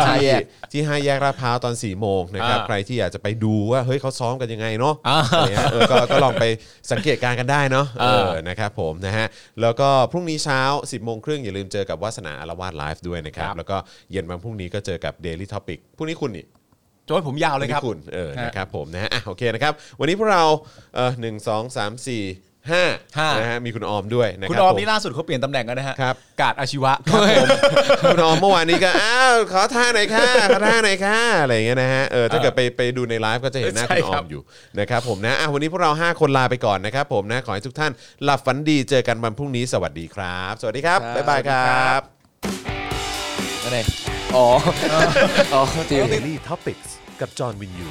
[SPEAKER 2] ที่ที่ห้าแยกลาดพร้าวตอน4ี่โมงนะครับ
[SPEAKER 3] อ่า
[SPEAKER 2] ใครที่อยากจะไปดูว่าเฮ้ยเขาซ้อมกันยังไงเนาะ
[SPEAKER 3] อ่า
[SPEAKER 2] อะไรเงี้ยเออก็ก็ลองไปสังเกตการณ์กันได้เนาะเออนะครับผมนะฮะแล้วก็พรุ่งนี้เช้า 10บโมงครึ่งอย่าลืมเจอกับวาสนาอารวาสไลฟ์ด้วยนะครับแล้วก็เย็นวันพรุ่งนี้ก็เจอกับ Daily Topic พรุ่งนี้คุณนี่
[SPEAKER 3] โจ้ยผมยาวเลยครับ
[SPEAKER 2] ขอณเออ
[SPEAKER 3] ฮะ
[SPEAKER 2] นะครับผมนะฮะอ่ะโอเคนะครับ วันนี้พวกเราเออหนึ่งสองสามสี่ห้า
[SPEAKER 3] ห้าน
[SPEAKER 2] นะฮะมีคุณออมด้วยนะค
[SPEAKER 3] คุณ
[SPEAKER 2] รับ
[SPEAKER 3] ออม
[SPEAKER 2] ผม
[SPEAKER 3] นี่ล่าสุดเขาเปลี่ยนตำแหน่งแล้วนะฮะ
[SPEAKER 2] ครับ
[SPEAKER 3] กาดอาชีวะ
[SPEAKER 2] คุณออมเมื่อวานนี้ก็ อ้าวขอท่าหน่อยค่ะขอท่าหน่อยค่ะอะไรอย่างเงี้ยนะฮะเออถ้าเกิดไปไปดูในไลฟ์ก็จะเห็นหน้า
[SPEAKER 3] ใช่
[SPEAKER 2] คุณอ
[SPEAKER 3] ครั
[SPEAKER 2] อม
[SPEAKER 3] บ
[SPEAKER 2] อยู่นะครับผมนะอ่ะวันนี้พวกเรา 5 คนลาไปก่อนนะครับผมนะขอให้ทุกท่านหลับฝันดีเจอกันวันพรุ่งนี้สวัสดีครับ สวัสดีครับ
[SPEAKER 4] ครับ
[SPEAKER 2] บ๊ายบายครับ
[SPEAKER 4] นั่นเองอ๋อ อ๋อจริง
[SPEAKER 1] Daily t o p i c กกับจอห์นวินยู